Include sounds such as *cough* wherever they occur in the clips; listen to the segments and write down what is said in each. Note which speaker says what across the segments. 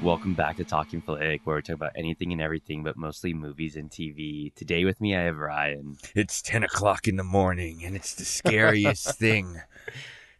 Speaker 1: Welcome back to Talking Philetic, where we talk about anything and everything, but mostly movies and TV. Today with me, I have Ryan.
Speaker 2: It's 10 o'clock in the morning, and it's the scariest
Speaker 1: *laughs*
Speaker 2: thing.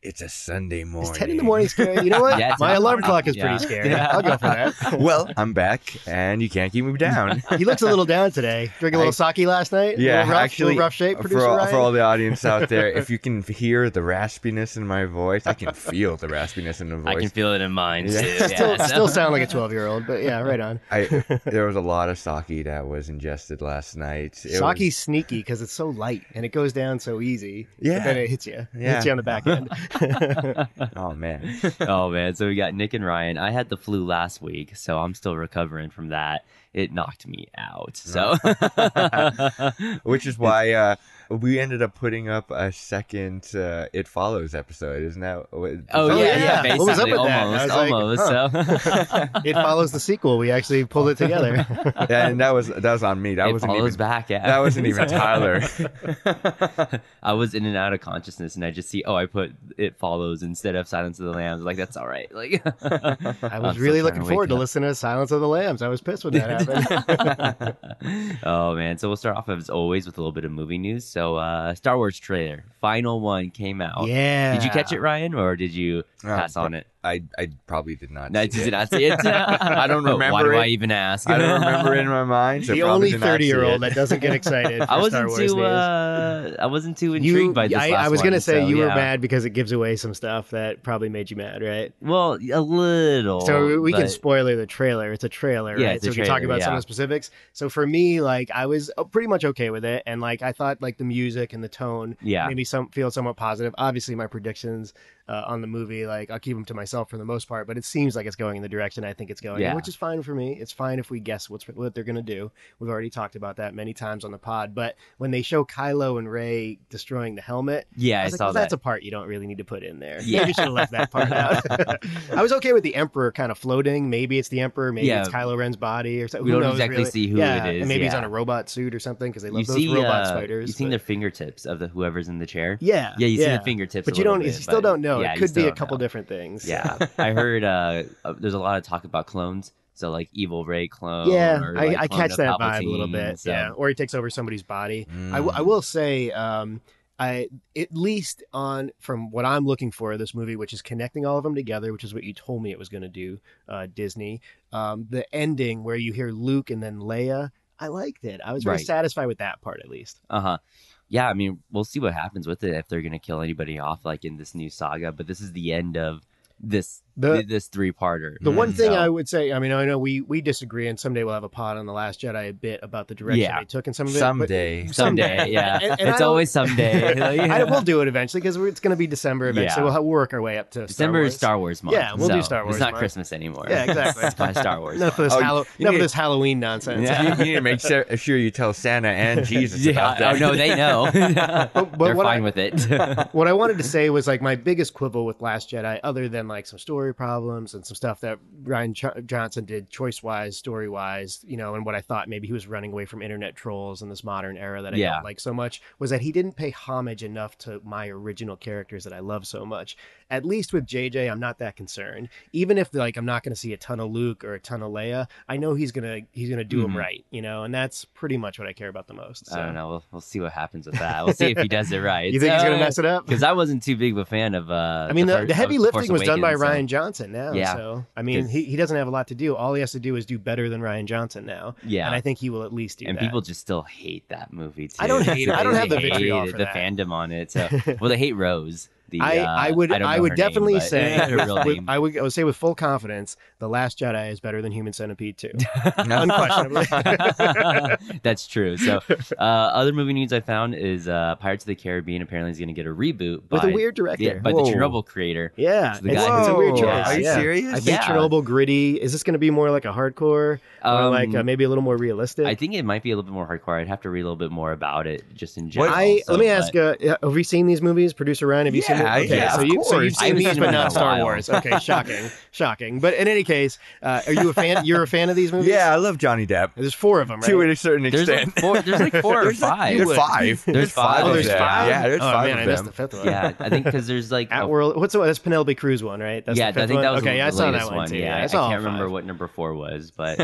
Speaker 2: It's a Sunday morning.
Speaker 3: It's 10 in the morning scary. You
Speaker 2: *laughs*
Speaker 3: know what?
Speaker 1: Yeah, it's
Speaker 3: My
Speaker 1: not-
Speaker 3: alarm clock is
Speaker 1: yeah.
Speaker 3: pretty scary.
Speaker 1: Yeah.
Speaker 3: I'll go for that.
Speaker 2: Well, I'm back, and you can't keep me
Speaker 1: *laughs*
Speaker 2: down.
Speaker 3: he looks a little down today. Drank a little sake last night.
Speaker 2: Yeah,
Speaker 3: a little rough,
Speaker 2: actually,
Speaker 3: little rough shape. Producer
Speaker 2: for, all,
Speaker 3: Ryan.
Speaker 2: for all the audience out there,
Speaker 1: *laughs*
Speaker 2: if you can hear the raspiness in my voice, I can feel the raspiness in the voice.
Speaker 1: I can feel it in mine.
Speaker 2: Yeah.
Speaker 1: Too.
Speaker 3: *laughs* still,
Speaker 1: so-
Speaker 2: *laughs*
Speaker 3: still sound like a 12 year old, but yeah, right on.
Speaker 2: I- there was a lot of sake that was ingested last night. It was-
Speaker 3: Sake's sneaky because it's so light and it goes down so easy.
Speaker 2: Yeah.
Speaker 3: But then it hits you. It
Speaker 2: Yeah.
Speaker 3: hits you on the back end. *laughs*
Speaker 2: oh
Speaker 1: *laughs*
Speaker 2: man,
Speaker 1: *laughs* oh man, so we got Nick and Ryan. I had the flu last week, so I'm still recovering from that. It knocked me out. So *laughs* Oh,
Speaker 2: which is why uh, we ended up putting up a second uh, "It Follows" episode, isn't that? What,
Speaker 1: Oh, yeah, yeah,
Speaker 3: yeah.
Speaker 1: basically
Speaker 3: What was up with that?
Speaker 1: almost,
Speaker 3: I was like,
Speaker 1: almost. So
Speaker 3: it follows the sequel. We actually pulled it
Speaker 2: *laughs*
Speaker 3: together.
Speaker 2: yeah, and that was that was on me. That
Speaker 1: it
Speaker 2: wasn't
Speaker 1: follows
Speaker 2: even
Speaker 1: back. Yeah.
Speaker 2: that wasn't even Tyler.
Speaker 1: *laughs* I was in and out of consciousness, and I just see, oh, I put it follows instead of Silence of the Lambs. Like that's all right. Like *laughs*
Speaker 3: I
Speaker 1: I'm
Speaker 3: was
Speaker 1: still
Speaker 3: really
Speaker 1: trying
Speaker 3: looking
Speaker 1: to wake
Speaker 3: forward to
Speaker 1: up.
Speaker 3: listening to Silence of the Lambs. I was pissed when that
Speaker 2: *laughs*
Speaker 3: happened.
Speaker 1: *laughs* oh man! So we'll start off as always with a little bit of movie news. So uh Star Wars trailer, final one came
Speaker 2: Oh,
Speaker 1: out.
Speaker 3: yeah.
Speaker 1: Did you catch it, Ryan, or did you
Speaker 2: No,
Speaker 1: pass on it?
Speaker 2: I I probably did not.
Speaker 1: No,
Speaker 2: see
Speaker 1: did you
Speaker 2: it.
Speaker 1: not see
Speaker 2: *laughs*
Speaker 1: it? *laughs*
Speaker 2: I don't
Speaker 1: But Why
Speaker 2: remember
Speaker 1: do I
Speaker 2: it.
Speaker 1: even ask? *laughs*
Speaker 2: I don't remember it in my mind. So
Speaker 3: the
Speaker 2: probably
Speaker 3: only
Speaker 2: did not see
Speaker 3: 30 year
Speaker 2: it.
Speaker 3: old that doesn't get
Speaker 2: *laughs*
Speaker 3: excited. For
Speaker 1: I
Speaker 3: Star
Speaker 1: wasn't
Speaker 3: Wars
Speaker 1: too.
Speaker 3: news.
Speaker 1: Uh, I wasn't too
Speaker 3: You-
Speaker 1: intrigued by this.
Speaker 3: I,
Speaker 1: last
Speaker 3: I was gonna
Speaker 1: one,
Speaker 3: say
Speaker 1: so,
Speaker 3: you were
Speaker 1: yeah.
Speaker 3: mad because it gives away some stuff that probably made you mad, right?
Speaker 1: Well, a little.
Speaker 3: so we, we can
Speaker 1: Oh, but-
Speaker 3: spoiler the trailer. It's a trailer,
Speaker 1: Yeah,
Speaker 3: right?
Speaker 1: it's
Speaker 3: So
Speaker 1: a
Speaker 3: we can talk
Speaker 1: trailer,
Speaker 3: about some
Speaker 1: yeah.
Speaker 3: of the specifics. So for me, like I was uh, pretty much okay with it, and like I thought like the music and the tone
Speaker 1: Yeah.
Speaker 3: made me some feel somewhat positive. Obviously, my predictions uh, on the movie, like I'll keep them to myself for the most part, but it seems like it's going in the direction I think it's going, in,
Speaker 1: Yeah.
Speaker 3: which is fine for me. It's fine if we guess what's what they're gonna do. We've already talked about that many times on the pod, but when they show Kylo and Ray destroying the helmet,
Speaker 1: Yeah, I,
Speaker 3: I was like,
Speaker 1: saw
Speaker 3: well,
Speaker 1: that.
Speaker 3: that's a part you don't really need to put in there.
Speaker 1: Yeah.
Speaker 3: Yeah. Maybe you should have left that part out. *laughs* I was okay with the Emperor kind of floating. Maybe it's the Emperor. Maybe
Speaker 1: Yeah.
Speaker 3: it's Kylo Ren's body or something.
Speaker 1: We
Speaker 3: who
Speaker 1: don't
Speaker 3: knows,
Speaker 1: exactly
Speaker 3: really.
Speaker 1: see who
Speaker 3: yeah.
Speaker 1: it is,
Speaker 3: And maybe he's
Speaker 1: yeah.
Speaker 3: on a robot suit or something because they love
Speaker 1: you
Speaker 3: those
Speaker 1: see,
Speaker 3: robot
Speaker 1: uh,
Speaker 3: fighters.
Speaker 1: You've seen
Speaker 3: but-
Speaker 1: their fingertips of the whoever's in the chair.
Speaker 3: yeah.
Speaker 1: Yeah, you see the fingertips,
Speaker 3: But
Speaker 1: a
Speaker 3: you
Speaker 1: little
Speaker 3: don't. you
Speaker 1: bit,
Speaker 3: still
Speaker 1: but-
Speaker 3: don't know.
Speaker 1: yeah,
Speaker 3: it
Speaker 1: you
Speaker 3: could
Speaker 1: still
Speaker 3: be a
Speaker 1: don't
Speaker 3: couple
Speaker 1: know.
Speaker 3: different things. *laughs*
Speaker 1: Yeah, *laughs* I heard uh, uh, there's a lot of talk about clones. So like evil Ray clone.
Speaker 3: Yeah,
Speaker 1: Oh, or,
Speaker 3: I,
Speaker 1: like,
Speaker 3: I
Speaker 1: clone
Speaker 3: catch
Speaker 1: of
Speaker 3: that vibe a little
Speaker 1: Palpatine,
Speaker 3: bit.
Speaker 1: so-
Speaker 3: Yeah, or he takes over somebody's body.
Speaker 2: Mm.
Speaker 3: I, w- I will say, um, I at least on from what I'm looking for in this movie, which is connecting all of them together, which is what you told me it was going to do, uh, Disney. Um, the ending where you hear Luke and then Leia, I liked it. I was very
Speaker 1: Right.
Speaker 3: satisfied with that part, at least.
Speaker 1: Uh huh. Yeah, I mean, we'll see what happens with it if they're gonna kill anybody off like in this new saga. But this is the end of this
Speaker 3: The-
Speaker 1: this three parter.
Speaker 3: The one
Speaker 1: Mm.
Speaker 3: thing
Speaker 1: So-
Speaker 3: I would say, I mean, I know we we disagree, and someday we'll have a pod on the Last Jedi a bit about the direction
Speaker 1: Yeah.
Speaker 3: they took in some of it.
Speaker 2: *laughs*
Speaker 3: but-
Speaker 2: someday.
Speaker 1: *laughs* someday. Yeah,
Speaker 3: And- and I
Speaker 1: it's
Speaker 3: don't-
Speaker 1: always *laughs* someday. Like,
Speaker 3: *laughs* I, we'll do it eventually because it's going to be December eventually.
Speaker 1: Yeah.
Speaker 3: So we'll, ha- we'll work our way up to
Speaker 1: December is
Speaker 3: Star Wars.
Speaker 1: Star Wars month.
Speaker 3: Yeah, we'll do
Speaker 1: so
Speaker 3: Star Wars
Speaker 1: It's not
Speaker 3: month.
Speaker 1: Christmas anymore.
Speaker 3: Yeah, exactly.
Speaker 1: it's by Star
Speaker 3: *laughs*
Speaker 1: Wars.
Speaker 3: Enough of this,
Speaker 2: Oh, you-
Speaker 3: Hallow-
Speaker 2: you
Speaker 3: enough
Speaker 2: need-
Speaker 3: of this Halloween nonsense.
Speaker 1: Yeah.
Speaker 2: You need to make sure, sure you tell Santa
Speaker 3: *laughs*
Speaker 2: and Jesus
Speaker 1: *laughs*
Speaker 2: about
Speaker 1: yeah.
Speaker 2: that.
Speaker 1: Oh no, they know. *laughs*
Speaker 3: But,
Speaker 1: They're
Speaker 3: but what,
Speaker 1: fine
Speaker 3: I,
Speaker 1: with it. *laughs*
Speaker 3: what I wanted to say was like my biggest quibble with Last Jedi, other than like some story problems and some stuff that Ryan Ch- Johnson did choice wise, story wise, you know, and what I thought maybe he was running away from internet trolls in this modern era that I
Speaker 1: Yeah.
Speaker 3: don't like so much was that he didn't pay homage enough to my original characters that I love so much. At least with JJ, I'm not that concerned. Even if like I'm not going to see a ton of Luke or a ton of Leia, I know he's gonna he's gonna do
Speaker 1: Mhm.
Speaker 3: him right, you know, and that's pretty much what I care about the most. So.
Speaker 1: I don't know. We'll, we'll see what happens with that. We'll see if he does it right.
Speaker 3: *laughs* You think he's
Speaker 1: *laughs*
Speaker 3: gonna mess it up?
Speaker 1: Because I wasn't too big of a fan of. Uh,
Speaker 3: I mean, the,
Speaker 1: fir-
Speaker 3: the heavy
Speaker 1: of Force
Speaker 3: lifting was done by
Speaker 1: Awakens, so-
Speaker 3: Ryan Johnson now.
Speaker 1: Yeah.
Speaker 3: So, I mean,
Speaker 1: 'Cause-
Speaker 3: he, he doesn't have a lot to do. All he has to do is do better than Ryan Johnson now.
Speaker 1: Yeah,
Speaker 3: And I think he will at least do
Speaker 1: and
Speaker 3: that.
Speaker 1: people just still hate that movie too.
Speaker 3: I don't hate it. I don't
Speaker 1: They
Speaker 3: have the
Speaker 1: hate
Speaker 3: vitriol
Speaker 1: it,
Speaker 3: for
Speaker 1: the
Speaker 3: that.
Speaker 1: fandom on it.
Speaker 3: *laughs*
Speaker 1: So. Well, they hate Rose. The,
Speaker 3: I,
Speaker 1: uh,
Speaker 3: I would
Speaker 1: don't
Speaker 3: I,
Speaker 1: know
Speaker 3: would
Speaker 1: her name,
Speaker 3: definitely
Speaker 1: but- *laughs*
Speaker 3: say
Speaker 1: her real
Speaker 3: *laughs* with-
Speaker 1: name. *laughs*
Speaker 3: I would I would say with full confidence, The Last Jedi is better than Human
Speaker 1: *laughs*
Speaker 3: Centipede 2. Unquestionably.
Speaker 1: That's true.
Speaker 3: *laughs*
Speaker 1: So, uh, other movie news I found is uh, Pirates of the Caribbean apparently is going to get a reboot
Speaker 3: With
Speaker 1: by,
Speaker 3: a weird director.
Speaker 1: yeah, by the
Speaker 2: Whoa.
Speaker 1: Chernobyl creator.
Speaker 3: yeah.
Speaker 1: It's the
Speaker 3: it's,
Speaker 1: guy
Speaker 3: it's a
Speaker 1: who-
Speaker 3: weird choice.
Speaker 1: Yeah.
Speaker 2: Are you
Speaker 3: yeah.
Speaker 2: serious?
Speaker 3: I think
Speaker 1: Yeah.
Speaker 3: Chernobyl gritty. Is this going to be more like a hardcore or
Speaker 1: Um,
Speaker 3: like uh, maybe a little more realistic?
Speaker 1: I think it might be a little bit more hardcore. I'd have to read a little bit more about it just in general.
Speaker 2: What-
Speaker 3: I
Speaker 1: so,
Speaker 3: let me
Speaker 1: but-
Speaker 3: ask. Uh, have we seen these movies, producer Ryan? Have you seen
Speaker 2: Yeah,
Speaker 3: okay,
Speaker 2: yeah,
Speaker 3: so
Speaker 2: of
Speaker 3: you so you've
Speaker 2: course.
Speaker 1: I
Speaker 3: seen these,
Speaker 1: mean,
Speaker 3: but not
Speaker 1: in a
Speaker 3: Star
Speaker 1: while.
Speaker 3: Wars.
Speaker 2: *laughs*
Speaker 3: Okay, shocking, shocking. But in any case, uh, are you a fan? You're a fan of these movies?
Speaker 2: Yeah, I love Johnny Depp
Speaker 3: there's four of them, right?
Speaker 2: to a certain
Speaker 1: There's like
Speaker 2: extent.
Speaker 1: four. There's like
Speaker 3: *laughs*
Speaker 1: four or
Speaker 2: There's like-
Speaker 1: five.
Speaker 2: There's five. There's
Speaker 1: five.
Speaker 2: five
Speaker 1: Oh,
Speaker 2: of
Speaker 1: there's
Speaker 2: them.
Speaker 1: five?
Speaker 2: Yeah, there's
Speaker 3: oh
Speaker 2: five
Speaker 3: man,
Speaker 2: of
Speaker 3: I
Speaker 2: them.
Speaker 3: missed the fifth one.
Speaker 1: yeah, I think because there's like
Speaker 3: At
Speaker 1: a
Speaker 3: World, what's the one? That's Penelope Cruz one, right? That's
Speaker 1: yeah,
Speaker 3: the
Speaker 1: I
Speaker 3: fifth
Speaker 1: think that
Speaker 3: one?
Speaker 1: was
Speaker 3: okay.
Speaker 1: the
Speaker 3: I saw that
Speaker 1: latest
Speaker 3: one, too.
Speaker 1: Yeah, I,
Speaker 3: saw all
Speaker 1: can't remember
Speaker 3: five.
Speaker 1: what number four
Speaker 3: *laughs*
Speaker 1: was, but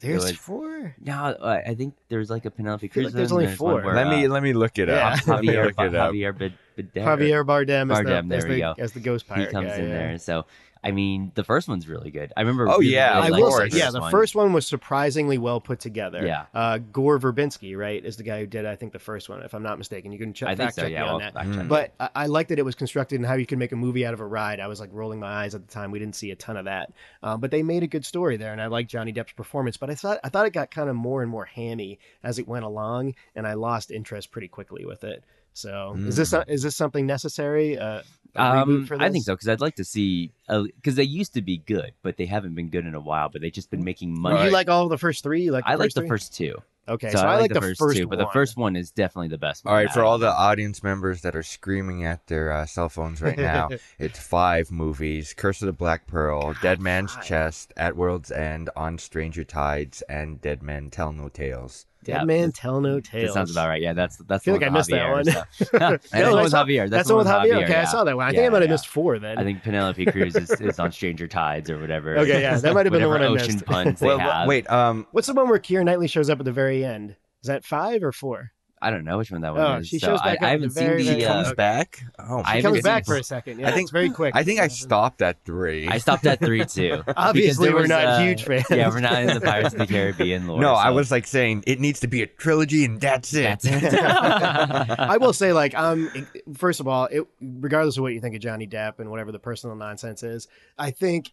Speaker 3: There's
Speaker 1: was.
Speaker 3: four.
Speaker 1: no, I I think there was like a Penelope
Speaker 3: feel
Speaker 1: Cruz.
Speaker 3: like there's
Speaker 1: one,
Speaker 3: only
Speaker 1: one
Speaker 3: four.
Speaker 1: where,
Speaker 2: Let
Speaker 1: uh,
Speaker 2: me let me look it
Speaker 3: Yeah.
Speaker 2: up. *laughs* Let me
Speaker 1: Javier,
Speaker 2: look it up.
Speaker 1: Javier Bid- Bidder.
Speaker 3: Javier
Speaker 1: Bardem,
Speaker 3: Bardem, as the, as
Speaker 1: there we
Speaker 3: the-
Speaker 1: go.
Speaker 3: as the ghost pirate.
Speaker 1: He comes
Speaker 3: guy,
Speaker 1: in
Speaker 3: yeah.
Speaker 1: there. So I mean, the first one's really good. I remember.
Speaker 2: Oh,
Speaker 1: really,
Speaker 2: yeah,
Speaker 1: really
Speaker 3: I
Speaker 2: of
Speaker 1: liking
Speaker 3: will
Speaker 2: course.
Speaker 3: say, yeah, the
Speaker 1: one.
Speaker 3: first one was surprisingly well put together.
Speaker 1: Yeah.
Speaker 3: Uh, Gore Verbinski, right, is the guy who did, I think, the first one, if I'm not mistaken. You can check,
Speaker 1: I think
Speaker 3: fact
Speaker 1: so.
Speaker 3: check
Speaker 1: Yeah,
Speaker 3: me
Speaker 1: well, mm.
Speaker 3: on that.
Speaker 2: Hmm.
Speaker 1: fact check.
Speaker 3: But I, I liked that it was constructed and how you can make a movie out of a ride. I was like rolling my eyes at the time. We didn't see a ton of that, um, but they made a good story there, and I liked Johnny Depp's performance. But I thought I thought it got kind of more and more hammy as it went along, and I lost interest pretty quickly with it. So is this
Speaker 2: Mm.
Speaker 3: is this something necessary? Uh, a
Speaker 1: Um,
Speaker 3: reboot for
Speaker 1: I
Speaker 3: this?
Speaker 1: think so because I'd like to see because they used to be good, but they haven't been good in a while. But they just been making
Speaker 3: Were
Speaker 1: money.
Speaker 3: you like all the first three? You like
Speaker 1: I like the
Speaker 3: three?
Speaker 1: first two.
Speaker 3: Okay,
Speaker 1: so, I, like the first, two, but the
Speaker 3: one. *laughs*
Speaker 1: first one is definitely the best.
Speaker 2: All
Speaker 1: one.
Speaker 2: right, for all the audience members that are screaming at their uh, cell phones
Speaker 3: *laughs*
Speaker 2: right now, it's five movies: Curse of the Black Pearl,
Speaker 3: God,
Speaker 2: Dead Man's
Speaker 3: five.
Speaker 2: Chest, At World's End, On Stranger Tides, and Dead Men Tell No Tales.
Speaker 3: Dead
Speaker 1: Yeah,
Speaker 3: Man
Speaker 1: this-
Speaker 3: Tell No
Speaker 1: That
Speaker 3: Tales.
Speaker 1: sounds about right. Yeah, that's that's.
Speaker 3: I feel
Speaker 1: the
Speaker 3: like I
Speaker 1: one
Speaker 3: missed
Speaker 1: with
Speaker 3: that
Speaker 1: Javier,
Speaker 3: one. *laughs*
Speaker 1: so- *laughs* That's
Speaker 3: No,
Speaker 1: the one
Speaker 3: I
Speaker 1: with
Speaker 3: saw-
Speaker 1: Javier.
Speaker 3: That's
Speaker 1: That's
Speaker 3: the one with Javier. Okay,
Speaker 1: yeah.
Speaker 3: I saw that one. I think
Speaker 1: Yeah,
Speaker 3: I might have
Speaker 1: yeah.
Speaker 3: missed four then.
Speaker 1: I think Penelope Cruz is, is on Stranger Tides or whatever.
Speaker 3: Okay, yeah, that might have been the
Speaker 1: Whatever
Speaker 3: one I
Speaker 1: ocean
Speaker 3: missed.
Speaker 1: puns they
Speaker 2: well,
Speaker 1: have.
Speaker 2: wait, um,
Speaker 3: What's the one where Keira Knightley shows up at the very end? Is that five or four?
Speaker 1: I don't know which one that one
Speaker 3: Oh,
Speaker 1: is.
Speaker 3: she
Speaker 1: so
Speaker 3: shows
Speaker 1: I,
Speaker 3: back
Speaker 1: I
Speaker 3: up
Speaker 1: haven't
Speaker 3: at the very,
Speaker 1: seen
Speaker 3: very
Speaker 1: the.
Speaker 3: end.
Speaker 1: Uh,
Speaker 2: comes back. Oh,
Speaker 1: I
Speaker 3: She
Speaker 2: I,
Speaker 1: haven't
Speaker 3: comes
Speaker 1: seen-
Speaker 3: back for a second. Yeah,
Speaker 2: I think-
Speaker 3: it's very quick.
Speaker 2: I think I stopped at three.
Speaker 1: I stopped at three too. because
Speaker 3: *laughs* Obviously,
Speaker 1: there
Speaker 3: we're
Speaker 1: was,
Speaker 3: not
Speaker 1: uh,
Speaker 3: huge fans.
Speaker 1: Yeah,
Speaker 3: *laughs*
Speaker 1: we're not in the Pirates of the Caribbean lore.
Speaker 2: no, I
Speaker 1: so
Speaker 2: was like saying it needs to be a trilogy, and that's it. *laughs*
Speaker 1: That's *laughs* it.
Speaker 3: I will
Speaker 1: *laughs*
Speaker 3: say, like, um, first of all, it, regardless of what you think of Johnny Depp and whatever the personal nonsense is, I think,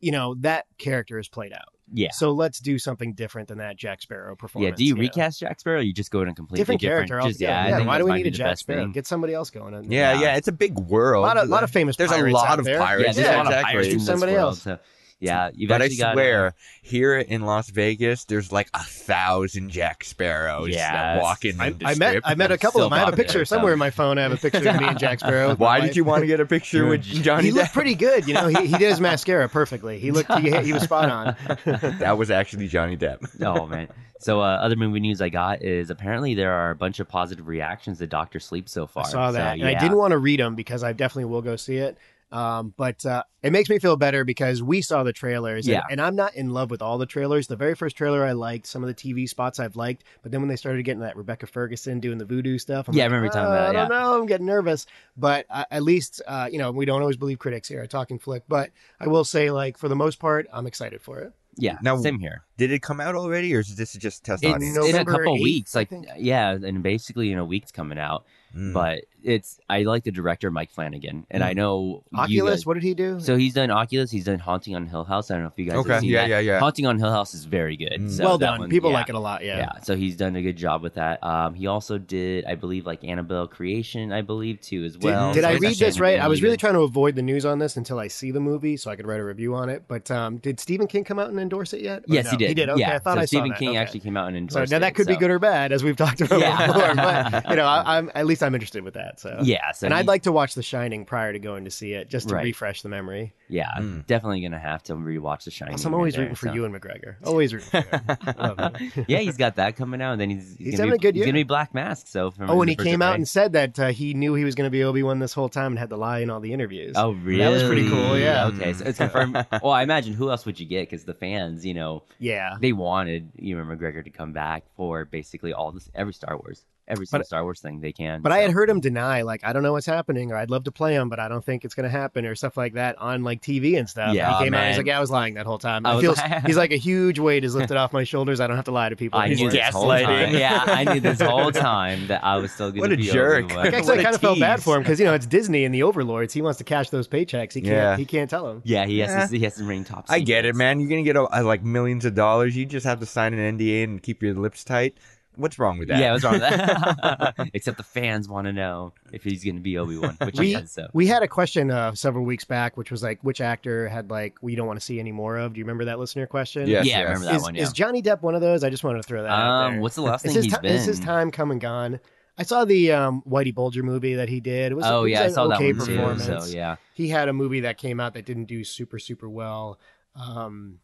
Speaker 3: you know, that character is played out.
Speaker 1: yeah.
Speaker 3: So let's do something different than that Jack Sparrow performance.
Speaker 1: Yeah, do you
Speaker 3: know?
Speaker 1: recast Jack Sparrow or you just go in a completely
Speaker 3: different character?
Speaker 1: Just,
Speaker 3: altogether.
Speaker 1: yeah, I
Speaker 3: yeah.
Speaker 1: think
Speaker 3: why do
Speaker 1: that
Speaker 3: we
Speaker 1: might
Speaker 3: need
Speaker 1: be
Speaker 3: a
Speaker 1: the
Speaker 3: Jack
Speaker 1: best
Speaker 3: Sparrow?
Speaker 1: thing.
Speaker 3: Get somebody else going. On.
Speaker 2: Yeah,
Speaker 1: Yeah.
Speaker 2: yeah, it's a big world.
Speaker 3: a lot of, lot of famous.
Speaker 2: There's a
Speaker 3: pirates out
Speaker 2: lot of
Speaker 3: there.
Speaker 2: pirates.
Speaker 1: Yeah, there's
Speaker 3: Yeah,
Speaker 1: a lot of
Speaker 2: exactly.
Speaker 1: pirates in this
Speaker 3: Somebody
Speaker 1: world,
Speaker 3: else.
Speaker 1: So, yeah, you've
Speaker 2: But I
Speaker 1: actually got,
Speaker 2: swear, here in Las Vegas, there's like a thousand Jack Sparrows
Speaker 1: Yes.
Speaker 2: that walk in.
Speaker 3: I,
Speaker 2: and
Speaker 3: I met
Speaker 2: strip.
Speaker 3: I met a couple
Speaker 1: so
Speaker 3: of them. I have a
Speaker 1: popular,
Speaker 3: picture
Speaker 1: so.
Speaker 3: somewhere in my phone. I have a picture of me
Speaker 1: *laughs*
Speaker 3: and Jack Sparrow.
Speaker 2: Why did you want to get a picture with
Speaker 1: Huge.
Speaker 2: Johnny
Speaker 3: He looked
Speaker 2: Depp?
Speaker 3: pretty good. You know, he, he did his mascara perfectly. He looked he, he was spot on.
Speaker 2: *laughs*
Speaker 1: *laughs*
Speaker 2: That was actually Johnny Depp.
Speaker 1: oh man. So uh, other movie news I got is apparently there are a bunch of positive reactions to Doctor Sleep so far.
Speaker 3: I saw
Speaker 1: So,
Speaker 3: that, and
Speaker 1: yeah.
Speaker 3: I didn't want to read them because I definitely will go see it. Um, but uh, it makes me feel better because we saw the trailers, and-
Speaker 1: Yeah.
Speaker 3: and, I'm not in love with all the trailers. The very first trailer I liked, some of the TV spots I've liked, but then when they started getting that Rebecca Ferguson doing the voodoo stuff, I'm
Speaker 1: Yeah, I
Speaker 3: like,
Speaker 1: remember you talking
Speaker 3: "Oh,
Speaker 1: about
Speaker 3: I
Speaker 1: that,
Speaker 3: don't know, I'm getting nervous. But uh, at least uh, you know we don't always believe critics here at Talking Flick. But I will say, like for the most part, I'm excited for it.
Speaker 1: Yeah,
Speaker 2: Now-
Speaker 1: same here.
Speaker 2: Did it come out already, or is this just test
Speaker 3: It's-
Speaker 2: audience?
Speaker 3: no-
Speaker 1: in a
Speaker 3: November
Speaker 1: couple
Speaker 3: 8th,
Speaker 1: weeks,
Speaker 3: I
Speaker 1: like
Speaker 3: think.
Speaker 1: yeah, and basically in a week's coming out.
Speaker 3: Hmm.
Speaker 2: Mm.
Speaker 1: But it's I like the director Mike Flanagan, and I know you
Speaker 3: Oculus,
Speaker 1: guys-
Speaker 3: what did he do?
Speaker 1: so he's done Oculus. He's done Haunting on Hill House. I don't know if you guys
Speaker 2: okay,
Speaker 1: have seen
Speaker 2: yeah,
Speaker 1: that.
Speaker 2: yeah, yeah.
Speaker 1: Haunting on Hill House is very good.
Speaker 2: Mm.
Speaker 1: So
Speaker 3: well
Speaker 1: that
Speaker 3: done.
Speaker 1: one-
Speaker 3: People
Speaker 1: yeah.
Speaker 3: like it a lot.
Speaker 1: Yeah.
Speaker 3: Yeah.
Speaker 1: so he's done a good job with that. Um, he also did, I believe, like Annabelle Creation, I believe, too, as
Speaker 3: Did,
Speaker 1: well.
Speaker 3: did
Speaker 1: So
Speaker 3: I
Speaker 1: it's
Speaker 3: read
Speaker 1: actually
Speaker 3: this right? I was
Speaker 1: really
Speaker 3: really
Speaker 1: good.
Speaker 3: trying to avoid the news on this until I see the movie so I could write a review on it. But um, did Stephen King come out and endorse it yet? Or
Speaker 1: Yes,
Speaker 3: no?
Speaker 1: he did.
Speaker 3: He did. Okay,
Speaker 1: yeah.
Speaker 3: I thought
Speaker 1: so
Speaker 3: I saw
Speaker 1: Stephen
Speaker 3: that.
Speaker 1: King
Speaker 3: Okay.
Speaker 1: actually came out and
Speaker 3: So
Speaker 1: endorsed.
Speaker 3: now that
Speaker 1: it,
Speaker 3: could be
Speaker 1: so-
Speaker 3: good or bad, as we've talked about
Speaker 1: Yeah.
Speaker 3: before.
Speaker 1: *laughs*
Speaker 3: But you know, I, I'm at least I'm interested with that. So
Speaker 1: Yeah, so
Speaker 3: and
Speaker 1: he-
Speaker 3: I'd like to watch The Shining prior to going to see it, just to
Speaker 1: Right.
Speaker 3: refresh the memory.
Speaker 1: yeah,
Speaker 3: Hmm.
Speaker 2: Mm.
Speaker 1: definitely gonna have to rewatch The Shining.
Speaker 3: Plus, I'm always
Speaker 1: there,
Speaker 3: rooting for
Speaker 1: so.
Speaker 3: you and McGregor.
Speaker 1: *laughs*
Speaker 3: Always rooting. for Ewan. Love
Speaker 1: yeah, he's got that coming out, and then he's,
Speaker 3: He's
Speaker 1: gonna
Speaker 3: having
Speaker 1: be,
Speaker 3: a good
Speaker 1: He's gonna
Speaker 3: year.
Speaker 1: be Black Mask. So from
Speaker 3: Oh, and
Speaker 1: the
Speaker 3: he
Speaker 1: first
Speaker 3: came out
Speaker 1: appearance-
Speaker 3: and said that uh, he knew he was going to be Obi Wan this whole time and had to lie in all the interviews.
Speaker 1: Oh, really?
Speaker 3: That was pretty cool, yeah.
Speaker 1: Okay, so it's
Speaker 3: *laughs*
Speaker 1: confirmed. well, I imagine who else would you get? Because the fans, you know,
Speaker 3: yeah.
Speaker 1: they wanted Ewan McGregor to come back for basically all this, every Star Wars, every single
Speaker 3: But-
Speaker 1: Star Wars thing they can.
Speaker 3: But I
Speaker 1: so.
Speaker 3: had heard him deny, like, I don't know what's happening, or I'd love to play him, but I don't think it's going to happen, or stuff like that on like TV and stuff.
Speaker 1: Yeah.
Speaker 3: he came out, he's
Speaker 2: man.
Speaker 3: like, yeah, I was lying that whole time.
Speaker 1: I
Speaker 3: I
Speaker 1: was *laughs*
Speaker 3: feel
Speaker 1: like-
Speaker 3: he's like a huge weight is lifted off my shoulders. I don't have to lie to people.
Speaker 1: I knew
Speaker 3: anymore.
Speaker 1: this whole
Speaker 2: gaslighting.
Speaker 1: time. Yeah, I knew
Speaker 2: *laughs*
Speaker 1: this whole time that I was still going
Speaker 2: What
Speaker 1: to
Speaker 2: a
Speaker 1: be
Speaker 2: jerk.
Speaker 1: Obi-Wan.
Speaker 3: *laughs* Like, actually,
Speaker 2: What
Speaker 3: I
Speaker 2: a
Speaker 3: kind of felt bad
Speaker 2: tease.
Speaker 3: for him because you know it's Disney and the Overlords. He wants to cash those paychecks. He can't.
Speaker 2: Yeah.
Speaker 3: He can't tell him.
Speaker 1: Yeah, he has to. He has to ring top.
Speaker 2: I get it,
Speaker 1: secrets.
Speaker 2: man. You're gonna get uh, like millions of dollars. You just have to sign an NDA and keep your lips tight. What's wrong with that?
Speaker 1: Yeah, what's wrong with
Speaker 2: *laughs*
Speaker 1: that? *laughs* Except the fans want to know if he's going to be Obi Wan, which
Speaker 3: We-
Speaker 1: he is. So
Speaker 3: We had a question uh, several weeks back, which was like, which actor had like we don't want to see any more of? Do you remember that listener question?
Speaker 2: Yes,
Speaker 1: yeah, I
Speaker 2: yes.
Speaker 1: remember that
Speaker 3: is,
Speaker 1: one. Yeah.
Speaker 3: is Johnny Depp one of those? I just wanted to throw that out
Speaker 1: um,
Speaker 3: there.
Speaker 1: what's the last
Speaker 3: Is
Speaker 1: thing
Speaker 3: his,
Speaker 1: he's
Speaker 3: ti-
Speaker 1: been?
Speaker 3: is his time come and gone? I saw the um, Whitey Bulger movie that he did. It was,
Speaker 1: oh
Speaker 3: it was
Speaker 1: yeah, I
Speaker 3: an
Speaker 1: saw
Speaker 3: okay
Speaker 1: that one too.
Speaker 3: performance.
Speaker 1: So yeah,
Speaker 3: He had a movie that came out that didn't do super super well. Um,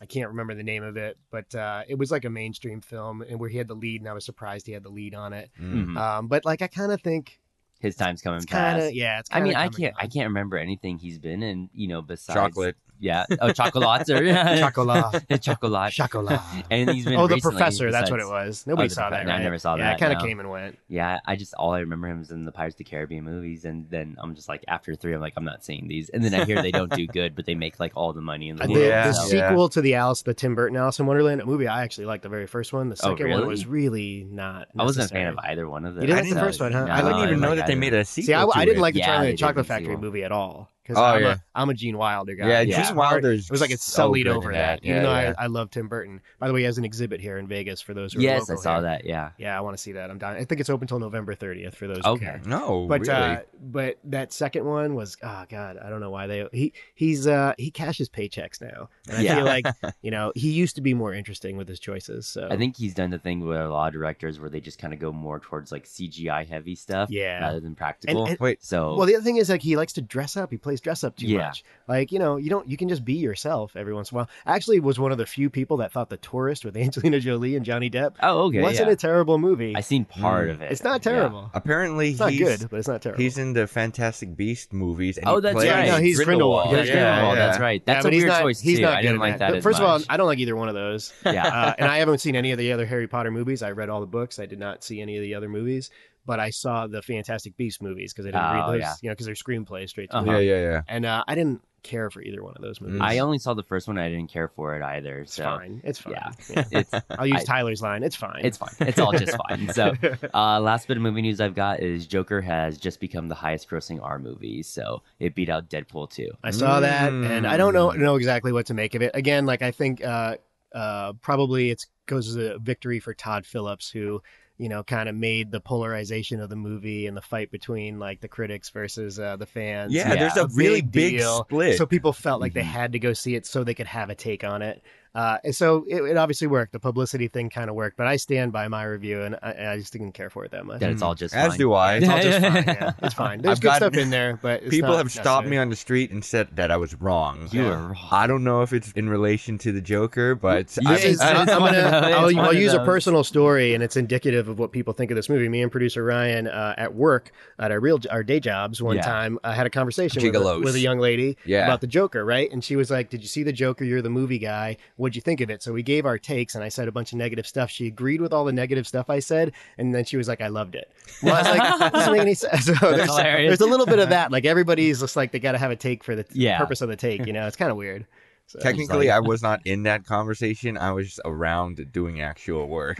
Speaker 3: I can't remember the name of it, but uh, it was like a mainstream film, and where he had the lead, and I was surprised he had the lead on it.
Speaker 2: Mm.
Speaker 1: Mhm.
Speaker 3: Um, but like, I kind of think
Speaker 1: his time's coming
Speaker 3: it's kind
Speaker 1: fast.
Speaker 3: of yeah. It's
Speaker 1: I
Speaker 3: kinda
Speaker 1: mean, I
Speaker 3: coming
Speaker 1: can't.
Speaker 3: on.
Speaker 1: I can't remember anything he's been in. You know, besides
Speaker 2: Chocolate.
Speaker 1: Yeah. Oh, chocolates or
Speaker 2: *laughs*
Speaker 1: *laughs*
Speaker 3: Chocolat.
Speaker 1: chocolate.
Speaker 3: Chocolat.
Speaker 1: And he's been
Speaker 3: oh, the
Speaker 1: recently,
Speaker 3: professor. That's what it
Speaker 1: besides-
Speaker 3: was. Nobody
Speaker 1: the
Speaker 3: saw that.
Speaker 1: Profe- no, I
Speaker 3: right?
Speaker 1: never saw
Speaker 3: Yeah,
Speaker 1: that,
Speaker 3: it kind of
Speaker 1: no.
Speaker 3: came and went.
Speaker 1: Yeah, I just all I remember him is in the Pirates of the Caribbean movies, and then I'm just like after three, I'm like I'm not seeing these, and then I hear they don't do good, but they make like all the money in the
Speaker 3: The,
Speaker 1: world.
Speaker 2: Yeah.
Speaker 3: the
Speaker 1: so-
Speaker 2: Yeah.
Speaker 3: sequel to the Alice, the Tim Burton Alice in Wonderland movie, I actually liked the very first one. The
Speaker 1: Oh,
Speaker 3: second one
Speaker 1: really?
Speaker 3: was really not.
Speaker 1: I wasn't a fan
Speaker 3: necessary.
Speaker 1: of either one of them.
Speaker 3: You didn't
Speaker 2: like the
Speaker 1: So-
Speaker 3: first one, huh?
Speaker 1: No,
Speaker 3: I
Speaker 2: I didn't
Speaker 3: like
Speaker 2: even know
Speaker 1: like
Speaker 2: that they
Speaker 1: either.
Speaker 2: made a sequel.
Speaker 3: See, I,
Speaker 2: to
Speaker 3: I didn't
Speaker 2: it.
Speaker 3: like the
Speaker 1: Yeah,
Speaker 3: Charlie
Speaker 1: they
Speaker 3: and the Chocolate
Speaker 1: didn't see
Speaker 3: Factory
Speaker 1: one.
Speaker 3: movie at all because
Speaker 2: Oh,
Speaker 3: I'm,
Speaker 2: yeah.
Speaker 3: a, I'm a Gene Wilder guy.
Speaker 2: Yeah,
Speaker 3: It's
Speaker 1: Yeah.
Speaker 2: Gene
Speaker 3: uh, hard-
Speaker 2: Wilder's.
Speaker 3: It was like it's
Speaker 2: so
Speaker 3: sullied
Speaker 2: good in
Speaker 3: over that,
Speaker 2: Yeah,
Speaker 3: even though
Speaker 2: yeah.
Speaker 3: I, I love Tim Burton. By the way, he has an exhibit here in Vegas for those who are
Speaker 1: Yes, I
Speaker 3: local
Speaker 1: saw
Speaker 3: here.
Speaker 1: that. Yeah.
Speaker 3: Yeah, I want to see that. I'm down. I think it's open till November 30th for those who
Speaker 1: Okay.
Speaker 3: care.
Speaker 2: no,
Speaker 3: But
Speaker 2: really.
Speaker 3: uh, but that second one was oh god I don't know why they he he's uh he cashes paychecks now and I
Speaker 1: Yeah.
Speaker 3: feel like you know he used to be more interesting with his choices so
Speaker 1: *laughs* I think he's done the thing with a lot of directors where they just kind of go more towards like CGI heavy stuff
Speaker 3: Yeah.
Speaker 1: rather than
Speaker 3: and,
Speaker 1: practical.
Speaker 3: and-
Speaker 2: Wait,
Speaker 1: so
Speaker 3: well the other thing is like he likes to dress up he plays dress up too
Speaker 1: Yeah.
Speaker 3: much like you know you don't you can just be yourself every once in a while I actually was one of the few people that thought the tourist with *laughs* Angelina Jolie and Johnny Depp
Speaker 1: oh okay,
Speaker 3: wasn't
Speaker 1: yeah.
Speaker 3: a terrible movie
Speaker 1: I seen part
Speaker 2: Mm.
Speaker 1: of it.
Speaker 3: it's not
Speaker 1: Yeah.
Speaker 3: terrible
Speaker 2: apparently
Speaker 3: it's not
Speaker 2: he's
Speaker 3: good but it's not terrible
Speaker 2: he's in the Fantastic Beast movies. And
Speaker 1: Oh,
Speaker 2: he
Speaker 1: that's
Speaker 2: plays
Speaker 1: right.
Speaker 3: Yeah, no, he's Grindelwald.
Speaker 1: Yeah,
Speaker 2: Yeah, yeah,
Speaker 1: That's right.
Speaker 3: Yeah,
Speaker 1: That's
Speaker 3: but
Speaker 1: a
Speaker 3: he's
Speaker 1: weird
Speaker 3: not-
Speaker 1: choice
Speaker 3: he's
Speaker 1: too.
Speaker 3: not
Speaker 1: I
Speaker 3: good
Speaker 1: didn't
Speaker 3: in
Speaker 1: like that.
Speaker 3: But
Speaker 1: as
Speaker 3: First
Speaker 1: much.
Speaker 3: of all, I don't like either one of those. *laughs*
Speaker 1: yeah.
Speaker 3: uh, and I haven't seen any of the other Harry Potter movies. I read all the books. I did not see any of the other movies, but I saw the Fantastic Beast movies because I didn't
Speaker 1: Oh,
Speaker 3: read those.
Speaker 1: yeah.
Speaker 3: You know, because they're screenplays straight to
Speaker 1: Uh-huh.
Speaker 3: uh
Speaker 2: Yeah, yeah, yeah.
Speaker 3: and uh, I didn't care for either one of those movies.
Speaker 1: I only saw the first one. I didn't care for it either.
Speaker 3: it's
Speaker 1: so
Speaker 3: fine. It's fine.
Speaker 1: yeah.
Speaker 3: Yeah.
Speaker 1: *laughs* it's
Speaker 3: I'll use
Speaker 1: I-
Speaker 3: Tyler's line. It's fine.
Speaker 1: it's fine. It's all just fine. So Uh, last bit of movie news I've got is Joker has just become the highest grossing R movie, so it beat out Deadpool 2.
Speaker 3: I saw that,
Speaker 2: Mm.
Speaker 3: and I don't know know exactly what to make of it. Again, like I think uh, uh, probably it's goes as a victory for Todd Phillips, who you know kind of made the polarization of the movie and the fight between like the critics versus uh, the fans.
Speaker 2: Yeah,
Speaker 1: Yeah.
Speaker 2: there's a,
Speaker 3: A
Speaker 2: really
Speaker 3: big
Speaker 2: big
Speaker 3: deal.
Speaker 2: split.
Speaker 3: So people felt like they
Speaker 1: Mhm.
Speaker 2: Mm-hmm.
Speaker 3: had to go see it so they could have a take on it. Uh, and so it, it obviously worked. The publicity thing kind of worked, but I stand by my review, and I, I just didn't care for it that much.
Speaker 1: That it's all
Speaker 2: Mm.
Speaker 1: just
Speaker 2: As
Speaker 1: fine.
Speaker 2: do I.
Speaker 3: It's
Speaker 2: *laughs*
Speaker 3: all just fine. Yeah, it's fine. There's
Speaker 2: I've
Speaker 3: good
Speaker 2: got-
Speaker 3: stuff in there, but it's
Speaker 2: People
Speaker 3: not
Speaker 2: have stopped
Speaker 3: necessary.
Speaker 2: me on the street and said that I was wrong.
Speaker 1: You
Speaker 3: Yeah.
Speaker 1: are wrong.
Speaker 2: I don't know if it's in relation to the Joker, but
Speaker 1: Yeah,
Speaker 2: I,
Speaker 3: It's-
Speaker 1: it's
Speaker 3: I'm
Speaker 1: one of
Speaker 3: gonna-
Speaker 1: those- it's
Speaker 3: I'll,
Speaker 1: one
Speaker 3: I'll
Speaker 1: of
Speaker 3: use a
Speaker 1: those.
Speaker 3: personal story, and it's indicative of what people think of this movie. Me and producer Ryan uh, at work at our real our day jobs one
Speaker 1: Yeah.
Speaker 3: time, I had a conversation with a,
Speaker 2: Gigolos.
Speaker 3: with a young lady
Speaker 2: *laughs* Yeah.
Speaker 3: about the Joker, right? And she was like, "Did you see the Joker? You're the movie guy. What'd you think of it?" So we gave our takes, and I said a bunch of negative stuff. She agreed with all the negative stuff I said, and then she was like, "I loved it." Well, I was
Speaker 1: *laughs*
Speaker 3: like, "That "Doesn't make any sense." *laughs* So there's,
Speaker 1: hilarious.
Speaker 3: there's a little bit of that. Like everybody's just like they got to have a take for the
Speaker 1: Yeah.
Speaker 3: purpose of the take. You know, it's kind of weird.
Speaker 1: *laughs*
Speaker 3: So,
Speaker 2: technically, I was not in that conversation. I was around doing actual *laughs*
Speaker 3: *laughs*
Speaker 2: work.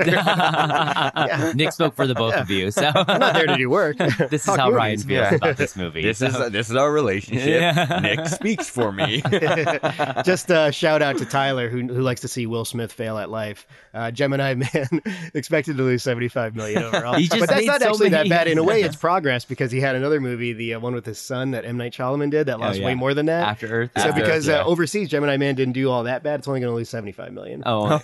Speaker 1: Nick spoke for the both of you, so
Speaker 3: I'm not there to do
Speaker 1: *laughs*
Speaker 3: work.
Speaker 1: this is
Speaker 3: Talk
Speaker 1: how
Speaker 3: movies.
Speaker 1: Ryan feels
Speaker 2: Yeah.
Speaker 1: about this movie.
Speaker 2: this
Speaker 1: so-
Speaker 2: is this is our relationship.
Speaker 1: Yeah.
Speaker 2: Nick speaks for
Speaker 3: *laughs*
Speaker 2: me. *laughs*
Speaker 3: Just uh, shout out to Tyler, who, who likes to see Will Smith fail at life. Uh, Gemini Man *laughs* expected to lose seventy five million overall,
Speaker 1: He just
Speaker 3: but that's
Speaker 1: made
Speaker 3: not
Speaker 1: so
Speaker 3: actually
Speaker 1: many-
Speaker 3: that bad. In
Speaker 1: *laughs*
Speaker 3: a way, it's progress because he had another movie, the uh, one with his son that M Night Shyamalan did, that lost
Speaker 1: Oh, yeah.
Speaker 3: way more than that.
Speaker 1: After Earth.
Speaker 3: so
Speaker 1: After Earth,
Speaker 3: because
Speaker 2: yeah.
Speaker 3: uh, overseas, Gemini Man didn't do all that bad. It's only going to lose seventy five million.
Speaker 2: *laughs*
Speaker 1: oh,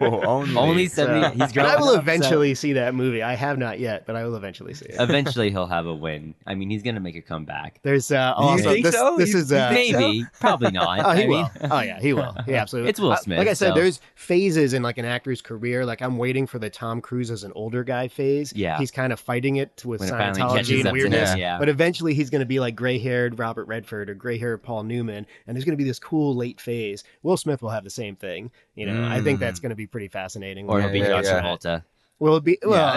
Speaker 2: only.
Speaker 1: only
Speaker 3: So-
Speaker 1: seventy. He's
Speaker 3: and
Speaker 1: growing.
Speaker 3: I will
Speaker 1: up, so-
Speaker 3: eventually see that movie. I have not yet, but I will eventually see it.
Speaker 1: eventually, he'll have a win. I mean, he's gonna make a comeback.
Speaker 3: There's uh, also
Speaker 2: think
Speaker 3: this,
Speaker 2: so?
Speaker 3: this
Speaker 2: You-
Speaker 3: is uh,
Speaker 1: Maybe, *laughs* probably not.
Speaker 3: Oh, he
Speaker 1: I mean,
Speaker 3: will. Oh, yeah, he will. Yeah, absolutely.
Speaker 1: It's Will
Speaker 3: Uh,
Speaker 1: Smith,
Speaker 3: like I said,
Speaker 1: so-
Speaker 3: there's phases in like an actor's career. Like I'm waiting for the Tom Cruise as an older guy phase.
Speaker 1: Yeah.
Speaker 3: he's kind of fighting it
Speaker 1: *laughs*
Speaker 3: with
Speaker 1: When it finally
Speaker 3: Scientology
Speaker 1: catches
Speaker 3: and
Speaker 1: up to him,
Speaker 3: weirdness.
Speaker 1: yeah.
Speaker 3: But eventually, he's going to be like gray-haired Robert Redford or gray-haired Paul Newman, and there's going to be this cool late phase. Will Smith will have the same thing. You know, I think
Speaker 2: Mm.
Speaker 3: that's going to be pretty fascinating.
Speaker 1: or
Speaker 3: Will
Speaker 1: he'll be
Speaker 2: Yeah,
Speaker 1: John
Speaker 2: yeah, yeah.
Speaker 1: Travolta.
Speaker 3: Will it be well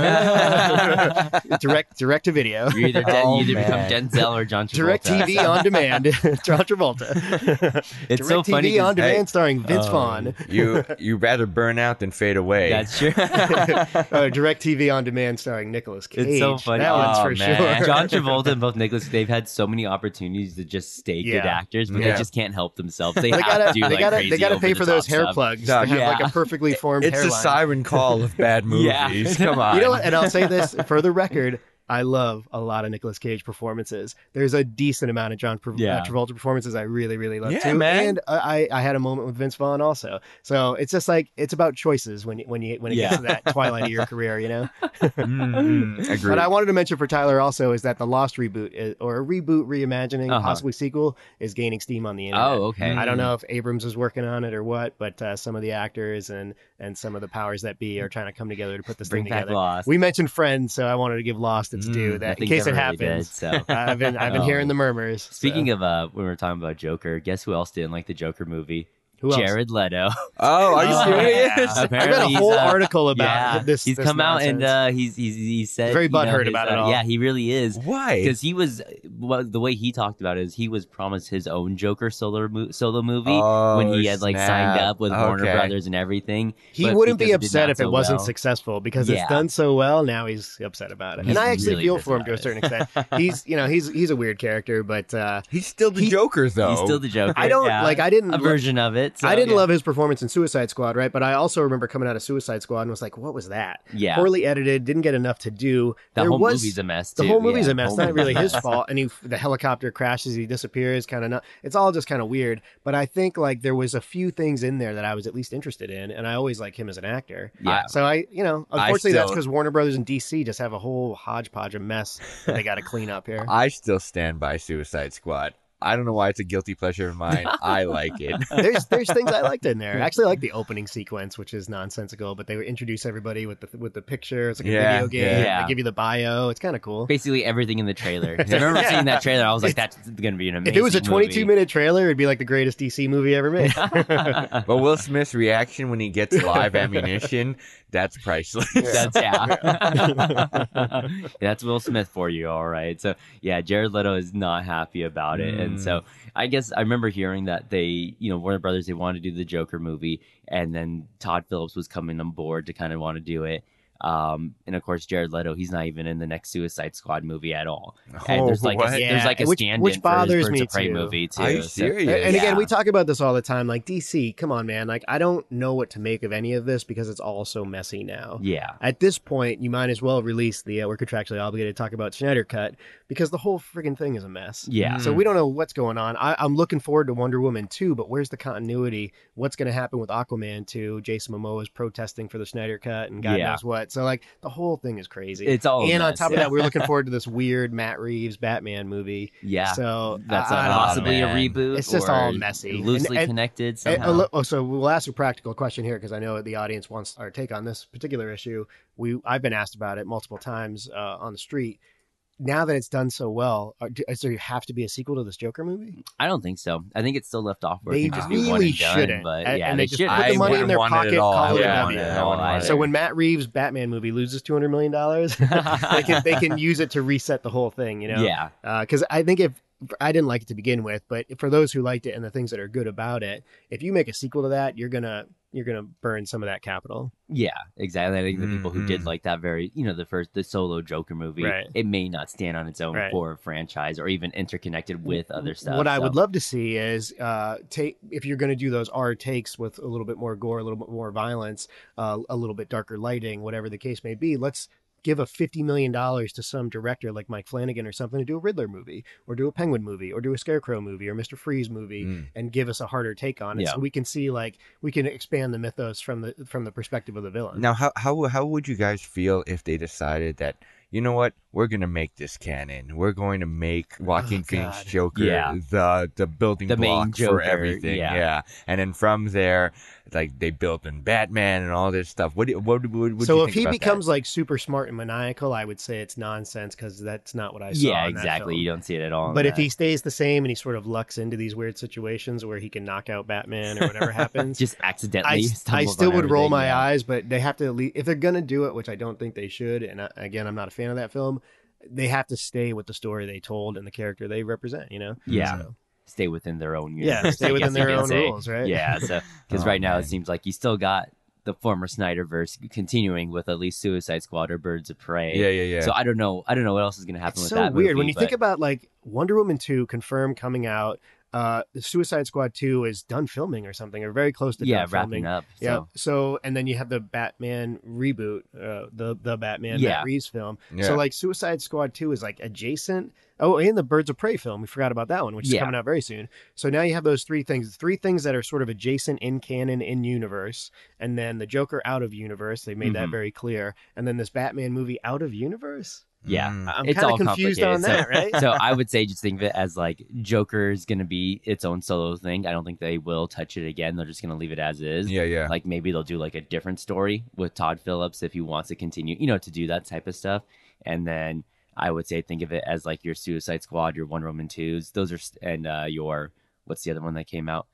Speaker 1: Yeah. *laughs*
Speaker 3: yeah. direct direct to video,
Speaker 1: You
Speaker 2: *laughs*
Speaker 1: either, Den-
Speaker 2: Oh,
Speaker 1: you either become
Speaker 2: man.
Speaker 1: Denzel or John Travolta.
Speaker 3: direct TV
Speaker 1: So-
Speaker 3: on demand, *laughs* John
Speaker 1: *laughs*
Speaker 3: Travolta.
Speaker 1: It's
Speaker 3: direct
Speaker 1: so funny.
Speaker 3: TV
Speaker 1: 'cause-
Speaker 3: on demand,
Speaker 2: Hey.
Speaker 3: starring Vince
Speaker 1: Oh.
Speaker 3: Vaughn. *laughs*
Speaker 2: you you rather burn out than fade away.
Speaker 1: That's true.
Speaker 2: *laughs*
Speaker 3: *laughs* uh, direct TV on demand starring Nicolas Cage.
Speaker 1: It's so funny.
Speaker 3: That one's
Speaker 2: Oh,
Speaker 3: for
Speaker 2: man.
Speaker 3: sure. *laughs*
Speaker 1: John Travolta and both Nicholas, they've had so many opportunities to just stay good
Speaker 3: Yeah.
Speaker 1: actors, but
Speaker 2: Yeah.
Speaker 1: they just can't help themselves. They,
Speaker 3: they
Speaker 1: have
Speaker 3: gotta,
Speaker 1: to do
Speaker 3: they
Speaker 1: like
Speaker 3: gotta,
Speaker 1: crazy
Speaker 3: they gotta pay for those
Speaker 1: over-the-top
Speaker 3: hair
Speaker 1: stuff.
Speaker 3: plugs
Speaker 2: Dog,
Speaker 3: to have
Speaker 1: yeah. *laughs*
Speaker 3: like a perfectly formed
Speaker 2: it's
Speaker 3: hairline. *laughs*
Speaker 2: the siren call of bad movies.
Speaker 1: Yeah.
Speaker 2: Come on.
Speaker 1: *laughs*
Speaker 3: You know what? And I'll say this for the record: I love a lot of Nicolas Cage performances. There's a decent amount of John Tra-
Speaker 1: Yeah.
Speaker 3: uh, Travolta performances I really, really love
Speaker 2: Yeah,
Speaker 3: too.
Speaker 2: man.
Speaker 3: And I, I had a moment with Vince Vaughn also. So it's just like it's about choices when you, when you when it
Speaker 1: Yeah.
Speaker 3: gets to that twilight of your career, you know.
Speaker 2: Mm, mm,
Speaker 3: But
Speaker 2: Agreed.
Speaker 3: I wanted to mention for Tyler also is that the Lost reboot is, or a reboot, reimagining,
Speaker 1: Uh-huh.
Speaker 3: possibly sequel is gaining steam on the internet.
Speaker 1: Oh, okay.
Speaker 3: I don't know if Abrams is working on it or what, but uh, some of the actors and and some of the powers that be are trying to come together to put this
Speaker 1: Bring
Speaker 3: thing
Speaker 1: back
Speaker 3: together.
Speaker 1: Lost.
Speaker 3: We mentioned Friends, so I wanted to give Lost its due
Speaker 2: Mm,
Speaker 3: that in
Speaker 1: Nothing's
Speaker 3: case it
Speaker 1: ever really dead,
Speaker 3: happens. *laughs*
Speaker 1: so.
Speaker 3: Uh, I've been I've
Speaker 1: *laughs*
Speaker 3: been
Speaker 1: Oh.
Speaker 3: hearing the murmurs.
Speaker 1: Speaking of uh, when we were talking about Joker, guess who else didn't like the Joker movie?
Speaker 3: who else?
Speaker 1: Jared Leto.
Speaker 2: oh, are you
Speaker 3: Oh,
Speaker 2: serious?
Speaker 3: yeah. I read
Speaker 1: Apparently
Speaker 3: a
Speaker 1: he's,
Speaker 3: whole
Speaker 1: uh,
Speaker 3: article *laughs* about
Speaker 1: yeah,
Speaker 3: this.
Speaker 1: he's
Speaker 3: this
Speaker 1: come out and
Speaker 3: nonsense.
Speaker 1: uh, he's he's he said
Speaker 3: very
Speaker 1: you know,
Speaker 3: butthurt
Speaker 1: his,
Speaker 3: about it
Speaker 1: uh,
Speaker 3: all.
Speaker 1: Yeah, he really is.
Speaker 2: Why?
Speaker 1: because he was well, the way he talked about it is he was promised his own Joker solo mo- solo movie
Speaker 2: Oh,
Speaker 1: when he had like signed
Speaker 2: snap.
Speaker 1: up with Warner
Speaker 2: Okay.
Speaker 1: Brothers and everything.
Speaker 3: he
Speaker 1: but
Speaker 3: wouldn't
Speaker 1: because
Speaker 3: be
Speaker 1: it did
Speaker 3: upset
Speaker 1: not
Speaker 3: if it
Speaker 1: so
Speaker 3: wasn't
Speaker 1: well-
Speaker 3: successful because
Speaker 1: Yeah.
Speaker 3: it's done so well. Now he's upset about it,
Speaker 1: He's
Speaker 3: and I actually
Speaker 1: really
Speaker 3: feel for him
Speaker 1: pissed
Speaker 3: to a
Speaker 1: about it.
Speaker 3: certain extent. he's you know he's he's a weird character, but uh,
Speaker 1: *laughs*
Speaker 2: He's still the
Speaker 3: He-
Speaker 2: Joker, though.
Speaker 1: He's still the Joker.
Speaker 3: I don't
Speaker 1: yeah.
Speaker 3: like. I didn't.
Speaker 1: a
Speaker 3: lo-
Speaker 1: version of it. so,
Speaker 3: I didn't
Speaker 1: yeah.
Speaker 3: love his performance in Suicide Squad, right? But I also remember coming out of Suicide Squad and was like, "What was that?
Speaker 1: Yeah,
Speaker 3: Poorly edited, didn't get enough to do."
Speaker 1: the
Speaker 3: there
Speaker 1: whole
Speaker 3: was
Speaker 1: movie's a mess.
Speaker 3: the
Speaker 1: too,
Speaker 3: whole movie's
Speaker 1: yeah.
Speaker 3: a mess.
Speaker 1: Whole
Speaker 3: Not really
Speaker 1: movie's *laughs*
Speaker 3: *laughs* his
Speaker 1: a mess.
Speaker 3: fault. And he, the helicopter crashes, he disappears, kind of not. It's all just kind of weird. But I think like there was a few things in there that I was at least interested in, and I always like him as an actor.
Speaker 1: Yeah.
Speaker 3: So I, you know,
Speaker 2: I
Speaker 3: unfortunately, that's
Speaker 2: still-
Speaker 3: because Warner Brothers and DC just have a whole hodgepodge of mess that they got to clean
Speaker 1: *laughs*
Speaker 3: up here.
Speaker 2: I still stand by Suicide Squad. I don't know why it's a guilty pleasure
Speaker 1: *laughs*
Speaker 2: of mine. I like it.
Speaker 3: there's there's things I liked in there. I actually like the opening sequence, which is nonsensical, but they would introduce everybody with the with the picture. It's like a
Speaker 2: Yeah,
Speaker 3: video game.
Speaker 1: yeah.
Speaker 3: They give you the bio. It's kind of cool.
Speaker 1: Basically everything in the
Speaker 3: *laughs*
Speaker 1: trailer. 'Cause I remember
Speaker 3: Yeah.
Speaker 1: seeing that trailer. I was like, "That's going to be an amazing."
Speaker 3: If it was a 22
Speaker 1: movie.
Speaker 3: minute trailer, it'd be like the greatest DC movie ever
Speaker 1: *laughs*
Speaker 3: made. *laughs*
Speaker 2: But Will Smith's reaction when he gets live ammunition, that's priceless.
Speaker 1: That's
Speaker 2: *laughs*
Speaker 1: yeah. *laughs* That's Will Smith for you, all right. So yeah, Jared Leto is not happy about it, and
Speaker 2: Mm.
Speaker 1: so I guess I remember hearing that they, you know, Warner Brothers, they wanted to do the Joker movie, and then Todd Phillips was coming on board to kind of want to do it. Um, and of course, Jared Leto, he's not even in the next Suicide Squad movie at all. And there's like
Speaker 2: Oh, what?
Speaker 1: a,
Speaker 3: Yeah,
Speaker 1: there's like a
Speaker 3: which-
Speaker 1: stand-in
Speaker 3: which
Speaker 1: for
Speaker 3: bothers
Speaker 1: his Birds
Speaker 3: me
Speaker 1: of Prey
Speaker 3: too.
Speaker 1: movie too.
Speaker 2: Are you
Speaker 1: So-
Speaker 2: serious?
Speaker 3: And and again,
Speaker 1: Yeah.
Speaker 3: we talk about this all the time. Like DC, come on, man. Like I don't know what to make of any of this because it's all so messy now.
Speaker 1: yeah,
Speaker 3: At this point, you might as well release the uh, we're contractually obligated to talk about Schneider cut because the whole friggin' thing is a mess.
Speaker 1: yeah.
Speaker 3: So we don't know what's going on. I, I'm looking forward to Wonder Woman 2, but where's the continuity? What's going to happen with Aquaman 2? Jason Momoa is protesting for the Snyder Cut and God
Speaker 1: Yeah.
Speaker 3: knows what. So, like, the whole thing is crazy.
Speaker 1: it's all a
Speaker 3: and on
Speaker 1: mess,
Speaker 3: top
Speaker 1: yeah.
Speaker 3: of that,
Speaker 1: *laughs*
Speaker 3: we're looking forward to this weird Matt Reeves Batman movie.
Speaker 1: yeah.
Speaker 3: So
Speaker 1: that's
Speaker 3: I- I
Speaker 1: a,
Speaker 3: don't know.
Speaker 1: possibly a
Speaker 2: man.
Speaker 1: reboot.
Speaker 3: It's just
Speaker 1: or
Speaker 3: all messy. And-
Speaker 1: loosely
Speaker 3: and-
Speaker 1: connected
Speaker 3: Eh,
Speaker 1: somehow.
Speaker 3: a li- oh, so we'll ask a practical question here because I know the audience wants our take on this particular issue. We I've been asked about it multiple times uh, on the street. Now that it's done so well, are, do, does there have to be a sequel to this Joker movie?
Speaker 1: I don't think so. I think it's still left off where it
Speaker 3: They
Speaker 1: can just be one
Speaker 3: really
Speaker 1: and done.
Speaker 3: shouldn't.
Speaker 1: But
Speaker 3: And-
Speaker 1: yeah,
Speaker 3: and they just
Speaker 1: should.
Speaker 3: put the
Speaker 2: I
Speaker 3: money in
Speaker 2: wouldn't
Speaker 3: their
Speaker 2: want it at
Speaker 3: pocket,
Speaker 2: all.
Speaker 3: call
Speaker 2: I
Speaker 3: it a
Speaker 2: wouldn't
Speaker 3: W.
Speaker 2: want it. I wouldn't want it.
Speaker 3: So when Matt Reeves' Batman movie loses two hundred million dollars, *laughs* *laughs* they can they can use it to reset the whole thing. You know,
Speaker 1: yeah,
Speaker 3: because Uh, I think if I didn't like it to begin with, but for those who liked it and the things that are good about it, if you make a sequel to that, you're gonna you're gonna burn some of that capital.
Speaker 1: yeah, exactly. I think the people who did
Speaker 2: Mhm.
Speaker 1: like that very, you know, the first the solo Joker movie,
Speaker 3: Mm-hmm. Right.
Speaker 1: it may not stand on its own
Speaker 3: Right.
Speaker 1: for a franchise or even interconnected with other stuff.
Speaker 3: What I
Speaker 1: so-
Speaker 3: would love to see is uh, take if you're gonna do those R takes with a little bit more gore, a little bit more violence, uh, a little bit darker lighting, whatever the case may be. Let's give a $50 million to some director like mike flanagan or something to do a riddler movie or do a penguin movie or do a scarecrow movie or mr freeze movie
Speaker 2: Mm.
Speaker 3: and give us a harder take on it
Speaker 1: Yeah.
Speaker 3: so we can see like we can expand the mythos from the from the perspective of the villain
Speaker 2: Now, how how how would you guys feel if they decided that you know what we're gonna make this canon? We're going to make Joaquin
Speaker 3: Oh,
Speaker 2: Phoenix
Speaker 3: God.
Speaker 2: Joker
Speaker 1: Yeah.
Speaker 2: the the building
Speaker 1: The main
Speaker 2: block
Speaker 1: Joker,
Speaker 2: for everything.
Speaker 1: yeah.
Speaker 2: and then from there, like they built in Batman and all this stuff. What do, what, would- what, would
Speaker 3: so
Speaker 2: you
Speaker 3: if
Speaker 2: think
Speaker 3: he
Speaker 2: about that?
Speaker 3: becomes like super smart and maniacal i would say it's nonsense because that's not what i saw
Speaker 1: yeah,
Speaker 3: in that
Speaker 1: exactly. You
Speaker 3: film.
Speaker 1: don't see it at all. in
Speaker 3: but if
Speaker 1: that.
Speaker 3: he stays the same and he sort of lucks into these weird situations where he can knock out batman
Speaker 1: *laughs*
Speaker 3: or whatever happens
Speaker 1: just
Speaker 3: I,
Speaker 1: accidentally,
Speaker 3: I
Speaker 1: stumbles on
Speaker 3: still would roll
Speaker 1: everything,
Speaker 3: my
Speaker 1: yeah.
Speaker 3: eyes, but they have to at least, if they're going to do it, which I don't think they should. And I, again, I'm not a fan of that film. They have to stay with the story they told and the character they represent, you know?
Speaker 1: Yeah.
Speaker 3: So,
Speaker 1: Stay within their own universe.
Speaker 3: yeah.
Speaker 1: *laughs*
Speaker 3: Stay
Speaker 1: I
Speaker 3: within
Speaker 1: guess you
Speaker 3: their
Speaker 1: can
Speaker 3: own
Speaker 1: say.
Speaker 3: rules, right?
Speaker 1: Yeah, so
Speaker 3: *laughs*
Speaker 1: because
Speaker 2: Oh,
Speaker 1: right now
Speaker 2: man.
Speaker 1: it seems like you still got the former Snyderverse continuing with at least Suicide Squad or Birds of Prey.
Speaker 2: yeah, yeah, yeah.
Speaker 1: So I don't know. I don't know what else is going to happen
Speaker 3: It's
Speaker 1: with
Speaker 3: so
Speaker 1: that.
Speaker 3: weird
Speaker 1: movie,
Speaker 3: when you think
Speaker 1: but-
Speaker 3: about like Wonder Woman 2 confirmed coming out uh, the Suicide Squad two is done filming or something, or very close to
Speaker 1: yeah,
Speaker 3: done filming.
Speaker 1: wrapping up. So.
Speaker 3: Yeah. So, and then you have the Batman reboot, uh, the the Batman
Speaker 1: Yeah.
Speaker 3: Matt Reeves film.
Speaker 2: Yeah.
Speaker 3: So like Suicide Squad 2 is like adjacent. Oh, and the Birds of Prey film. We forgot about that one, which is
Speaker 1: Yeah.
Speaker 3: coming out very soon. So now you have those three things, three things that are sort of adjacent in canon, in universe, and then the Joker out of universe. They made that
Speaker 1: Mhm.
Speaker 3: very clear. And then this Batman movie out of universe.
Speaker 1: Yeah.
Speaker 2: Mm.
Speaker 3: I- I'm
Speaker 1: It's
Speaker 3: kind of
Speaker 1: all
Speaker 3: confused on that,
Speaker 1: complicated, *laughs*
Speaker 3: right?
Speaker 1: so I
Speaker 3: *laughs*
Speaker 1: would say just think of it as like Joker's gonna be its own solo thing. I don't think they will touch it again. They're just gonna leave it as is.
Speaker 2: Yeah, yeah.
Speaker 1: Like maybe they'll do like a different story with Todd Phillips if he wants to continue, you know, to do that type of stuff. And then I would say think of it as like your Suicide Squad, your One Roman Twos. Those are st- and uh, your what's the other one that came out?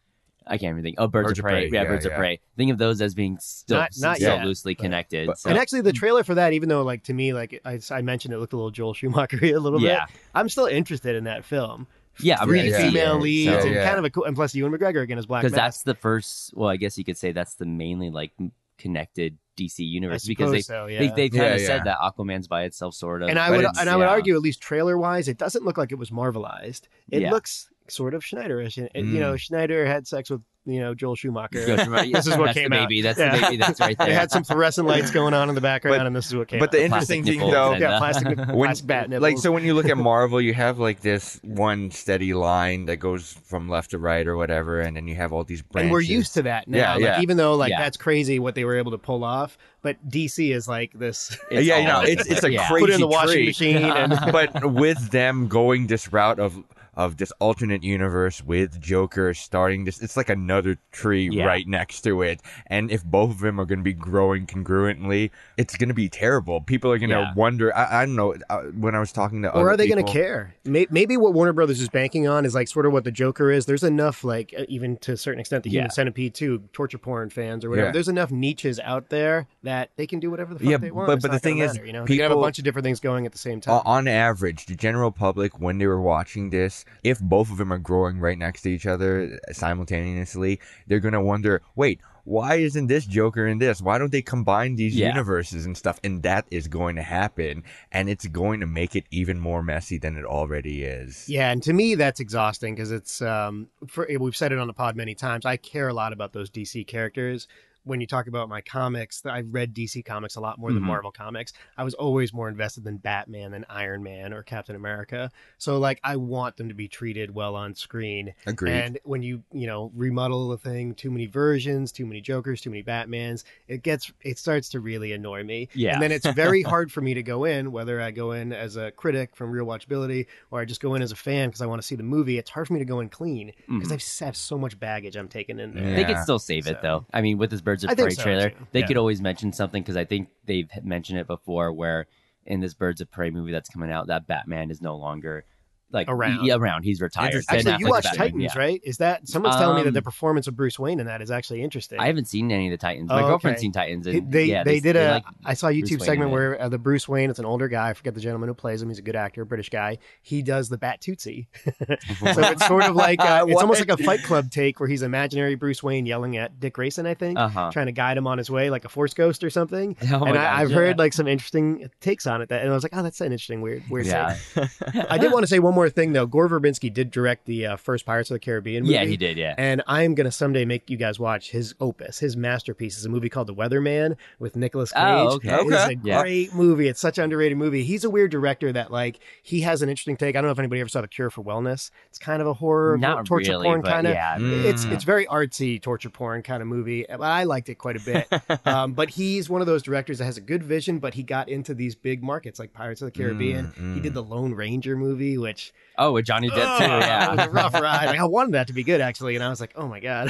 Speaker 1: I can't even think. Oh, Birds, of Prey. Yeah, Birds
Speaker 2: yeah.
Speaker 1: of Prey. Think of those as being still,
Speaker 3: Not- not
Speaker 1: still
Speaker 3: yet,
Speaker 1: loosely
Speaker 3: but-
Speaker 1: connected.
Speaker 2: but-
Speaker 1: so, Mm.
Speaker 3: and actually, the trailer for that, even though like to me, like I, I mentioned, it looked a little Joel Schumachery a little
Speaker 1: yeah,
Speaker 3: bit. I'm still interested in that film.
Speaker 1: yeah, I'm
Speaker 3: Three
Speaker 1: gonna
Speaker 2: yeah,
Speaker 1: see
Speaker 3: female
Speaker 1: it,
Speaker 3: leads,
Speaker 1: so-
Speaker 3: and
Speaker 2: Yeah.
Speaker 3: kind of a cool. And plus, Ewan McGregor again is Black
Speaker 1: because
Speaker 3: Mask.
Speaker 1: that's the first well i guess you could say that's the mainly like m- connected dc
Speaker 3: I
Speaker 1: universe because they,
Speaker 3: suppose so, yeah.
Speaker 1: they they kind
Speaker 2: Yeah,
Speaker 1: of
Speaker 2: yeah.
Speaker 1: said that aquaman's by itself sort of
Speaker 3: and I
Speaker 1: but
Speaker 3: would
Speaker 1: it's-
Speaker 3: and I would
Speaker 1: yeah.
Speaker 3: argue at least trailer wise, it doesn't look like it was marvelized. It
Speaker 1: Yeah.
Speaker 3: looks sort of Schneiderish. And, and, You
Speaker 2: Mm.
Speaker 3: know, Schneider had sex with you know Joel Schumacher.
Speaker 1: Go
Speaker 3: *laughs*
Speaker 1: to my-
Speaker 3: This is what
Speaker 1: that's the
Speaker 3: came out.
Speaker 1: baby that's
Speaker 3: Yeah.
Speaker 1: the baby that's right
Speaker 3: They
Speaker 1: there
Speaker 3: had some fluorescent lights going on in the background,
Speaker 2: But-
Speaker 3: and this is what came.
Speaker 2: but
Speaker 3: out.
Speaker 2: the
Speaker 1: plastic
Speaker 2: interesting thing
Speaker 1: nipples
Speaker 2: though,
Speaker 1: and,
Speaker 3: yeah,
Speaker 1: uh,
Speaker 3: plastic, *laughs* plastic bat nipples.
Speaker 2: like so when you
Speaker 1: *laughs*
Speaker 2: look at Marvel, you have like this one steady line that goes from left to right or whatever, and then you have all these branches.
Speaker 3: and we're used to that now.
Speaker 2: Yeah,
Speaker 3: like,
Speaker 2: yeah.
Speaker 3: Even though like
Speaker 1: Yeah.
Speaker 3: that's crazy what they were able to pull off, but DC is like this. *laughs*
Speaker 1: It's
Speaker 2: yeah, you know,
Speaker 1: all
Speaker 2: it's it's a
Speaker 1: yeah.
Speaker 2: crazy
Speaker 3: put it in the washing
Speaker 2: tree.
Speaker 3: *laughs* machine and.
Speaker 2: but with them going this route of of this alternate universe with Joker starting this, it's like another tree
Speaker 1: Yeah.
Speaker 2: right next to it. And if both of them are going to be growing congruently, it's going to be terrible. People are going to
Speaker 1: Yeah.
Speaker 2: wonder. I, I don't know. uh, When I was talking to, *laughs*
Speaker 3: Or
Speaker 2: other
Speaker 3: are they going to
Speaker 2: people-
Speaker 3: care? May- Maybe what Warner Brothers is banking on is like sort of what the Joker is. There's enough, like uh, even to a certain extent, the Human
Speaker 1: Yeah.
Speaker 3: Centipede too, torture porn fans or whatever.
Speaker 2: Yeah.
Speaker 3: There's enough niches out there that they can do whatever the fuck
Speaker 2: Yeah,
Speaker 3: they want.
Speaker 2: but-
Speaker 3: It's
Speaker 2: but the
Speaker 3: not gonna
Speaker 2: thing is,
Speaker 3: matter, you know, they can have a
Speaker 2: people-
Speaker 3: bunch of different things going at the same
Speaker 2: O-
Speaker 3: time.
Speaker 2: on average, the general public, when they were watching this, if both of them are growing right next to each other uh, simultaneously, they're going to wonder, wait, why isn't this Joker in this? Why don't they combine these
Speaker 1: Yeah.
Speaker 2: universes and stuff? And that is going to happen. And it's going to make it even more messy than it already is.
Speaker 3: Yeah, and to me that's exhausting because it's um for we've said it on the pod many times. I care a lot about those DC characters. When you talk about my comics, I've read DC comics a lot more than
Speaker 1: Mhm.
Speaker 3: Marvel comics. I was always more invested than Batman than Iron Man or Captain America. So like I want them to be treated well on screen.
Speaker 1: *laughs*
Speaker 2: Agreed.
Speaker 3: And when you, you know, remodel the thing, too many versions, too many Jokers, too many Batmans, it gets it starts to really annoy me.
Speaker 1: yeah
Speaker 3: And then it's
Speaker 1: *laughs*
Speaker 3: very hard for me to go in, whether I go in as a critic from Real Watchability or I just go in as a fan because I want to see the movie. It's hard for me to go in clean
Speaker 1: Mhm.
Speaker 3: because I've have so much baggage I'm taking in there.
Speaker 1: They could
Speaker 2: Yeah.
Speaker 1: still save it
Speaker 3: Mm. So-
Speaker 1: though. I mean, with this Birds
Speaker 3: I
Speaker 1: of
Speaker 3: think
Speaker 1: Prey
Speaker 3: so,
Speaker 1: trailer,
Speaker 3: too.
Speaker 1: they
Speaker 2: Yeah.
Speaker 1: could always mention something because I think they've mentioned it before. Where in this Birds of Prey movie that's coming out, that Batman is no longer like
Speaker 3: Around.
Speaker 1: yeah, around. He's retired.
Speaker 2: Interesting.
Speaker 1: Ben
Speaker 3: Actually, you
Speaker 1: Affleck's
Speaker 3: watch
Speaker 1: Batman,
Speaker 3: Titans,
Speaker 1: yeah.
Speaker 3: right? Is that someone's telling me that
Speaker 1: Um,
Speaker 3: the performance of Bruce Wayne in that is actually interesting?
Speaker 1: I haven't seen any of the Titans. My
Speaker 3: Oh,
Speaker 1: girlfriend's
Speaker 3: okay.
Speaker 1: seen Titans.
Speaker 3: He-
Speaker 1: And,
Speaker 3: they
Speaker 1: yeah,
Speaker 3: they did a. I
Speaker 1: like-
Speaker 3: saw a YouTube
Speaker 1: Bruce Wayne in
Speaker 3: segment
Speaker 1: it.
Speaker 3: where uh, the Bruce Wayne, it's an older guy. I forget the gentleman who plays him. He's a good actor, British guy. He does the Bat Tootsie.
Speaker 1: *laughs*
Speaker 3: So it's sort of like uh, it's almost like a Fight Club take where he's imaginary Bruce Wayne yelling at Dick Grayson, I think, *laughs*
Speaker 1: uh-huh.
Speaker 3: trying to guide him on his way like a Force Ghost or something.
Speaker 1: Oh my
Speaker 3: and
Speaker 1: gosh,
Speaker 3: I, I've
Speaker 1: yeah.
Speaker 3: heard like some interesting takes on it. That and I was like, oh, that's an interesting weird weird
Speaker 1: yeah,
Speaker 3: take.
Speaker 1: *laughs*
Speaker 3: I did want to say one more thing though. Gore Verbinski did direct the uh, first Pirates of the Caribbean movie.
Speaker 1: yeah, he did. Yeah,
Speaker 3: And I am gonna someday make you guys watch his opus, his masterpiece. is a movie called The Weatherman with Nicolas Cage.
Speaker 1: Oh, okay.
Speaker 3: It is a
Speaker 2: Okay. Yeah.
Speaker 3: great movie. It's such an underrated movie. He's a weird director that like he has an interesting take. I don't know if anybody ever saw The Cure for Wellness. It's kind of a horror,
Speaker 1: not
Speaker 3: torture
Speaker 1: really,
Speaker 3: porn
Speaker 1: but
Speaker 3: kind of.
Speaker 1: yeah,
Speaker 2: Mm.
Speaker 3: It's
Speaker 1: Hmm.
Speaker 3: it's very artsy torture porn kind of movie. eh, I liked it quite a bit
Speaker 1: *laughs*
Speaker 3: um, but he's one of those directors that has a good vision, but he got into these big markets like Pirates of the Caribbean.
Speaker 2: Mm,
Speaker 3: He did
Speaker 2: mm.
Speaker 3: the Lone Ranger movie, which
Speaker 1: oh, with Johnny Depp Hmm.
Speaker 3: *laughs*
Speaker 1: too.
Speaker 3: Ugh,
Speaker 1: Yeah,
Speaker 3: it was a rough ride. Like, I wanted that to be good actually, and I was like, oh my god.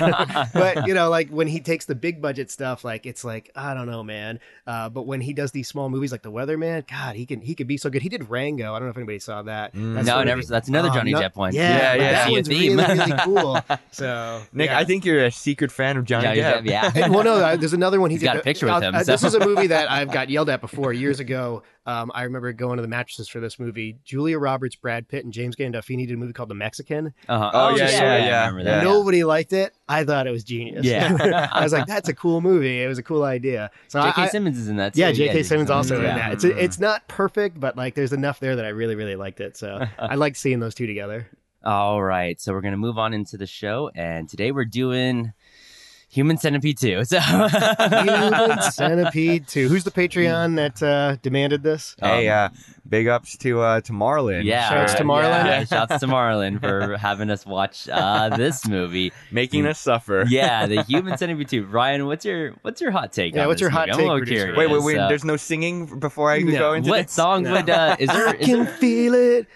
Speaker 3: *laughs* but you know, like when he takes the big budget stuff, like it's like I don't know, man. Uh, but when he does these small movies like The Weatherman, God, he can he could be so good. He did Rango. I don't know if anybody saw that.
Speaker 2: Mm.
Speaker 3: That's
Speaker 1: Hmm. no,
Speaker 3: sort
Speaker 1: I
Speaker 3: of
Speaker 1: never.
Speaker 3: the-
Speaker 1: That's another
Speaker 3: Oh,
Speaker 1: Johnny
Speaker 3: no-
Speaker 1: Depp one.
Speaker 3: Yeah,
Speaker 2: Yeah,
Speaker 3: yeah,
Speaker 2: yeah.
Speaker 3: that
Speaker 1: See a
Speaker 3: one's really,
Speaker 1: *laughs* theme.
Speaker 3: really cool. So
Speaker 2: Nick,
Speaker 3: yeah.
Speaker 2: I think you're a secret fan of
Speaker 1: Johnny
Speaker 2: Johnny, Depp.
Speaker 1: Depp. Yeah.
Speaker 3: *laughs* And- well, no, uh, there's another one. He
Speaker 1: He's
Speaker 3: did
Speaker 1: got a
Speaker 3: the-
Speaker 1: picture with him,
Speaker 3: uh, This
Speaker 1: so.
Speaker 3: is a movie that I've got yelled at before years ago. Um, I remember going to the mattresses for this movie. Julia Roberts, Brad Pitt, and James Gandolfini did a movie called The Mexican.
Speaker 1: *laughs*
Speaker 3: *laughs*
Speaker 1: Uh-huh.
Speaker 2: Oh, yeah, yeah,
Speaker 1: I
Speaker 2: yeah.
Speaker 1: remember that.
Speaker 2: *laughs*
Speaker 3: Nobody liked it. I thought it was
Speaker 1: *laughs*
Speaker 3: genius.
Speaker 1: Yeah.
Speaker 3: *laughs* I was like, that's a cool movie. It was a cool idea. So I-
Speaker 1: J.K.
Speaker 3: I-
Speaker 1: Simmons is in that. Too.
Speaker 3: yeah, J.K. Simmons also
Speaker 1: yeah.
Speaker 3: in that. It's
Speaker 1: *laughs*
Speaker 3: it's not perfect, but like there's enough there that I really really liked it. So I liked seeing those two together.
Speaker 1: All right, so we're gonna move on into the show, and today we're doing Human Centipede Two. So
Speaker 3: Human *laughs* Centipede 2. Who's the Patreon that uh, demanded this?
Speaker 2: hey,
Speaker 1: Um,
Speaker 2: uh, big ups to uh, to uh, Marlon.
Speaker 1: *laughs* Yeah,
Speaker 3: Shouts to
Speaker 1: yeah,
Speaker 3: Marlon.
Speaker 1: Yeah, shouts to Marlon for having us watch uh, this movie.
Speaker 2: making us suffer.
Speaker 1: *laughs* Yeah, the Human Centipede Two. Ryan, what's your what's your hot take?
Speaker 3: Yeah,
Speaker 1: on
Speaker 3: what's
Speaker 1: this
Speaker 3: your hot
Speaker 1: movie?
Speaker 3: take,
Speaker 1: I'm a little
Speaker 3: producer?
Speaker 1: curious.
Speaker 2: Wait, wait, wait.
Speaker 1: Uh,
Speaker 2: There's no singing before I
Speaker 3: No.
Speaker 2: go into
Speaker 1: what
Speaker 2: this?
Speaker 1: song
Speaker 3: No.
Speaker 1: would uh, is there?
Speaker 3: I
Speaker 1: Is
Speaker 3: can
Speaker 1: there
Speaker 3: feel it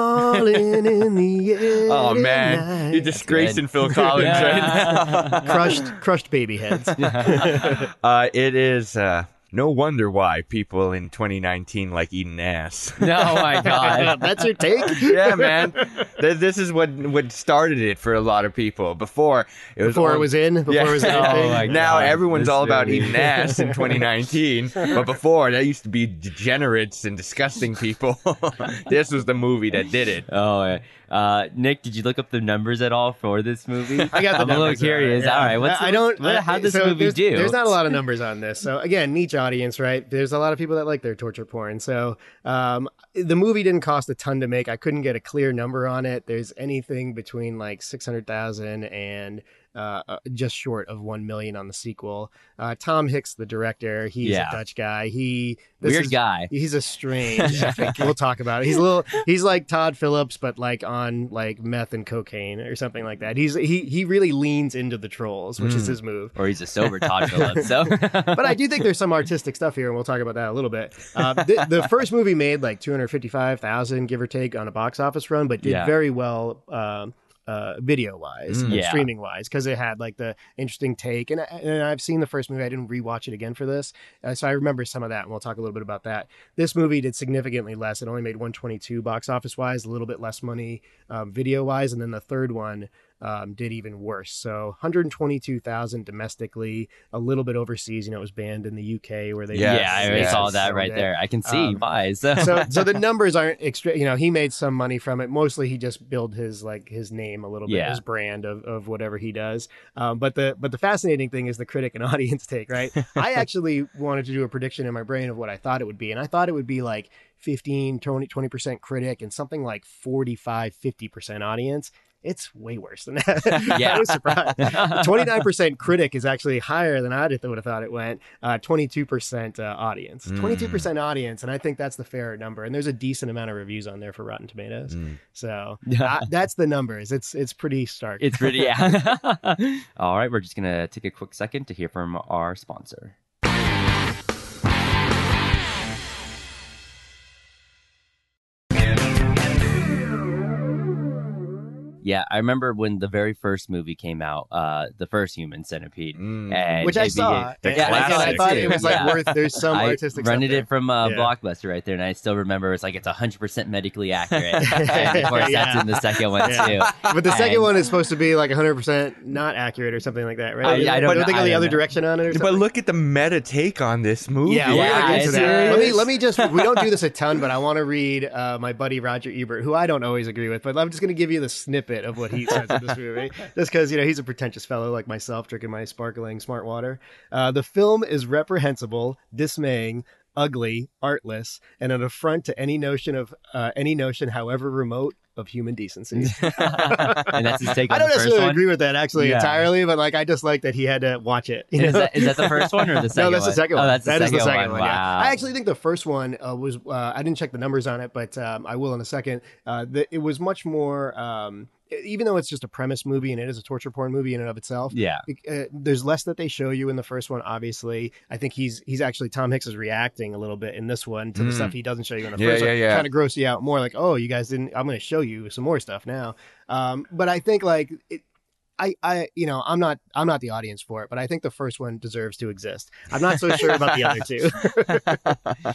Speaker 3: calling in *laughs* the air.
Speaker 2: Oh man,
Speaker 3: tonight.
Speaker 2: you're disgracing Phil
Speaker 1: oh,
Speaker 3: *laughs*
Speaker 2: Collins right now.
Speaker 3: crushed, crushed baby heads.
Speaker 2: Uh, it is uh, no wonder why people in 2019 like eating ass.
Speaker 1: *laughs*
Speaker 2: *laughs*
Speaker 1: no,
Speaker 3: *laughs*
Speaker 1: my God.
Speaker 3: That's your take.
Speaker 2: yeah, man. Th- This is what what started it for a lot of people. Before it was
Speaker 3: Before it
Speaker 2: all-
Speaker 3: was in. Before it was in.
Speaker 1: Um, Yeah.
Speaker 3: a thing.
Speaker 1: Oh, my
Speaker 2: *laughs* now
Speaker 1: God,
Speaker 2: everyone's
Speaker 1: this
Speaker 2: all about
Speaker 1: really-
Speaker 2: eating ass in
Speaker 3: *laughs*
Speaker 2: 2019, but before that used to be degenerates and disgusting people. *laughs* this was the movie that did
Speaker 3: *laughs*
Speaker 2: it.
Speaker 1: Oh, yeah. uh, Nick, did you look up the numbers at all for this movie?
Speaker 3: I got the
Speaker 1: I'm a little
Speaker 3: numbers, uh,
Speaker 1: curious.
Speaker 3: yeah.
Speaker 1: All right, what's
Speaker 3: I I don't.
Speaker 1: What,
Speaker 3: I-
Speaker 1: how this
Speaker 3: so
Speaker 1: movie
Speaker 3: there's,
Speaker 1: do?
Speaker 3: There's not a lot of numbers on this. So again, niche audience, right? There's a lot of people that like their torture porn. So um, the movie didn't cost a ton to make. I couldn't get a clear number on it. There's anything between like six hundred thousand and uh, uh, just short of one million on the sequel. Uh, Tom Hicks, the director, he's
Speaker 1: Yeah.
Speaker 3: a Dutch guy. He this
Speaker 1: weird
Speaker 3: is-
Speaker 1: guy.
Speaker 3: He's a strange. we'll talk about it. He's a little. He's like Todd Phillips, but like on like meth and cocaine or something like that. He's he he really leans into the trolls, which is
Speaker 2: Mm.
Speaker 3: his move.
Speaker 1: Or he's a sober
Speaker 3: *laughs*
Speaker 1: Todd Phillips. So, *laughs*
Speaker 3: But I do think there's some artistic stuff here, and we'll talk about that a little bit. Uh, the,
Speaker 1: *laughs*
Speaker 3: the first movie made like two hundred fifty-five thousand, give or take, on a box office run, but did
Speaker 1: Yeah.
Speaker 3: very well. Um, uh, video wise,
Speaker 2: Mm.
Speaker 1: Yeah.
Speaker 3: streaming wise, because it had like the interesting take, and, I, and I've seen the first movie. I didn't rewatch it again for this, uh, so I remember some of that, and we'll talk a little bit about that this movie did significantly less. It only made 122 box office wise, a little bit less money um, video wise, and then the third one um, did even worse. So 122,000 domestically, a little bit overseas. You know, it was banned in the UK where they
Speaker 2: Yes,
Speaker 1: yeah, I already
Speaker 2: yes.
Speaker 1: saw that
Speaker 3: sold
Speaker 1: right
Speaker 3: it.
Speaker 1: there. I can see
Speaker 3: Um,
Speaker 1: why. So, *laughs*
Speaker 3: so, so the numbers aren't extra. You know, he made some money from it. Mostly, he just built his like his name a little bit,
Speaker 1: Yeah.
Speaker 3: his brand of, of whatever he does. Um, but the but the fascinating thing is the critic and *laughs* audience take, right?
Speaker 1: *laughs*
Speaker 3: I actually wanted to do a prediction in my brain of what I thought it would be, and I thought it would be like 15, 20 percent critic and something like 45, 50 percent audience. It's way worse than that. *laughs*
Speaker 1: Yeah.
Speaker 3: *laughs* I was
Speaker 1: *laughs*
Speaker 3: surprised. 29% critic is actually higher than I would have thought it went. Uh, 22% uh, audience.
Speaker 1: Hmm.
Speaker 2: Mm.
Speaker 3: 22% audience. And I think that's the fair number. And there's a decent amount of reviews on there for Rotten
Speaker 1: Hmm.
Speaker 3: Tomatoes.
Speaker 2: Mm.
Speaker 3: So
Speaker 1: *laughs*
Speaker 3: I- that's the numbers. It's it's pretty stark.
Speaker 1: It's pretty, yeah. *laughs* All right, we're just going to take a quick second to hear from our sponsor. Yeah, I remember when the very first movie came out, uh, the first Human Centipede.
Speaker 2: Mm.
Speaker 1: And
Speaker 3: Which I
Speaker 1: it
Speaker 3: saw.
Speaker 2: the
Speaker 3: and, and I
Speaker 2: classic,
Speaker 3: thought it was
Speaker 1: *laughs*
Speaker 3: like
Speaker 1: yeah.
Speaker 3: worth, there's some
Speaker 1: I
Speaker 3: artistic stuff.
Speaker 1: rented
Speaker 3: there.
Speaker 1: it from uh,
Speaker 3: Yeah.
Speaker 1: Blockbuster right there, and I still remember it's like it's 100% medically
Speaker 3: *laughs*
Speaker 1: accurate. and of course, that's
Speaker 3: Yeah.
Speaker 1: in the second one,
Speaker 3: Yeah.
Speaker 1: too.
Speaker 3: But the second
Speaker 1: and-
Speaker 3: one is supposed to be like 100% not accurate or something like that, right?
Speaker 1: I- I don't know-
Speaker 3: They go
Speaker 1: I
Speaker 3: the
Speaker 1: don't
Speaker 3: other
Speaker 1: know.
Speaker 3: direction on it or something.
Speaker 2: But look at the meta take on this movie.
Speaker 3: Yeah, we're
Speaker 1: Yeah,
Speaker 3: gonna get
Speaker 1: it's
Speaker 3: into that. Let me
Speaker 1: serious.
Speaker 3: let me just we don't do this a
Speaker 1: *laughs*
Speaker 3: ton, but I want to read uh, my buddy Roger Ebert, who I don't always agree with, but I'm just gonna give you the snippet of what he says in
Speaker 1: *laughs*
Speaker 3: this movie, just because you know he's a pretentious fellow like myself, drinking my sparkling smart water. Uh, the film is reprehensible, dismaying. Ugly, artless, and an affront to any notion of uh, any notion, however remote, of
Speaker 1: *laughs*
Speaker 3: human decency.
Speaker 1: and that's his take on
Speaker 3: I don't
Speaker 1: the first
Speaker 3: necessarily
Speaker 1: one.
Speaker 3: agree with that actually
Speaker 1: Yeah.
Speaker 3: entirely, but like I just like that he had to watch it. *laughs* you
Speaker 1: And Is
Speaker 3: know?
Speaker 1: that, is that the first one or the second
Speaker 3: *laughs* no, that's
Speaker 1: one?
Speaker 3: the second one.
Speaker 1: Oh, that's the
Speaker 3: That is
Speaker 1: second,
Speaker 3: second
Speaker 1: one.
Speaker 3: yeah.
Speaker 1: Wow.
Speaker 3: I actually think the first one uh, was. Uh, I didn't check the numbers on it, but um, I will in a second. Uh, the, it was much more. Um, even though it's just a premise movie and it is a torture porn movie in and of itself,
Speaker 1: Yeah.
Speaker 3: uh, there's less that they show you in the first one. Obviously, I think he's he's actually Tom Hicks is reacting a little bit in this one to the
Speaker 2: Mm.
Speaker 3: stuff he doesn't show you in the
Speaker 2: Yeah,
Speaker 3: first
Speaker 2: yeah,
Speaker 3: one,
Speaker 2: yeah.
Speaker 3: trying to gross you out more. Like, oh, you guys didn't. I'm going to show you some more stuff now. Um, but I think like it, I, I, you know, I'm not, I'm not the audience for it, but I think the first one deserves to exist. I'm not so sure about
Speaker 2: *laughs*
Speaker 3: the other two.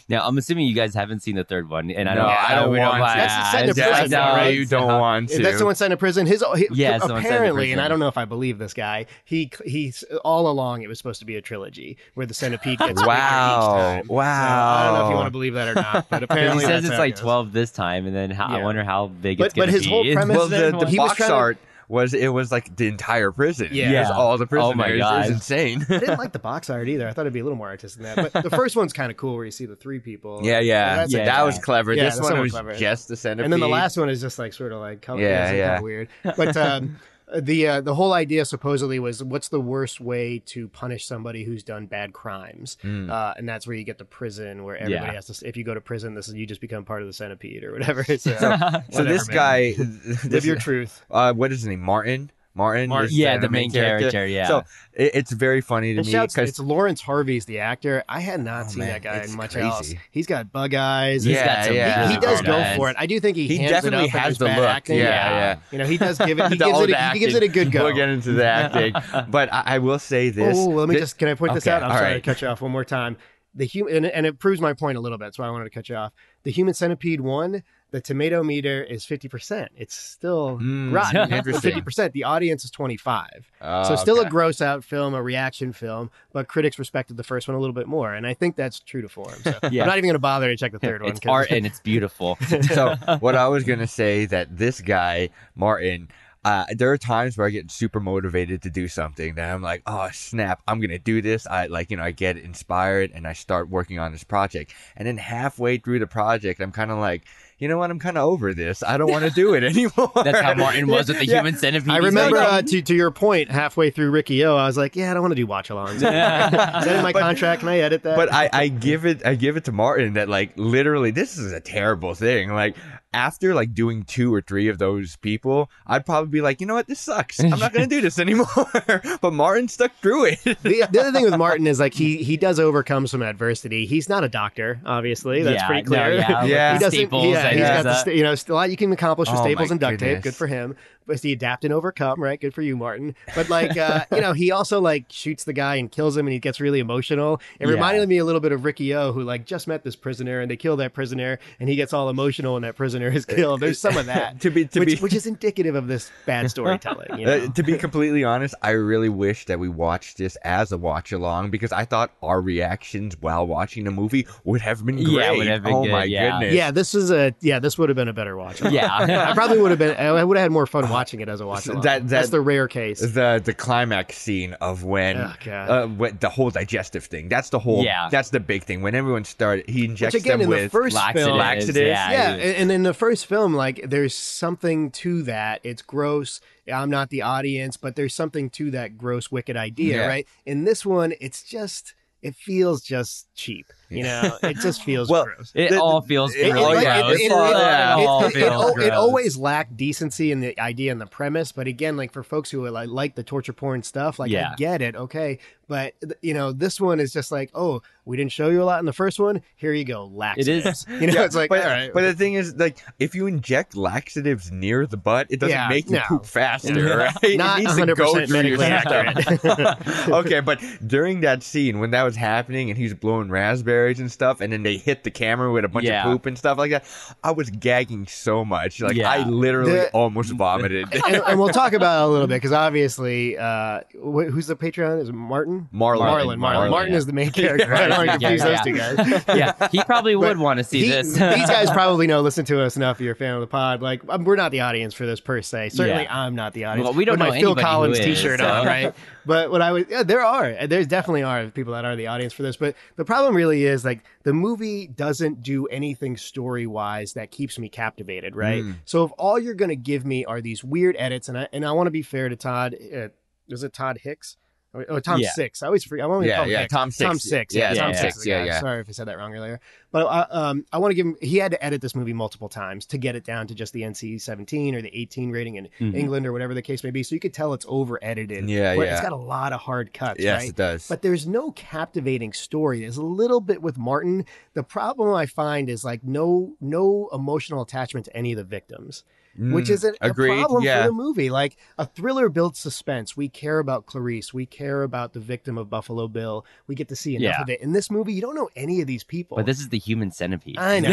Speaker 1: Now, I'm assuming you guys haven't seen the third one, and I
Speaker 2: No,
Speaker 1: don't.
Speaker 2: I don't
Speaker 1: we
Speaker 2: want to.
Speaker 3: That's the
Speaker 1: yeah,
Speaker 3: second
Speaker 1: it's-
Speaker 3: person,
Speaker 1: I know,
Speaker 3: right?
Speaker 2: you
Speaker 1: it's-
Speaker 2: don't
Speaker 1: uh,
Speaker 2: want to.
Speaker 3: That's the one sent to prison. His, he,
Speaker 1: Yeah, it's the one sent to
Speaker 3: apparently,
Speaker 1: prison.
Speaker 3: and I don't know if I believe this guy. He, he, all along it was supposed to be a trilogy where the
Speaker 2: *laughs*
Speaker 3: centipede gets bigger
Speaker 2: Wow!
Speaker 3: each time. So,
Speaker 2: Wow!
Speaker 3: I don't know if you want to believe that or not, *laughs* but
Speaker 1: He
Speaker 3: apparently
Speaker 1: says
Speaker 3: that's
Speaker 1: it's
Speaker 3: how it
Speaker 1: like
Speaker 3: goes.
Speaker 1: 12 this time, and then how, I
Speaker 3: Yeah.
Speaker 1: wonder how big
Speaker 3: But-
Speaker 1: it's going
Speaker 3: but
Speaker 1: to be.
Speaker 3: his whole premise-
Speaker 2: well,
Speaker 1: *laughs*
Speaker 3: President
Speaker 2: the, the
Speaker 3: was- He was
Speaker 2: box
Speaker 3: trying to-
Speaker 2: art was it was like the entire prison.
Speaker 3: Yeah.
Speaker 2: It was
Speaker 1: Yeah.
Speaker 2: all the prisoners.
Speaker 1: Oh my
Speaker 2: It was
Speaker 1: God.
Speaker 3: *laughs*
Speaker 2: insane.
Speaker 3: I didn't like the box art either. I thought it'd be a little more artistic than that. But the first one's kind of cool, where you see the three people.
Speaker 2: yeah, yeah.
Speaker 3: That's
Speaker 1: a-
Speaker 2: That was clever.
Speaker 3: Yeah,
Speaker 2: this
Speaker 3: that's
Speaker 2: one
Speaker 3: somewhat
Speaker 2: was
Speaker 3: clever.
Speaker 2: just the centipede.
Speaker 3: and then the last one is just like sort of like color
Speaker 2: Yeah,
Speaker 3: yeah,
Speaker 2: yeah.
Speaker 3: kind of weird. But um, the uh, the whole idea supposedly was what's the worst way to punish somebody who's done bad crimes,
Speaker 2: Mm.
Speaker 3: uh, and that's where you get to prison, where everybody
Speaker 1: Yeah.
Speaker 3: has to. If you go to prison, this is you just become part of the centipede or whatever. *laughs* So,
Speaker 2: so
Speaker 3: whatever,
Speaker 2: this
Speaker 3: man.
Speaker 2: guy,
Speaker 3: live
Speaker 2: this,
Speaker 3: your truth.
Speaker 2: uh, what is his name? Martin. Martin.
Speaker 3: Martin.
Speaker 2: is
Speaker 1: yeah, the main character. yeah.
Speaker 2: So it, it's very funny to
Speaker 3: And
Speaker 2: me
Speaker 3: shouts,
Speaker 2: because
Speaker 3: it's Lawrence Harvey's the actor. I had not
Speaker 2: Oh,
Speaker 3: seen
Speaker 2: man,
Speaker 3: that guy
Speaker 2: it's
Speaker 3: in much
Speaker 2: crazy.
Speaker 3: else. He's got bug eyes.
Speaker 1: He's
Speaker 2: Yeah,
Speaker 1: got some
Speaker 2: yeah.
Speaker 3: he, he
Speaker 1: really
Speaker 3: does
Speaker 1: hard
Speaker 3: go
Speaker 1: eyes.
Speaker 3: for it. I do think he,
Speaker 2: he
Speaker 3: hands
Speaker 2: definitely
Speaker 3: it up
Speaker 2: has
Speaker 3: and there's
Speaker 2: the
Speaker 3: bad
Speaker 2: look.
Speaker 3: Acting.
Speaker 2: Yeah, yeah.
Speaker 3: you know he does
Speaker 2: *laughs*
Speaker 3: give it. He,
Speaker 2: The
Speaker 3: gives,
Speaker 2: old
Speaker 3: it a, he gives it a good go.
Speaker 2: We'll get into the acting,
Speaker 1: *laughs*
Speaker 3: *laughs*
Speaker 2: but I, I will say this.
Speaker 3: Oh, let me
Speaker 2: Thi-
Speaker 3: just can I point this
Speaker 2: Okay,
Speaker 3: out? I'm
Speaker 2: all
Speaker 3: sorry
Speaker 2: right.
Speaker 3: to cut you off one more time. The human and, and it proves my point a little bit. That's why I wanted to cut you off. The human centipede one, the tomato meter is fifty percent. It's still
Speaker 2: Mm, *laughs*
Speaker 3: rotten.
Speaker 2: interesting.
Speaker 3: Fifty percent. The audience is twenty five.
Speaker 2: Oh,
Speaker 3: *laughs* so still
Speaker 2: okay.
Speaker 3: a gross out film, a reaction film, but critics respected the first one a little bit more, and I think that's true to form.
Speaker 1: *laughs*
Speaker 3: So
Speaker 1: Yeah.
Speaker 3: I'm not even going to bother to
Speaker 1: *laughs*
Speaker 3: check the third one.
Speaker 1: it's
Speaker 3: 'cause-
Speaker 1: art and it's beautiful.
Speaker 2: *laughs* so what I was gonna say that this guy Martin, uh, there are times where I get super motivated to do something that I'm like, oh snap, I'm gonna do this. I like you know I get inspired and I start working on this project, and then halfway through the project, I'm kind of like, you know what, I'm kind of over this. I don't want to do it *laughs*
Speaker 3: *laughs*
Speaker 2: anymore.
Speaker 1: That's how Martin was with the
Speaker 2: *laughs* Yeah.
Speaker 1: human centipede.
Speaker 3: *laughs* I
Speaker 1: He's
Speaker 3: remember
Speaker 1: like, *laughs*
Speaker 3: uh, *laughs* to to your point, halfway through Ricky O, I was like, yeah, I don't want to do
Speaker 1: *laughs*
Speaker 3: watch alongs. is that in my
Speaker 2: But-
Speaker 3: contract? Can I edit that?
Speaker 2: but I, I give it I give it to Martin that like literally this is a terrible thing. Like after like doing two or three of those people, I'd probably be like, you know what, this sucks. I'm not gonna
Speaker 1: *laughs*
Speaker 2: do this anymore. *laughs* but Martin stuck through it.
Speaker 3: the, the other
Speaker 1: *laughs*
Speaker 3: thing with Martin is like he he does overcome some adversity. He's not a doctor, obviously. That's
Speaker 1: yeah,
Speaker 3: pretty
Speaker 1: no,
Speaker 3: clear.
Speaker 1: yeah, with the
Speaker 2: Yeah.
Speaker 3: *laughs* He doesn't.
Speaker 1: staples.
Speaker 3: yeah,
Speaker 1: and
Speaker 2: he
Speaker 3: he's
Speaker 1: does
Speaker 3: got the
Speaker 1: that.
Speaker 3: sta- you know st- a lot you can accomplish with
Speaker 2: Oh,
Speaker 3: staples
Speaker 2: my
Speaker 3: and duct tape.
Speaker 2: goodness.
Speaker 3: Good for him. But he adapt and overcome, right? Good for you, Martin. But like uh,
Speaker 2: *laughs*
Speaker 3: you know, he also like shoots the guy and kills him, and he gets really emotional. It
Speaker 1: Yeah.
Speaker 3: reminded me a little bit of Ricky O, who like just met this prisoner and they kill that prisoner, and he gets all emotional when that prisoner is killed. There's some of
Speaker 2: *laughs*
Speaker 3: that,
Speaker 2: to be to
Speaker 3: which,
Speaker 2: be
Speaker 3: which is indicative of this bad storytelling.
Speaker 2: *laughs*
Speaker 3: You know?
Speaker 2: Uh, to
Speaker 3: *laughs*
Speaker 2: be completely honest, I really wish that we watched this as a watch along because I thought our reactions while watching the movie would have been great.
Speaker 1: Yeah, would have been
Speaker 2: oh
Speaker 1: good,
Speaker 2: my
Speaker 1: yeah.
Speaker 2: goodness.
Speaker 3: yeah, this is a yeah. This would have been a better watch. *laughs* I
Speaker 1: yeah.
Speaker 3: probably would have been. I would have had more fun watching it as a watch.
Speaker 2: That-
Speaker 3: along.
Speaker 2: that-
Speaker 3: That's the rare case.
Speaker 2: The the climax scene of when
Speaker 3: Oh, God.
Speaker 2: uh, what the whole digestive thing. That's the whole.
Speaker 1: Yeah.
Speaker 2: That's the big thing. When everyone started, he injects
Speaker 3: Which again,
Speaker 2: them
Speaker 3: in
Speaker 2: with
Speaker 3: the first film,
Speaker 1: Laxatives,
Speaker 2: Laxatives.
Speaker 1: yeah.
Speaker 3: yeah, and, and in the first film, like there's something to that. It's gross. I'm not the audience, but there's something to that gross, wicked idea,
Speaker 2: Yeah.
Speaker 3: right? In this one, it's just it feels just cheap. You know, it
Speaker 2: *laughs*
Speaker 3: just feels
Speaker 2: Well,
Speaker 3: gross.
Speaker 1: It
Speaker 2: The-
Speaker 1: all feels
Speaker 2: it-
Speaker 1: gross.
Speaker 2: like, yeah,
Speaker 3: it-
Speaker 1: It
Speaker 3: it-
Speaker 2: yeah.
Speaker 1: all
Speaker 3: it- it- it-
Speaker 1: feels
Speaker 3: it- it
Speaker 1: gross.
Speaker 3: always lacked decency in the idea and the premise. But again, like for folks who like, like the torture porn stuff, like
Speaker 1: Yeah.
Speaker 3: I get it, okay. But th- you know, this one is just like, oh, we didn't show you a lot in the first one. Here you go, lax.
Speaker 1: It is.
Speaker 3: *laughs* You know,
Speaker 2: Yeah,
Speaker 3: it's like,
Speaker 2: but,
Speaker 3: all right.
Speaker 2: but the thing is, like, if you inject laxatives near the butt, it doesn't
Speaker 3: Yeah,
Speaker 2: make you
Speaker 3: no.
Speaker 2: poop faster,
Speaker 1: Yeah.
Speaker 2: right? *laughs*
Speaker 3: Not
Speaker 2: it needs to go
Speaker 3: 100%
Speaker 2: through your
Speaker 3: medically
Speaker 2: system. *laughs* okay, but during that scene when that was happening and he's blowing raspberries and stuff, and then they hit the camera with a bunch
Speaker 1: Yeah.
Speaker 2: of poop and stuff like that, I was gagging so much, like
Speaker 1: Yeah.
Speaker 2: I literally
Speaker 3: The-
Speaker 2: almost
Speaker 3: *laughs*
Speaker 2: vomited.
Speaker 3: and, and we'll talk about it a little bit because obviously, uh, wh- who's the Patreon? Is it Martin?
Speaker 2: Marlon.
Speaker 3: Marlon. Marlon. Martin,
Speaker 1: yeah.
Speaker 3: is
Speaker 2: *laughs*
Speaker 3: the main character. I don't want to confuse
Speaker 1: Yeah.
Speaker 3: those two guys.
Speaker 1: *laughs* yeah, he probably would
Speaker 3: But
Speaker 1: want to see
Speaker 3: The-
Speaker 1: this.
Speaker 3: *laughs*
Speaker 1: *laughs*
Speaker 3: these guys probably know, listen to us enough. If you're a fan of the pod, like um, we're not the audience for this per se. Certainly, I'm not the audience.
Speaker 1: Well, we don't
Speaker 3: With
Speaker 1: know
Speaker 3: my Phil
Speaker 1: anybody who
Speaker 3: Collins
Speaker 1: is,
Speaker 3: T-shirt
Speaker 1: so. *laughs*
Speaker 3: on, right? But what I was, yeah, there are, there definitely are people that are the audience for this. But the problem really is like the movie doesn't do anything story wise that keeps me captivated, right?
Speaker 1: Hmm.
Speaker 2: Mm.
Speaker 3: So if all you're going to give me are these weird edits, and I and I want to be fair to Todd, uh, was it Todd Hicks? Oh, Tom
Speaker 1: Yeah.
Speaker 3: Six. I always free. I'm only
Speaker 2: yeah,
Speaker 3: Tom
Speaker 2: yeah,
Speaker 3: Hicks.
Speaker 2: Tom Six.
Speaker 3: Tom Six.
Speaker 2: Yeah,
Speaker 3: Yeah,
Speaker 1: yeah,
Speaker 3: Tom
Speaker 1: yeah.
Speaker 3: Six. is the
Speaker 2: Yeah,
Speaker 3: guy.
Speaker 2: yeah.
Speaker 3: Sorry if I said that wrong earlier. But uh, um, I want to give him. He had to edit this movie multiple times to get it down to just the NC-17 or the 18 rating in
Speaker 1: Mhm.
Speaker 3: England or whatever the case may be. So you could tell it's over edited.
Speaker 2: Mm-hmm. Yeah,
Speaker 3: It's
Speaker 2: yeah.
Speaker 3: got a lot of hard cuts.
Speaker 2: Yes,
Speaker 3: right?
Speaker 2: it does.
Speaker 3: But there's no captivating story. There's a little bit with Martin. The problem I find is like no no emotional attachment to any of the victims which
Speaker 2: Mm,
Speaker 3: is a, a
Speaker 2: agreed,
Speaker 3: problem
Speaker 2: yeah.
Speaker 3: for the movie. Like a thriller builds suspense. We care about Clarice. We care about the victim of Buffalo Bill. We get to see enough
Speaker 1: Yeah.
Speaker 3: of it. In this movie, you don't know any of these people.
Speaker 1: but this is the human centipede.
Speaker 3: I know.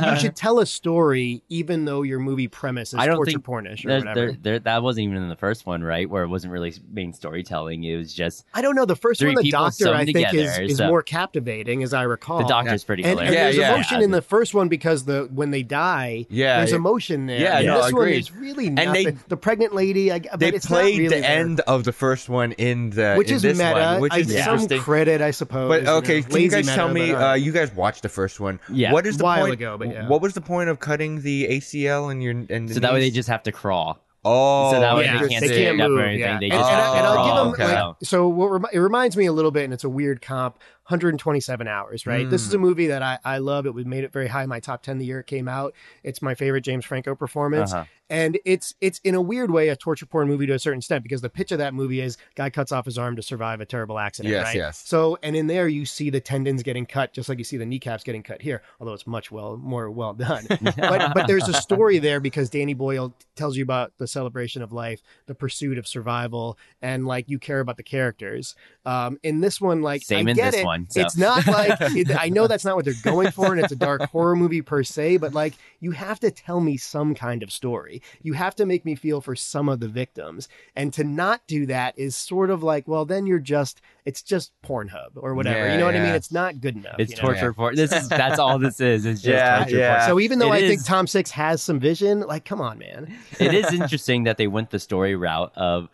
Speaker 1: *laughs*
Speaker 3: but you should tell a story, even though your movie premise is
Speaker 1: I don't
Speaker 3: torture
Speaker 1: think
Speaker 3: pornish or
Speaker 1: There-
Speaker 3: whatever.
Speaker 1: there- there- that wasn't even in the first one, right? Where it wasn't really main storytelling. It was just
Speaker 3: I don't know. The first
Speaker 1: Three
Speaker 3: one, the
Speaker 1: people
Speaker 3: doctor,
Speaker 1: sewn
Speaker 3: I think, is,
Speaker 1: together,
Speaker 3: is
Speaker 1: so-
Speaker 3: more captivating, as I recall.
Speaker 1: the doctor's pretty
Speaker 3: Oh, And, and
Speaker 1: hilarious.
Speaker 2: Yeah,
Speaker 3: there's
Speaker 2: yeah.
Speaker 3: emotion in the first one because the when they die,
Speaker 2: yeah,
Speaker 3: there's
Speaker 2: yeah.
Speaker 3: emotion there.
Speaker 2: Yeah,
Speaker 3: And
Speaker 2: no,
Speaker 3: this one
Speaker 2: agreed.
Speaker 3: is really
Speaker 2: they-
Speaker 3: nothing. the pregnant lady. I, but
Speaker 2: They
Speaker 3: it's not
Speaker 2: played
Speaker 3: really
Speaker 2: the
Speaker 3: her.
Speaker 2: end of the first one in the
Speaker 3: which
Speaker 2: Uh, in
Speaker 3: is
Speaker 2: this
Speaker 3: meta.
Speaker 2: one, which
Speaker 3: I-
Speaker 2: is
Speaker 1: yeah.
Speaker 3: some
Speaker 2: interesting.
Speaker 3: credit, I suppose.
Speaker 2: But okay,
Speaker 3: you know,
Speaker 2: can you
Speaker 3: lazy
Speaker 2: guys
Speaker 3: meta,
Speaker 2: tell me?
Speaker 3: but, uh,
Speaker 2: Uh, you guys watched the first one.
Speaker 1: Yeah.
Speaker 2: What is the
Speaker 3: While
Speaker 2: point?
Speaker 3: ago, but yeah.
Speaker 2: What was the point of cutting the ACL and your and the
Speaker 1: So that way they
Speaker 2: knees?
Speaker 1: just have to crawl.
Speaker 2: oh
Speaker 1: so that way
Speaker 3: yeah.
Speaker 1: they can't
Speaker 3: They
Speaker 1: stand
Speaker 3: can't
Speaker 1: up
Speaker 3: move,
Speaker 1: or anything.
Speaker 3: yeah.
Speaker 1: They
Speaker 3: And-
Speaker 1: just
Speaker 2: and
Speaker 1: have
Speaker 2: I-
Speaker 1: to
Speaker 2: and I'll
Speaker 1: crawl.
Speaker 2: give 'em, like,
Speaker 1: So-
Speaker 3: so what remi- it reminds me a little bit, and it's a weird comp. 127 hours, right? This
Speaker 2: Hmm.
Speaker 3: is a movie that I, I love. It was made it very high in my top 10 the year it came out. It's my favorite James Franco performance,
Speaker 1: Uh-huh.
Speaker 3: and it's it's in a weird way a torture porn movie to a certain extent because the pitch of that movie is guy cuts off his arm to survive a terrible accident,
Speaker 2: Yes,
Speaker 3: right?
Speaker 2: yes.
Speaker 3: So and in there you see the tendons getting cut, just like you see the kneecaps getting cut here, although it's much well more well done. but
Speaker 1: *laughs*
Speaker 3: but there's a story there because Danny Boyle tells you about the celebration of life, the pursuit of survival, and like you care about the characters. Um, in this one,
Speaker 1: *laughs*
Speaker 3: like
Speaker 1: Same
Speaker 3: I
Speaker 1: in
Speaker 3: get
Speaker 1: this
Speaker 3: it.
Speaker 1: one, so.
Speaker 3: It's
Speaker 1: *laughs*
Speaker 3: not like it, I know that's not what they're going for, and it's a dark horror movie per se. But like you have to tell me some kind of story. You have to make me feel for some of the victims, and to not do that is sort of like well, then you're just it's just Pornhub or whatever.
Speaker 2: Yeah,
Speaker 3: you know what I
Speaker 2: yeah.
Speaker 3: mean? It's not good enough.
Speaker 1: It's
Speaker 3: you know?
Speaker 1: torture porn. This is that's all this is. It's just
Speaker 2: Yeah,
Speaker 1: torture
Speaker 2: yeah.
Speaker 1: porn.
Speaker 3: So even though
Speaker 1: It
Speaker 3: I
Speaker 1: is-
Speaker 3: think Tom Six has some vision, like come on, man.
Speaker 1: it
Speaker 2: *laughs*
Speaker 1: is interesting that they went the story route of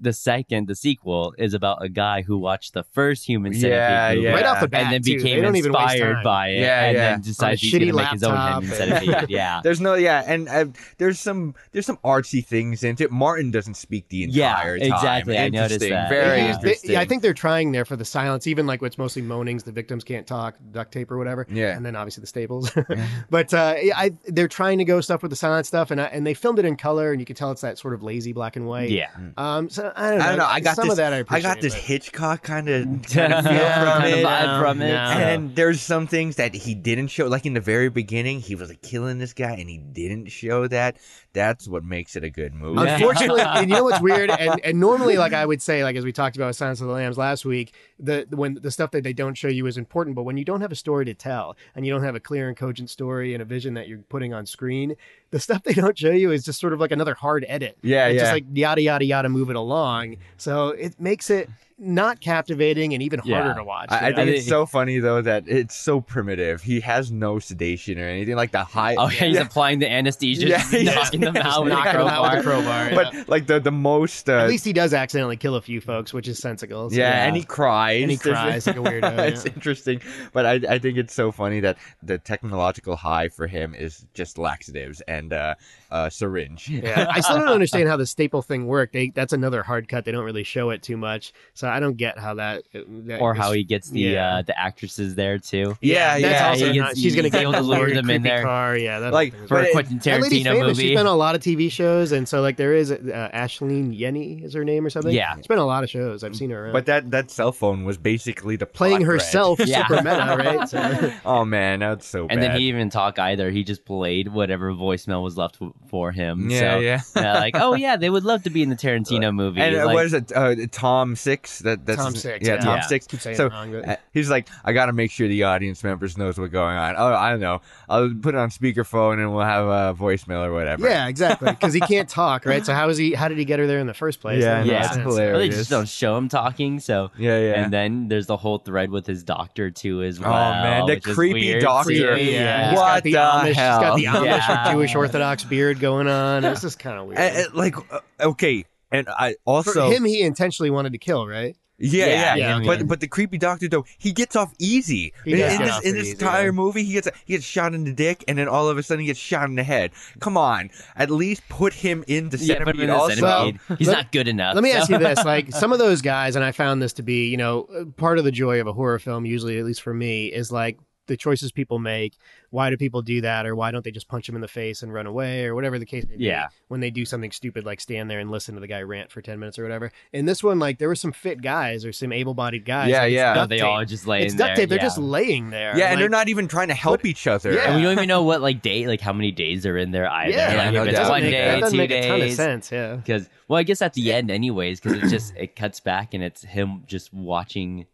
Speaker 1: the second, the sequel is about a guy who watched the first human centipede
Speaker 2: Yeah,
Speaker 1: movie
Speaker 2: yeah.
Speaker 3: Right off the bat,
Speaker 1: and then
Speaker 3: too. They
Speaker 1: became
Speaker 3: don't even waste
Speaker 1: inspired
Speaker 3: time.
Speaker 1: by it,
Speaker 2: Yeah,
Speaker 1: and
Speaker 2: yeah.
Speaker 1: then decides he's
Speaker 3: shitty
Speaker 1: gonna make his own
Speaker 3: laptop
Speaker 1: human
Speaker 3: and- *laughs*
Speaker 1: centipede. Yeah,
Speaker 2: There's no yeah, and uh, there's some there's some artsy things into it. Martin doesn't speak the
Speaker 1: Yeah,
Speaker 2: entire time.
Speaker 1: exactly. I noticed
Speaker 2: Interesting.
Speaker 1: that.
Speaker 2: Very
Speaker 1: Yeah.
Speaker 3: They use- they-
Speaker 2: interesting.
Speaker 3: yeah, I think they're trying there for the silence, even like what's mostly moanings, the victims can't talk, duct tape or whatever.
Speaker 2: Yeah.
Speaker 3: And then obviously the staples. *laughs* but uh, yeah, I, they're trying to go stuff with the silent stuff, and I, and they filmed it in color, and you can tell it's that sort of lazy black and white.
Speaker 1: yeah.
Speaker 3: Um. So I don't know.
Speaker 2: I don't know. I got
Speaker 3: some
Speaker 2: this.
Speaker 3: of that. I, appreciate,
Speaker 2: got this
Speaker 3: but-
Speaker 2: Hitchcock
Speaker 1: *laughs*
Speaker 2: kind of
Speaker 1: Yeah,
Speaker 2: from
Speaker 1: kind of
Speaker 2: it,
Speaker 1: vibe
Speaker 3: um,
Speaker 1: from it.
Speaker 3: no.
Speaker 2: And there's some things that he didn't show. Like in the very beginning, he was like killing this guy, and he didn't show that. That's what makes it a good movie.
Speaker 1: Yeah.
Speaker 2: *laughs*
Speaker 3: Unfortunately, and you know what's weird, and, and normally, like I would say, like as we talked about with Silence of the Lambs last week, the when the stuff that they don't show you is important, but when you don't have a story to tell and you don't have a clear and cogent story and a vision that you're putting on screen, the stuff they don't show you is just sort of like another hard edit.
Speaker 2: Yeah,
Speaker 3: it's
Speaker 2: yeah.
Speaker 3: just like yada yada yada, move it along. So it makes it not captivating and even
Speaker 1: Yeah.
Speaker 3: harder to watch.
Speaker 2: I, I
Speaker 3: you know?
Speaker 2: think it's
Speaker 1: think-
Speaker 2: so funny though that it's so primitive. He has no sedation or anything like the high.
Speaker 1: Oh, yeah,
Speaker 2: *laughs*
Speaker 1: he's applying the anesthesia,
Speaker 2: Yeah,
Speaker 1: just
Speaker 2: yeah.
Speaker 1: knocking them out with a
Speaker 3: Knock 'em out with a
Speaker 1: crowbar.
Speaker 3: crowbar. yeah.
Speaker 2: but like the the most. Uh,
Speaker 3: At least he does accidentally kill a few folks, which is sensical. so-
Speaker 2: yeah,
Speaker 1: yeah.
Speaker 2: and he cries.
Speaker 3: And he cries like a
Speaker 2: *laughs*
Speaker 3: weirdo,
Speaker 2: it's
Speaker 3: yeah.
Speaker 2: interesting, but I, I think it's so funny that the technological high for him is just laxatives and uh, uh, syringe.
Speaker 3: Yeah, I still don't understand how the staple thing worked. They, that's another hard cut. They don't really show it too much, so I don't get how that. uh, that
Speaker 1: Or
Speaker 3: was-
Speaker 1: how he gets the
Speaker 3: Yeah.
Speaker 1: uh, the actresses there too.
Speaker 2: *laughs* Yeah,
Speaker 3: That's
Speaker 2: yeah,
Speaker 3: also
Speaker 1: he
Speaker 3: not,
Speaker 1: gets-
Speaker 3: she's going
Speaker 1: he's
Speaker 3: to
Speaker 1: able to lure them in there.
Speaker 3: Car, yeah, that
Speaker 2: Like,
Speaker 3: whole thing is
Speaker 1: For
Speaker 2: But
Speaker 1: a
Speaker 2: it-
Speaker 1: Quentin
Speaker 3: That lady's
Speaker 1: Tarantino
Speaker 3: famous. She's
Speaker 1: movie.
Speaker 3: been on a lot of TV shows, and so like there is uh, Ashleen Yenny is her name or something.
Speaker 1: Yeah.
Speaker 3: she's been on a lot of shows. I've seen her around.
Speaker 2: But that that cell phone was basically the
Speaker 3: playing
Speaker 2: plot thread. *laughs*
Speaker 3: herself,
Speaker 1: Yeah.
Speaker 3: super
Speaker 1: *laughs*
Speaker 3: meta, right? So,
Speaker 2: Oh man, that's so
Speaker 1: And
Speaker 2: bad.
Speaker 1: then he didn't even talk either. He just played whatever voicemail was left w- for him.
Speaker 2: Yeah,
Speaker 1: so,
Speaker 2: yeah.
Speaker 1: like, oh yeah, they would love to be in the Tarantino movie.
Speaker 2: and uh,
Speaker 1: Like,
Speaker 2: what is it? Uh, Tom Six. That that's
Speaker 3: Tom
Speaker 2: his-
Speaker 3: Six,
Speaker 2: Yeah,
Speaker 3: yeah.
Speaker 2: Tom
Speaker 1: Yeah.
Speaker 2: Six.
Speaker 3: Keep saying
Speaker 2: so
Speaker 3: it wrong, but-
Speaker 2: uh, he's like, I got to make sure the audience members knows what's going on. Oh, I don't know. I'll put it on speakerphone and we'll have a voicemail or whatever.
Speaker 3: yeah, exactly. Because he can't talk, right? So how is he? How did he get her there in the first place?
Speaker 2: Yeah,
Speaker 3: That makes
Speaker 1: yeah.
Speaker 3: sense.
Speaker 2: That's hilarious.
Speaker 1: Or they just don't show him talking. So
Speaker 2: Yeah, yeah.
Speaker 1: And uh, then there's the whole thread with his doctor too as
Speaker 2: Oh,
Speaker 1: well.
Speaker 2: man, the
Speaker 1: which is
Speaker 2: creepy
Speaker 1: weird.
Speaker 2: doctor.
Speaker 3: Yeah,
Speaker 2: Creepy,
Speaker 3: yeah.
Speaker 1: Yeah.
Speaker 3: He's got
Speaker 2: What
Speaker 3: the
Speaker 2: the
Speaker 3: Amish, He's got the
Speaker 1: hell?
Speaker 3: Amish
Speaker 1: Yeah.
Speaker 3: Jewish Orthodox beard going on. It's just kind of weird.
Speaker 2: And- and, like uh, okay, and I
Speaker 3: For
Speaker 2: also
Speaker 3: him, he intentionally wanted to kill, right?
Speaker 2: Yeah,
Speaker 1: Yeah,
Speaker 2: yeah,
Speaker 3: yeah,
Speaker 2: But
Speaker 3: okay.
Speaker 2: but the creepy doctor though, he gets off easy.
Speaker 3: He
Speaker 2: in
Speaker 3: does
Speaker 2: in
Speaker 3: get
Speaker 2: this
Speaker 3: off
Speaker 2: in this
Speaker 3: easy,
Speaker 2: entire
Speaker 3: yeah.
Speaker 2: movie, he gets he gets shot in the dick, and then all of a sudden he gets shot in the head. Come on, at least put him in the
Speaker 1: Yeah,
Speaker 2: centipede.
Speaker 1: put him in the
Speaker 2: also.
Speaker 1: centipede. He's
Speaker 3: let-
Speaker 1: not good enough.
Speaker 3: Let me
Speaker 1: so-
Speaker 3: ask you this: like some of those guys, and I found this to be, you know, uh, part of the joy of a horror film. Usually, at least for me, is like the choices people make. Why do people do that, or why don't they just punch him in the face and run away, or whatever the case may be?
Speaker 1: Yeah.
Speaker 3: When they do something stupid, like stand there and listen to the guy rant for ten minutes or whatever. In this one, like there were some fit guys or some able-bodied guys.
Speaker 2: Yeah,
Speaker 3: like, it's
Speaker 2: yeah.
Speaker 1: No,
Speaker 3: duct
Speaker 1: *laughs* they
Speaker 3: tape.
Speaker 1: all just lay
Speaker 3: It's
Speaker 1: in
Speaker 3: duct
Speaker 1: there.
Speaker 3: tape. They're
Speaker 1: yeah.
Speaker 3: just laying there.
Speaker 2: Yeah, and they're
Speaker 3: like-
Speaker 2: not even trying to help each other.
Speaker 3: Yeah.
Speaker 1: And we don't even know what like day, like how many days they're in there either.
Speaker 3: Yeah,
Speaker 1: like,
Speaker 2: no
Speaker 1: if
Speaker 2: doubt.
Speaker 1: it's one
Speaker 2: Doesn't make-
Speaker 1: day,
Speaker 3: that doesn't
Speaker 1: two
Speaker 3: make
Speaker 1: days.
Speaker 3: a ton of sense. Yeah.
Speaker 1: Because well, I guess at the end, anyways, because it just it cuts back and it's him just watching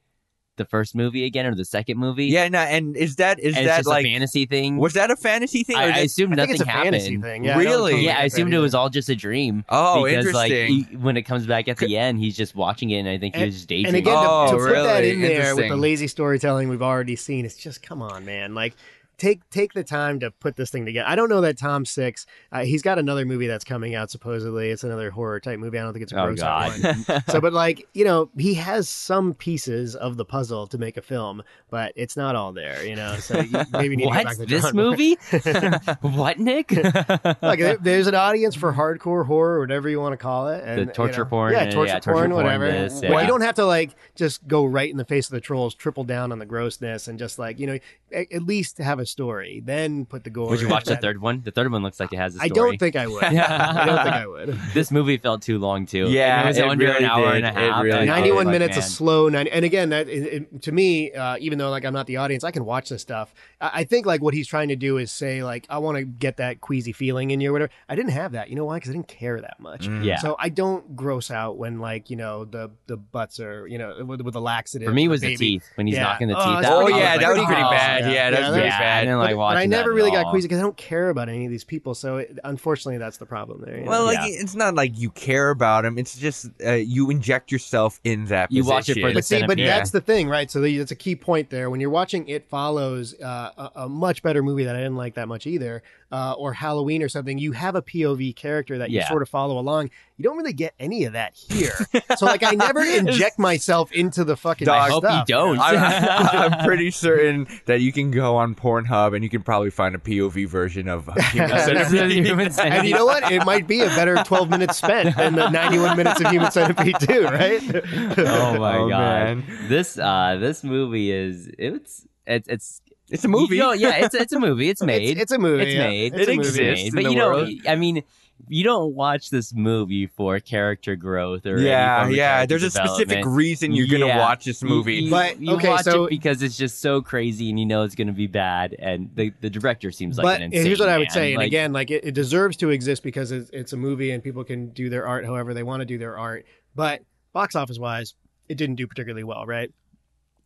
Speaker 1: the first movie again or the second movie.
Speaker 2: Yeah, no, and is that is
Speaker 1: and it's
Speaker 2: that
Speaker 1: just
Speaker 2: like
Speaker 1: a fantasy thing.
Speaker 2: was that a fantasy thing? or
Speaker 1: I, I
Speaker 2: is-
Speaker 1: assumed
Speaker 3: I
Speaker 1: nothing
Speaker 3: think it's a
Speaker 1: happened.
Speaker 3: fantasy thing. Yeah, I
Speaker 2: Really?
Speaker 3: don't totally
Speaker 1: Yeah, I
Speaker 3: get
Speaker 1: assumed
Speaker 3: that
Speaker 1: it
Speaker 3: either.
Speaker 1: was all just a dream.
Speaker 2: Oh,
Speaker 1: because, like, e-,
Speaker 2: interesting.
Speaker 1: he- when it comes back at the end, he's just watching it, and I think he
Speaker 3: And-
Speaker 1: was just daydreaming.
Speaker 3: And again, to-
Speaker 2: Oh,
Speaker 3: to, put that
Speaker 2: really?
Speaker 3: in there with the
Speaker 2: Interesting.
Speaker 3: lazy storytelling we've already seen, it's just come on, man. Like take take the time to put this thing together. I don't know that Tom Six. Uh, he's got another movie that's coming out supposedly. It's another horror type movie. I don't think it's a
Speaker 1: Oh
Speaker 3: gross out one.
Speaker 1: God.
Speaker 3: so, but like you know, he has some pieces of the puzzle to make a film, but it's not all there. You know, so you maybe need to go back
Speaker 1: What?
Speaker 3: to the
Speaker 1: This
Speaker 3: drawing board. *laughs*
Speaker 1: movie? *laughs* what, Nick? *laughs*
Speaker 3: Like there- there's an audience for hardcore horror, whatever you want to call it, and,
Speaker 1: The
Speaker 3: you know-
Speaker 1: torture porn,
Speaker 3: yeah,
Speaker 1: yeah,
Speaker 3: torture
Speaker 1: torture
Speaker 3: porn,
Speaker 1: porn,
Speaker 3: whatever.
Speaker 1: this,
Speaker 3: Well,
Speaker 1: yeah.
Speaker 3: you don't have to like just go right in the face of the trolls, triple down on the grossness, and just like you know, a- at least have a story, then put the gore.
Speaker 1: Would you
Speaker 3: in.
Speaker 1: watch the
Speaker 3: That-
Speaker 1: third one? The third one looks like it has a
Speaker 3: I
Speaker 1: story.
Speaker 3: don't think I would.
Speaker 1: Yeah.
Speaker 3: I don't think I would.
Speaker 1: *laughs* this movie felt too long too.
Speaker 2: Yeah,
Speaker 1: and it was
Speaker 2: it
Speaker 1: under
Speaker 2: really
Speaker 1: an hour
Speaker 2: did.
Speaker 1: and a
Speaker 2: It
Speaker 1: half.
Speaker 2: really
Speaker 1: and I was
Speaker 3: 91
Speaker 1: like,
Speaker 3: minutes
Speaker 1: man.
Speaker 3: of slow 90 and again that it, it- to me uh, even though like i'm not the audience i can watch this stuff I, I think like what he's trying to do is say like i want to get that queasy feeling in you or whatever i didn't have that you know why because i didn't care that much
Speaker 2: Mm.
Speaker 1: Yeah.
Speaker 3: so i don't gross out when like you know the the butts are you know with, with the laxative
Speaker 1: For me, it was
Speaker 3: baby.
Speaker 1: the teeth when he's
Speaker 3: Yeah.
Speaker 1: knocking the
Speaker 3: Oh,
Speaker 1: teeth
Speaker 3: it's
Speaker 1: out.
Speaker 2: Oh
Speaker 3: pretty-
Speaker 2: yeah,
Speaker 1: I
Speaker 2: that was pretty
Speaker 1: oh,
Speaker 2: bad. Yeah,
Speaker 3: yeah.
Speaker 2: that
Speaker 3: Yeah,
Speaker 2: was
Speaker 3: that
Speaker 2: pretty
Speaker 3: was-
Speaker 1: I
Speaker 2: bad.
Speaker 1: didn't like
Speaker 3: but, but
Speaker 1: watching
Speaker 3: i never
Speaker 1: that at
Speaker 3: really got
Speaker 1: all.
Speaker 3: queasy because i don't care about any of these people so it, unfortunately that's the problem there you know?
Speaker 2: Well, like
Speaker 1: Yeah.
Speaker 2: it's not like you care about him. It's just uh, you inject yourself in that.
Speaker 1: You watch it for
Speaker 2: position.
Speaker 1: the
Speaker 3: but see, but
Speaker 1: centipede.
Speaker 3: that's the thing, right? So the, that's a key point there. When you're watching It Follows, uh, a, a much better movie that I didn't like that much either, uh, or Halloween or something, you have a POV character that you
Speaker 1: Yeah.
Speaker 3: sort of follow along. You don't really get any of that here. so like,
Speaker 1: *laughs*
Speaker 3: I never inject myself into the fucking
Speaker 2: Dog,
Speaker 1: I hope
Speaker 3: stuff.
Speaker 1: you don't.
Speaker 2: I, *laughs*
Speaker 1: *laughs*
Speaker 2: am pretty certain that you can go on Pornhub and you can probably find a POV version of
Speaker 1: *laughs*
Speaker 2: Human Centipede.
Speaker 1: Human
Speaker 3: And
Speaker 1: centipede.
Speaker 3: you know what? It might be a better 12 minutes spent than the 91 minutes of Human Centipede 2, right?
Speaker 1: *laughs* Oh my god.
Speaker 2: Oh, man.
Speaker 1: This uh this movie is it's it's it's
Speaker 2: It's a movie.
Speaker 1: No, yeah, it's it's a movie. It's made.
Speaker 3: It's, it's a movie.
Speaker 1: It's
Speaker 3: yeah.
Speaker 1: made.
Speaker 3: It's
Speaker 2: It
Speaker 3: a movie.
Speaker 2: exists. in
Speaker 1: but
Speaker 2: the
Speaker 1: you don't.
Speaker 2: world.
Speaker 1: I mean, you don't watch this movie for character growth or any
Speaker 2: yeah,
Speaker 1: form of
Speaker 2: yeah.
Speaker 1: character
Speaker 2: There's a specific
Speaker 1: development.
Speaker 2: reason you're gonna
Speaker 1: Yeah.
Speaker 2: watch this
Speaker 1: You-
Speaker 2: movie.
Speaker 1: You,
Speaker 3: But,
Speaker 1: you
Speaker 3: okay,
Speaker 1: watch
Speaker 3: so-
Speaker 1: it because it's just so crazy, and you know it's going to be bad. And the, the director seems like
Speaker 3: but
Speaker 1: an insane
Speaker 3: here's what I would
Speaker 1: man.
Speaker 3: say, and
Speaker 1: Like,
Speaker 3: again, like it, it deserves to exist because it's, it's a movie and people can do their art however they want to do their art. But box office wise, it didn't do particularly well, right?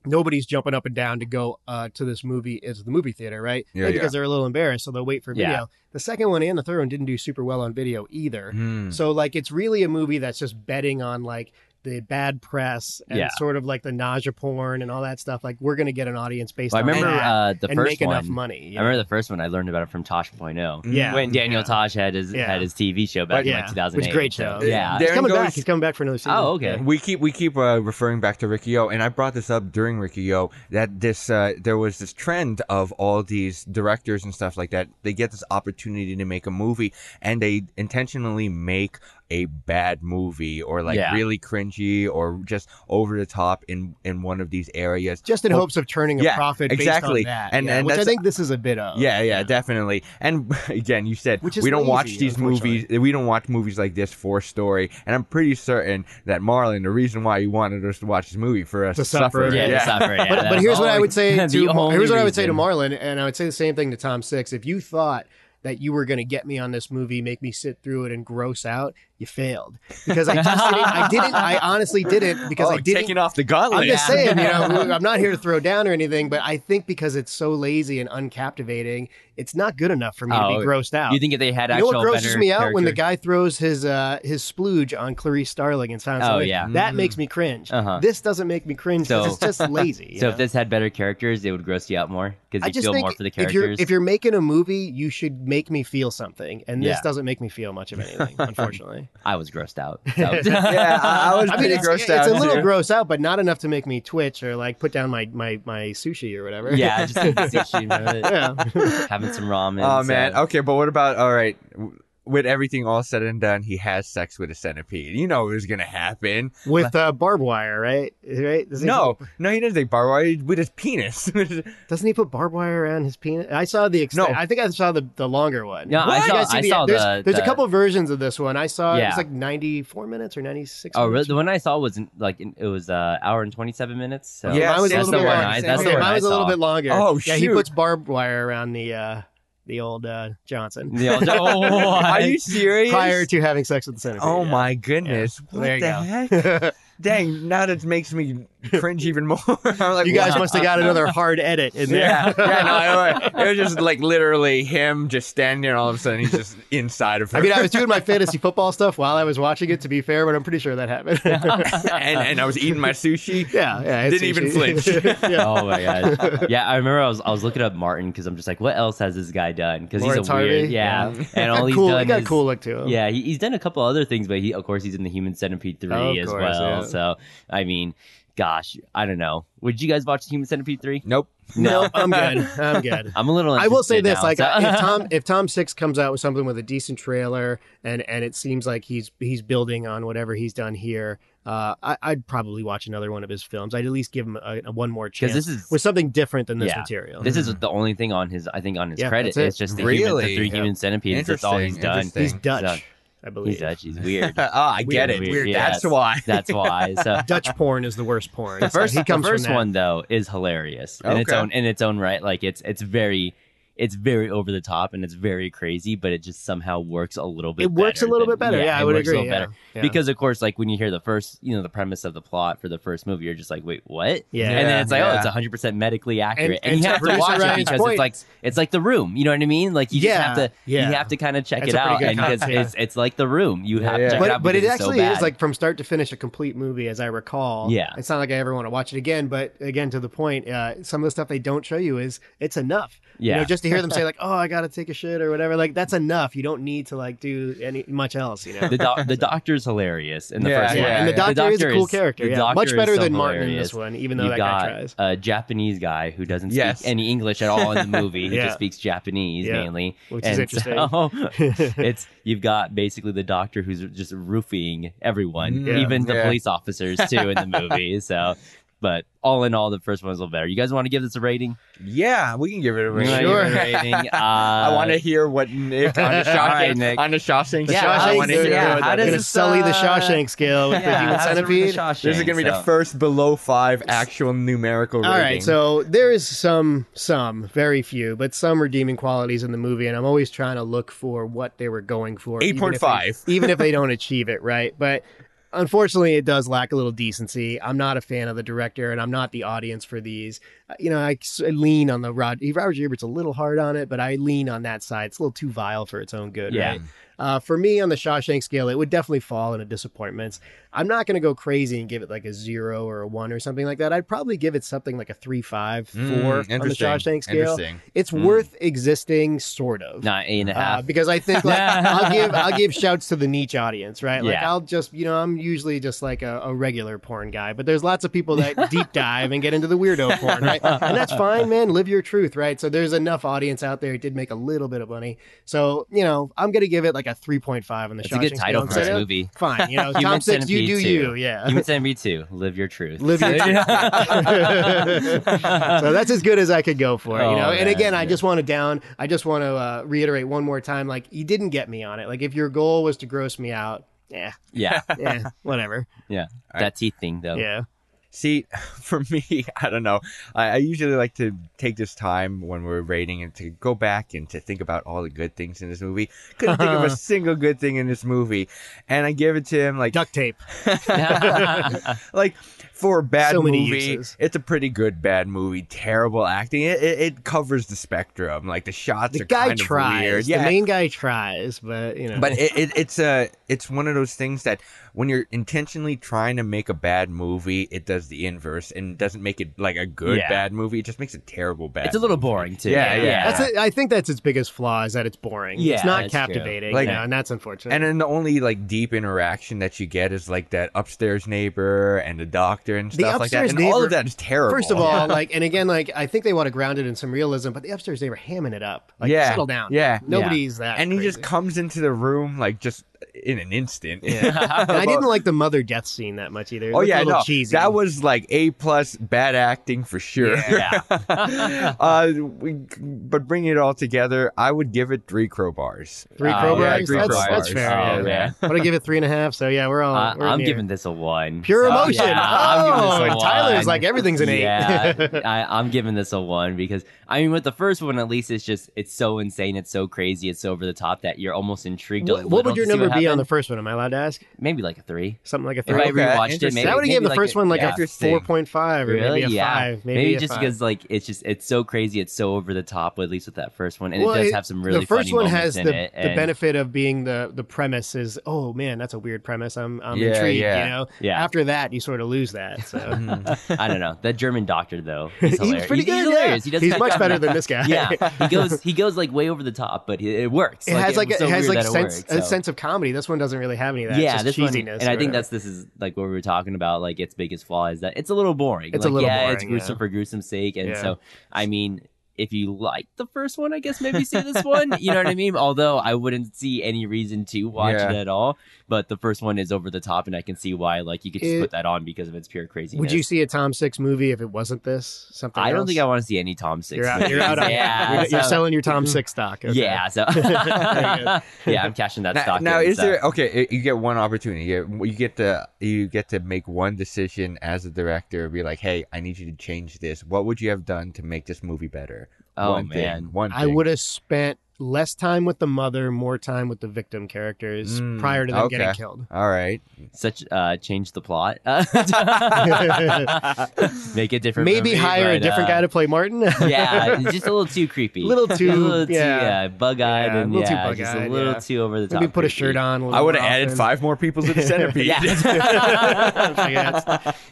Speaker 3: Nobody's jumping up and down to go uh, to this movie as the movie theater, right?
Speaker 2: Yeah,
Speaker 3: Maybe
Speaker 2: yeah.
Speaker 3: because they're a little embarrassed, so they'll wait for
Speaker 1: Yeah.
Speaker 3: video. The second one and the third one didn't do super well on video either.
Speaker 1: Mm-hmm.
Speaker 2: Hmm.
Speaker 3: So like it's really a movie that's just betting on like the bad press and
Speaker 1: Yeah.
Speaker 3: sort of like the nausea porn and all that stuff. Like we're gonna get an audience based
Speaker 1: well, I
Speaker 3: on
Speaker 1: remember
Speaker 3: that
Speaker 1: uh, the
Speaker 3: and
Speaker 1: first
Speaker 3: make
Speaker 1: one.
Speaker 3: enough money. you
Speaker 1: I remember the first one. I learned about it from Tosh.0.
Speaker 3: Yeah.
Speaker 1: When Daniel Tosh had his
Speaker 3: Yeah.
Speaker 1: had his TV show back
Speaker 3: But-
Speaker 1: in
Speaker 3: yeah.
Speaker 1: like 2008,
Speaker 3: Which is a great
Speaker 1: So,
Speaker 3: show.
Speaker 1: yeah,
Speaker 2: There-
Speaker 3: He's coming
Speaker 2: Darren
Speaker 3: back.
Speaker 2: goes-
Speaker 3: He's coming back for another season.
Speaker 1: Oh, okay.
Speaker 2: We keep we keep uh, referring back to Ricky O, and I brought this up during Ricky O that this uh, there was this trend of all these directors and stuff like that. They get this opportunity to make a movie, and they intentionally make a bad movie or like
Speaker 1: Yeah.
Speaker 2: really cringy or just over the top in in one of these areas.
Speaker 3: Just in
Speaker 2: Well,
Speaker 3: hopes of turning a
Speaker 2: yeah,
Speaker 3: profit
Speaker 2: exactly.
Speaker 3: based on that.
Speaker 2: And-
Speaker 3: yeah,
Speaker 2: and
Speaker 3: which I
Speaker 2: that's-
Speaker 3: think this is a bit
Speaker 1: Oh,
Speaker 3: of.
Speaker 2: Yeah, yeah, definitely. And *laughs* again, you said
Speaker 3: Which
Speaker 2: Which
Speaker 3: is
Speaker 2: we don't watch
Speaker 3: lazy,
Speaker 2: these movies. We don't watch movies like this for story. And I'm pretty certain that Marlon, the reason why he wanted us to watch this movie for us
Speaker 3: To
Speaker 2: to,
Speaker 3: suffer.
Speaker 2: suffer.
Speaker 1: yeah,
Speaker 3: Yeah.
Speaker 1: it's not very- yeah,
Speaker 3: But, but
Speaker 1: that's
Speaker 3: here's what
Speaker 1: all-
Speaker 3: I would say to
Speaker 1: *laughs* the
Speaker 3: here's what
Speaker 1: only
Speaker 3: I would say to
Speaker 1: reason.
Speaker 3: Marlon, and I would say the same thing to Tom Six. If you thought that you were going to get me on this movie, make me sit through it and gross out, you failed because I just didn't, I
Speaker 1: *laughs*
Speaker 3: didn't. I honestly didn't because
Speaker 2: Oh,
Speaker 3: I didn't
Speaker 2: taking off the gauntlet.
Speaker 3: I'm just
Speaker 1: Yeah.
Speaker 3: saying, you
Speaker 1: *laughs*
Speaker 3: know, I'm not here to throw down or anything, but I think because it's so lazy and uncaptivating, it's not good enough for me to
Speaker 1: Oh,
Speaker 3: be grossed out.
Speaker 1: You think if they had
Speaker 3: You know
Speaker 1: actual
Speaker 3: what grosses
Speaker 1: better
Speaker 3: me out when the
Speaker 1: character-
Speaker 3: guy throws his uh, his splooge on Clarice Starling and Silence of the
Speaker 1: Oh,
Speaker 3: Lambs.
Speaker 1: yeah.
Speaker 3: that
Speaker 2: Mm.
Speaker 3: makes me cringe.
Speaker 1: Uh-huh.
Speaker 3: This doesn't make me cringe because
Speaker 1: So-
Speaker 3: it's
Speaker 1: *laughs*
Speaker 3: just lazy. you
Speaker 1: So
Speaker 3: know?
Speaker 1: if this had better characters, it would gross you out more because
Speaker 3: I
Speaker 1: you
Speaker 3: just
Speaker 1: feel
Speaker 3: think
Speaker 1: more for the
Speaker 3: if you're
Speaker 1: characters.
Speaker 3: if you're making a movie, you should make me feel something, and this
Speaker 1: Yeah.
Speaker 3: doesn't make me feel much
Speaker 1: *laughs*
Speaker 3: of anything, unfortunately.
Speaker 1: I was grossed
Speaker 3: *laughs*
Speaker 1: out.
Speaker 2: Yeah, I-
Speaker 1: *laughs*
Speaker 2: I was
Speaker 3: I mean,
Speaker 2: pretty
Speaker 3: it's,
Speaker 2: grossed
Speaker 3: it's
Speaker 2: out
Speaker 3: a little
Speaker 2: too.
Speaker 3: gross out, but not enough to make me twitch or like put down my my my sushi or whatever. *laughs*
Speaker 1: yeah, just eating sushi, you know,
Speaker 3: yeah.
Speaker 1: having some ramen.
Speaker 2: Oh
Speaker 1: so-
Speaker 2: man. Okay, but what about all right? w- With everything all said and done, he has sex with a centipede. You know it was gonna happen.
Speaker 3: with uh, barbed wire, right? Right? Doesn't
Speaker 2: No, no, he doesn't take barbed wire with his penis. *laughs*
Speaker 3: he, doesn't he put barbed wire around his penis? I saw the extent.
Speaker 2: No.
Speaker 3: I think I saw the, the longer one.
Speaker 1: No, I
Speaker 3: You
Speaker 1: saw-
Speaker 3: guys see
Speaker 1: I saw
Speaker 3: there's,
Speaker 1: the-
Speaker 3: there's a
Speaker 1: the-
Speaker 3: couple versions of this one. I saw it
Speaker 1: Yeah.
Speaker 3: was like 94 minutes or 96.
Speaker 1: Oh, really?
Speaker 3: minutes.
Speaker 1: The one I saw was like in- it was uh, hour and twenty seven minutes. So
Speaker 2: Yeah,
Speaker 3: mine was a
Speaker 1: that's
Speaker 3: little
Speaker 1: the
Speaker 3: bit
Speaker 1: one
Speaker 3: longer.
Speaker 1: I- that's
Speaker 3: okay,
Speaker 1: the one
Speaker 3: mine
Speaker 1: I
Speaker 3: was a little
Speaker 1: saw.
Speaker 3: bit longer.
Speaker 2: Oh,
Speaker 3: yeah, he
Speaker 2: shoot.
Speaker 3: puts barbed wire around the uh, the old uh, Johnson
Speaker 1: Yeah,
Speaker 3: *laughs*
Speaker 1: oh, what?
Speaker 2: Are you serious?
Speaker 3: prior to having sex with the centipede.
Speaker 2: Oh
Speaker 3: yeah.
Speaker 2: my goodness!
Speaker 3: Yeah. *laughs*
Speaker 2: What
Speaker 3: There you
Speaker 2: the
Speaker 3: go.
Speaker 2: heck? Dang, now that makes me cringe even more. *laughs* I'm like,
Speaker 3: *laughs* You guys
Speaker 2: wow.
Speaker 3: must have got another hard edit in there. *laughs*
Speaker 2: Yeah, yeah, no, I- I- it was just like literally him just standing there. and All of a sudden, he's just inside of her.
Speaker 3: I mean, I
Speaker 2: *laughs*
Speaker 3: was doing my fantasy football stuff while I was watching it, to be fair, but I'm pretty sure that happened. *laughs* yeah,
Speaker 2: and, and I was eating my sushi.
Speaker 3: yeah. it's
Speaker 2: Didn't even
Speaker 3: sushi.
Speaker 2: flinch.
Speaker 3: *laughs* yeah.
Speaker 1: Oh my
Speaker 3: *laughs*
Speaker 1: god! Yeah, I remember I was I was looking up Martin because I'm just like, what else has this guy done? Because he's a
Speaker 3: Lawrence Harvey?
Speaker 1: weird, yeah,
Speaker 3: Yeah.
Speaker 1: and
Speaker 3: *laughs*
Speaker 1: all he's
Speaker 3: cool,
Speaker 1: done
Speaker 3: he got
Speaker 1: is
Speaker 3: a cool look to him.
Speaker 1: Yeah, he, he's done a couple other things, but he, of course, he's in the Human Centipede three
Speaker 3: Of
Speaker 1: as
Speaker 3: course,
Speaker 1: well.
Speaker 3: yeah.
Speaker 1: So, I mean, gosh, I don't know. Would you guys watch Human Centipede three?
Speaker 2: Nope.
Speaker 1: *laughs*
Speaker 3: No, I'm good. I'm good.
Speaker 1: I'm a little.
Speaker 3: I will say
Speaker 1: interested
Speaker 3: this:
Speaker 1: now,
Speaker 3: like,
Speaker 1: so- *laughs*
Speaker 3: if Tom, if Tom Six comes out with something with a decent trailer, and and it seems like he's he's building on whatever he's done here, uh, I, I'd probably watch another one of his films. I'd at least give him a, a one more chance
Speaker 1: because this is
Speaker 3: with something different than this
Speaker 1: Yeah.
Speaker 3: material.
Speaker 1: this is the only thing on his I think on his
Speaker 3: Yeah,
Speaker 1: credit.
Speaker 3: that's it.
Speaker 1: It's just the, human, the
Speaker 2: Really?
Speaker 1: three
Speaker 2: Yeah.
Speaker 1: Human Centipedes. That's all he's
Speaker 2: Interesting,
Speaker 1: done.
Speaker 2: interesting.
Speaker 3: He's Dutch, I
Speaker 1: He's
Speaker 3: believe.
Speaker 1: Dutch. He's weird.
Speaker 2: *laughs* oh, I get
Speaker 1: Weird,
Speaker 2: it.
Speaker 1: weird,
Speaker 2: Weird.
Speaker 1: yeah,
Speaker 2: That's
Speaker 1: that's-
Speaker 2: why.
Speaker 1: That's why. So
Speaker 3: Dutch porn is the worst porn.
Speaker 1: the first,
Speaker 3: he comes
Speaker 1: the first
Speaker 3: from that.
Speaker 1: one though is hilarious in its
Speaker 2: Okay.
Speaker 1: own in its own right. Like it's it's very it's very over the top and it's very crazy, but it just somehow works a little bit.
Speaker 3: It works a
Speaker 1: better
Speaker 3: little
Speaker 1: than-
Speaker 3: bit better. Yeah, I
Speaker 1: it
Speaker 3: would
Speaker 1: works a
Speaker 3: agree.
Speaker 1: little
Speaker 3: yeah.
Speaker 1: better.
Speaker 3: Yeah.
Speaker 1: Because of course, like when you hear the first, you know, the premise of the plot for the first movie, you're just like, wait, what?
Speaker 3: Yeah.
Speaker 1: and then it's like, oh,
Speaker 2: Yeah.
Speaker 1: it's 100 percent medically accurate, and,
Speaker 3: and
Speaker 1: you
Speaker 3: to
Speaker 1: have to
Speaker 3: producer
Speaker 1: watch it
Speaker 3: Ryan's
Speaker 1: because
Speaker 3: point-
Speaker 1: it's like it's like the room. You know what I mean? Like you
Speaker 3: Yeah,
Speaker 1: just have to
Speaker 3: yeah.
Speaker 1: you have to kind of check
Speaker 3: That's
Speaker 1: it
Speaker 3: a pretty
Speaker 1: out,
Speaker 3: good
Speaker 1: and because
Speaker 3: concept.
Speaker 1: it's it's like the room. You
Speaker 2: Yeah,
Speaker 1: have
Speaker 2: yeah.
Speaker 1: to check it
Speaker 3: but
Speaker 1: out,
Speaker 3: but it
Speaker 1: because it's so
Speaker 3: actually
Speaker 1: bad.
Speaker 3: is like from start to finish a complete movie, as I recall.
Speaker 1: Yeah.
Speaker 3: it's not like I ever want to watch it again. But again, to the point, uh, some of the stuff they don't show you is it's enough. you know,
Speaker 1: Yeah.
Speaker 3: just to hear
Speaker 1: *laughs*
Speaker 3: them say like, "Oh, I gotta take a shit" or whatever, like that's enough. You don't need to like do any much else. You know,
Speaker 1: *laughs* the, doc
Speaker 3: *laughs*
Speaker 1: the doctor's hilarious in the
Speaker 2: Yeah,
Speaker 1: first
Speaker 3: yeah,
Speaker 1: one.
Speaker 3: and the
Speaker 2: yeah.
Speaker 3: doctor, is a cool character.
Speaker 1: the
Speaker 3: Yeah,
Speaker 1: doctor
Speaker 3: much
Speaker 1: is
Speaker 3: better
Speaker 1: so
Speaker 3: than Martin in this
Speaker 1: hilarious.
Speaker 3: one, even though
Speaker 1: You've
Speaker 3: that guy tries.
Speaker 1: got a Japanese guy who doesn't speak
Speaker 2: Yes.
Speaker 1: any English at all
Speaker 3: *laughs*
Speaker 1: in the movie. He
Speaker 3: Yeah.
Speaker 1: just speaks Japanese
Speaker 3: Yeah.
Speaker 1: mainly,
Speaker 3: Which is
Speaker 1: And
Speaker 3: interesting. *laughs*
Speaker 1: so *laughs* it's you've got basically the doctor who's just roofing everyone,
Speaker 3: Mm.
Speaker 2: Yeah.
Speaker 1: even the
Speaker 2: Yeah.
Speaker 1: police officers too in the
Speaker 3: *laughs*
Speaker 1: movie. So, but all in all, the first one's a little better. You guys want to give this a rating?
Speaker 2: Yeah, we can give it a
Speaker 1: You wanna
Speaker 2: rating.
Speaker 1: give it a
Speaker 3: *laughs* Sure.
Speaker 1: rating? Uh,
Speaker 2: I want to hear what Nick on the Shawshank,
Speaker 1: All right, Nick.
Speaker 2: on the Shawshank.
Speaker 1: Yeah,
Speaker 2: Shawshank, I
Speaker 1: Shawshank,
Speaker 2: want to hear.
Speaker 1: yeah,
Speaker 2: what
Speaker 1: how
Speaker 2: that
Speaker 1: does
Speaker 3: Gonna
Speaker 2: is.
Speaker 1: this,
Speaker 3: sully the
Speaker 1: uh,
Speaker 3: Shawshank scale
Speaker 1: *laughs*
Speaker 3: with the human
Speaker 1: how's it
Speaker 3: centipede?
Speaker 1: with the Shawshank?
Speaker 2: This is gonna be
Speaker 1: So-
Speaker 2: the first below five actual numerical rating.
Speaker 3: All right, so there is some, some, very few, but some redeeming qualities in the movie, and I'm always trying to look for what they were going for. even if they-
Speaker 2: 8.5.
Speaker 3: even if they don't achieve it, right? But unfortunately, it does lack a little decency. I'm not a fan of the director, and I'm not the audience for these. Uh, You know, I, s- I lean on the Rod. Roger Ebert's a little hard on it, but I lean on that side. It's a little too vile for its own good,
Speaker 1: Yeah.
Speaker 3: right? Uh, for me, on the Shawshank scale, it would definitely fall into disappointments. I'm not going to go crazy and give it like a zero or a one or something like that. I'd probably give it something like a three, five, four
Speaker 2: Mm,
Speaker 3: on the
Speaker 2: interesting,
Speaker 3: Shawshank scale.
Speaker 2: interesting. Hmm.
Speaker 3: It's worth existing, sort of.
Speaker 1: Not eight and a half.
Speaker 3: Uh, *laughs* because I think like I'll give I'll give shouts to the niche audience, right? Like
Speaker 1: Yeah.
Speaker 3: I'll just you know I'm usually just like a, a regular porn guy, but there's lots of people that deep dive and get into the weirdo porn, right? And that's fine, man. Live your truth, right? So there's enough audience out there. It did make a little bit of money, so you know I'm gonna give it like a 3.5 on the
Speaker 1: It's a good
Speaker 3: Shawshank
Speaker 1: title
Speaker 3: scale.
Speaker 1: for this
Speaker 3: So, *laughs*
Speaker 1: movie.
Speaker 3: Fine,
Speaker 1: *laughs*
Speaker 3: you know
Speaker 1: Human
Speaker 3: Tom Six, you
Speaker 1: Centipede
Speaker 3: do
Speaker 1: too.
Speaker 3: you, yeah.
Speaker 1: Human Centipede two. Live your truth. *laughs*
Speaker 3: Live your so that's as good as I could go for it, you
Speaker 1: Oh,
Speaker 3: know. and
Speaker 1: man,
Speaker 3: again, I
Speaker 1: yeah.
Speaker 3: just want to down. I just want to uh, reiterate one more time. Like you didn't get me on it. Like if your goal was to gross me out, eh, yeah,
Speaker 1: yeah. *laughs*
Speaker 3: *laughs* yeah, whatever.
Speaker 1: Yeah.
Speaker 2: I-
Speaker 1: that teeth thing though.
Speaker 3: Yeah,
Speaker 2: See, *laughs* for me, I don't know. I, I usually like to take this time when we're rating and to go back and to think about all the good things in this movie. Couldn't think of a single good thing in this movie, and I give it to him like
Speaker 3: duct tape.
Speaker 2: like for a bad
Speaker 3: So many
Speaker 2: movie,
Speaker 3: uses.
Speaker 2: it's a pretty good bad movie. Terrible acting. It, it, it covers the spectrum. Like the shots
Speaker 3: The
Speaker 2: are
Speaker 3: guy
Speaker 2: kind of
Speaker 3: tries.
Speaker 2: weird. Yeah,
Speaker 3: The main guy tries, but you
Speaker 2: *laughs*
Speaker 3: know,
Speaker 2: but it, it, it's a it's one of those things that when you're intentionally trying to make a bad movie, it does the inverse and doesn't make it like a good
Speaker 1: Yeah.
Speaker 2: bad movie. It just makes a terrible bad.
Speaker 1: *laughs* It's a little
Speaker 2: movie.
Speaker 1: boring too.
Speaker 2: Yeah,
Speaker 1: *laughs*
Speaker 2: yeah.
Speaker 3: that's it. I think that's its biggest flaw is that it's boring.
Speaker 1: Yeah,
Speaker 3: it's not
Speaker 1: that's true.
Speaker 3: captivating,
Speaker 2: Like-
Speaker 3: you know, and that's unfortunate.
Speaker 2: And then the only like deep interaction that you get is like that upstairs neighbor and the doctor and
Speaker 3: The
Speaker 2: stuff like that.
Speaker 3: upstairs
Speaker 2: And all
Speaker 3: neighbor-
Speaker 2: of that is terrible.
Speaker 3: First of
Speaker 2: *laughs*
Speaker 3: all, like, and again, like, I think they want to ground it in some realism, but the upstairs they were hamming it up. Like,
Speaker 2: Yeah,
Speaker 3: settle down.
Speaker 2: yeah.
Speaker 3: nobody's that.
Speaker 2: and he
Speaker 3: crazy.
Speaker 2: just *laughs* comes into the room like just in an instant.
Speaker 3: *laughs* And I didn't like the mother death scene that much either. It
Speaker 2: *laughs* Oh
Speaker 3: looked a
Speaker 2: yeah,
Speaker 3: little
Speaker 2: no,
Speaker 3: cheesy.
Speaker 2: that was like a plus bad acting for sure.
Speaker 3: *laughs*
Speaker 1: Yeah.
Speaker 2: *laughs* uh, we, but bringing it all together, I would give it three crowbars.
Speaker 3: three
Speaker 1: Oh,
Speaker 3: crowbars.
Speaker 1: yeah,
Speaker 2: uh, three
Speaker 3: that's,
Speaker 2: crowbars.
Speaker 3: that's fair.
Speaker 1: Oh,
Speaker 3: yeah.
Speaker 1: yeah.
Speaker 3: But I give it three and a half. So yeah, we're all.
Speaker 1: I,
Speaker 3: we're
Speaker 1: I'm
Speaker 3: near.
Speaker 1: giving this a one.
Speaker 3: pure
Speaker 1: So,
Speaker 3: emotion.
Speaker 1: yeah,
Speaker 3: oh,
Speaker 1: *laughs* I'm giving this a
Speaker 3: Tyler's
Speaker 1: one.
Speaker 3: like everything's an eight. *laughs*
Speaker 1: yeah, I, I'm giving this a one because I mean, with the first one, at least it's just it's so insane, it's so crazy, it's so over the top that you're almost intrigued. a
Speaker 3: What- what
Speaker 1: little
Speaker 3: would your
Speaker 1: to see
Speaker 3: number be on
Speaker 1: happen?
Speaker 3: the first one? Am I allowed to ask?
Speaker 1: maybe like a three.
Speaker 3: Something like a
Speaker 1: If
Speaker 3: three.
Speaker 1: I
Speaker 2: Okay,
Speaker 1: rewatched it,
Speaker 2: interesting.
Speaker 1: maybe
Speaker 3: I would have
Speaker 1: maybe
Speaker 3: given the
Speaker 1: like
Speaker 3: first
Speaker 1: a-
Speaker 3: one like
Speaker 2: yeah.
Speaker 3: a four point five or
Speaker 1: Really?
Speaker 3: maybe a
Speaker 1: Yeah.
Speaker 3: five. Maybe,
Speaker 1: Maybe,
Speaker 3: a
Speaker 1: just
Speaker 3: five.
Speaker 1: because like it's just it's so crazy, it's so over the top. At least with that first one, and
Speaker 3: Well,
Speaker 1: it does
Speaker 3: it-
Speaker 1: have some really
Speaker 3: the first
Speaker 1: funny
Speaker 3: one
Speaker 1: moments
Speaker 3: has
Speaker 1: in
Speaker 3: the,
Speaker 1: it.
Speaker 3: the
Speaker 1: and-
Speaker 3: benefit of being the the premise is oh man that's a weird premise I'm I'm
Speaker 2: Yeah,
Speaker 3: intrigued
Speaker 2: yeah.
Speaker 3: you know
Speaker 1: Yeah,
Speaker 3: after that you sort of lose that so
Speaker 2: *laughs*
Speaker 1: I don't know. That German doctor
Speaker 3: *laughs*
Speaker 1: though, *laughs* he's hilarious.
Speaker 3: pretty
Speaker 1: He's- he's
Speaker 3: good, yeah.
Speaker 1: hilarious. He does
Speaker 3: he's
Speaker 1: kinda
Speaker 3: much
Speaker 1: come
Speaker 3: better
Speaker 1: back. *laughs*
Speaker 3: than this guy
Speaker 1: yeah, he goes he goes like way over the top, but it, it works.
Speaker 3: it has like
Speaker 1: was
Speaker 3: a,
Speaker 1: so
Speaker 3: it has
Speaker 1: weird
Speaker 3: like
Speaker 1: that it
Speaker 3: sense
Speaker 1: worked,
Speaker 3: a
Speaker 1: so.
Speaker 3: sense of comedy this one doesn't really have any of that
Speaker 1: yeah,
Speaker 3: it's
Speaker 1: this one,
Speaker 3: just cheesiness
Speaker 1: and
Speaker 3: or
Speaker 1: I think
Speaker 3: whatever.
Speaker 1: that's this is like what we were talking about. Like its biggest flaw is that it's a little boring.
Speaker 3: It's a
Speaker 1: like,
Speaker 3: little
Speaker 1: yeah, it's
Speaker 3: boring,
Speaker 1: gruesome
Speaker 3: yeah.
Speaker 1: for gruesome's sake, and
Speaker 3: Yeah.
Speaker 1: so I mean, if you like the first one, I guess maybe see this one. You know what I mean? Although I wouldn't see any reason to watch
Speaker 2: Yeah.
Speaker 1: it at all. But the first one is over the top, and I can see why. Like you could just
Speaker 3: It-
Speaker 1: put that on because of its pure craziness.
Speaker 3: would you see a Tom Six movie if it wasn't this something
Speaker 1: I don't
Speaker 3: else?
Speaker 1: think I want to see any Tom Six.
Speaker 3: you're out, you're
Speaker 1: movies.
Speaker 3: out
Speaker 1: *laughs*
Speaker 3: on
Speaker 1: yeah,
Speaker 3: you're, you're
Speaker 1: so-
Speaker 3: selling your
Speaker 2: Mm-hmm.
Speaker 3: Tom Six stock okay.
Speaker 1: yeah.
Speaker 3: *laughs*
Speaker 1: So *laughs* yeah, I'm cashing that
Speaker 2: now,
Speaker 1: stock.
Speaker 2: now
Speaker 1: in,
Speaker 2: is
Speaker 1: so.
Speaker 2: there okay? i- You get one opportunity. You get, you get to you get to make one decision as a director. Be like, hey, I need you to change this. What would you have done to make this movie better?
Speaker 1: Oh
Speaker 2: One
Speaker 1: man.
Speaker 2: thing, one.
Speaker 3: I
Speaker 2: thing.
Speaker 3: would have spent less time with the mother, more time with the victim characters
Speaker 2: Mm,
Speaker 3: prior to them
Speaker 2: okay.
Speaker 3: getting killed.
Speaker 2: All right.
Speaker 1: such uh change the
Speaker 3: *laughs*
Speaker 1: plot *laughs* make a different
Speaker 3: Maybe
Speaker 1: movie,
Speaker 3: hire a
Speaker 1: but,
Speaker 3: different guy
Speaker 1: uh,
Speaker 3: to *laughs* play Martin.
Speaker 1: yeah
Speaker 3: *laughs*
Speaker 1: it's just a little too creepy
Speaker 3: a little
Speaker 1: *laughs* a
Speaker 3: too,
Speaker 1: little too
Speaker 3: yeah.
Speaker 1: yeah bug-eyed
Speaker 3: Yeah, a
Speaker 1: and
Speaker 3: little too
Speaker 1: yeah just a
Speaker 3: bug-eyed,
Speaker 1: little
Speaker 3: yeah.
Speaker 1: too over the top
Speaker 3: Maybe put a
Speaker 1: creepy.
Speaker 3: shirt on. a
Speaker 2: I
Speaker 3: little
Speaker 2: would have
Speaker 3: more
Speaker 2: added
Speaker 3: often. *laughs*
Speaker 2: five more people to the
Speaker 1: *laughs*
Speaker 2: centipede. *laughs*
Speaker 1: yeah
Speaker 3: Yes.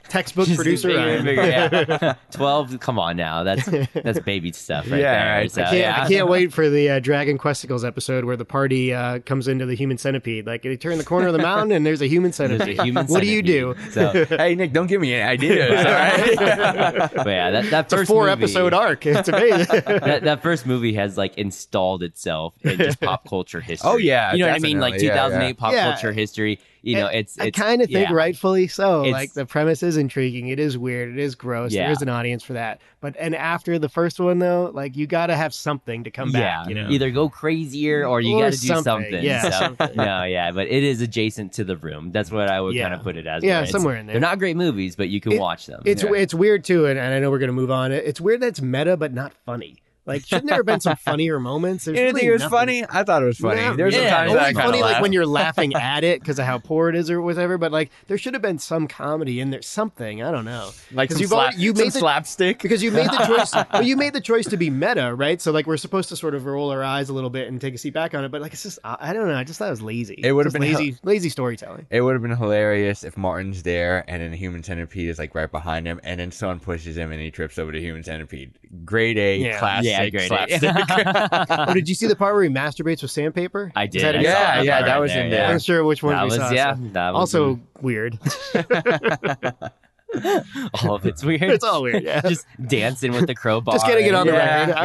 Speaker 3: Textbook
Speaker 1: Just
Speaker 3: producer.
Speaker 1: bigger and
Speaker 3: Ryan. *laughs*
Speaker 1: bigger, yeah. 12 come on now that's that's baby stuff right
Speaker 2: Yeah,
Speaker 1: there
Speaker 2: I
Speaker 1: so,
Speaker 3: I can't,
Speaker 1: yeah.
Speaker 3: I can't wait for the uh, Dragon Questicles episode where the party uh, comes into the human centipede. Like they turn the corner of the mountain and there's a human
Speaker 1: There's a
Speaker 3: centipede.
Speaker 1: human
Speaker 3: what do you do?
Speaker 1: centipede. so
Speaker 2: hey Nick, don't give me any ideas. All right.
Speaker 1: *laughs*
Speaker 2: *laughs*
Speaker 1: but yeah that, that
Speaker 3: It's a
Speaker 1: first
Speaker 3: four
Speaker 1: movie-
Speaker 3: episode arc.
Speaker 1: *laughs*
Speaker 3: It's amazing.
Speaker 1: that, that first movie has like installed itself in
Speaker 2: *laughs*
Speaker 1: just pop culture history.
Speaker 2: Oh, yeah,
Speaker 1: you know what I mean? Like
Speaker 2: definitely. Yeah,
Speaker 1: 2008
Speaker 2: yeah.
Speaker 1: pop
Speaker 3: Yeah.
Speaker 1: culture history. You know,
Speaker 3: I-
Speaker 1: it's,
Speaker 3: I
Speaker 1: it's
Speaker 3: kind of think
Speaker 1: yeah.
Speaker 3: rightfully so.
Speaker 1: It's-
Speaker 3: like the premise is intriguing. It is weird. It is gross.
Speaker 1: Yeah.
Speaker 3: There is an audience for that. But and after the first one though, like you got to have something to come
Speaker 1: yeah,
Speaker 3: back. You know,
Speaker 1: either go crazier or you
Speaker 3: Or
Speaker 1: got to do
Speaker 3: something,
Speaker 1: something.
Speaker 2: *laughs*
Speaker 3: yeah,
Speaker 1: so,
Speaker 3: something.
Speaker 1: no, yeah, but it is adjacent to the room. That's what I would
Speaker 3: Yeah.
Speaker 1: kind of put it as.
Speaker 3: yeah,
Speaker 1: where it's-
Speaker 3: somewhere in there.
Speaker 1: They're not great movies, but you can
Speaker 3: It-
Speaker 1: watch them.
Speaker 3: it's
Speaker 2: Yeah.
Speaker 3: it's weird too, and, and I know we're gonna move on. It's weird that it's meta but not funny. Like shouldn't there have been some funnier moments? There's
Speaker 2: You didn't
Speaker 3: really
Speaker 2: think it was
Speaker 3: nothing.
Speaker 2: funny? I thought it was funny.
Speaker 3: No,
Speaker 2: There's
Speaker 1: yeah.
Speaker 2: sometimes
Speaker 3: Only
Speaker 2: that I kind
Speaker 3: funny
Speaker 2: of
Speaker 3: like
Speaker 2: *laughs*
Speaker 3: when you're laughing at it because of how poor it is or whatever. But like there should have been some comedy in there, something I don't know.
Speaker 2: like
Speaker 3: 'cause
Speaker 2: some,
Speaker 3: you've already-
Speaker 2: slap,
Speaker 3: you
Speaker 2: some
Speaker 3: made the-
Speaker 2: slapstick.
Speaker 3: because you made the choice well, you made the choice to be meta right so like we're supposed to sort of roll our eyes a little bit and take a seat back on it but like it's just i, I don't know i just thought it was lazy
Speaker 2: It would've
Speaker 3: Just
Speaker 2: been
Speaker 3: lazy lazy
Speaker 1: *laughs*
Speaker 3: storytelling
Speaker 2: It would have been hilarious if Martin's there and then a human centipede is like right behind him, and then someone pushes him and he trips over the human centipede. Grade A
Speaker 3: Yeah.
Speaker 2: classic
Speaker 1: yeah, great. *laughs*
Speaker 2: slapstick. *laughs*
Speaker 3: oh did you see the part where he masturbates with sandpaper
Speaker 1: I did.
Speaker 3: Is that
Speaker 1: I
Speaker 3: in-
Speaker 1: saw
Speaker 2: Yeah,
Speaker 1: that
Speaker 2: yeah,
Speaker 1: part
Speaker 2: that
Speaker 1: right
Speaker 2: was
Speaker 1: there,
Speaker 2: in
Speaker 3: i'm
Speaker 2: there.
Speaker 3: not sure which one
Speaker 1: That
Speaker 3: we
Speaker 1: was
Speaker 3: saw
Speaker 1: yeah. Mm-hmm.
Speaker 3: so-
Speaker 1: That was
Speaker 3: also weird
Speaker 1: *laughs* all of it's weird.
Speaker 3: it's all weird yeah just,
Speaker 1: Just dancing with the
Speaker 3: *laughs*
Speaker 1: crowbar.
Speaker 3: getting it on the
Speaker 2: Yeah,
Speaker 3: record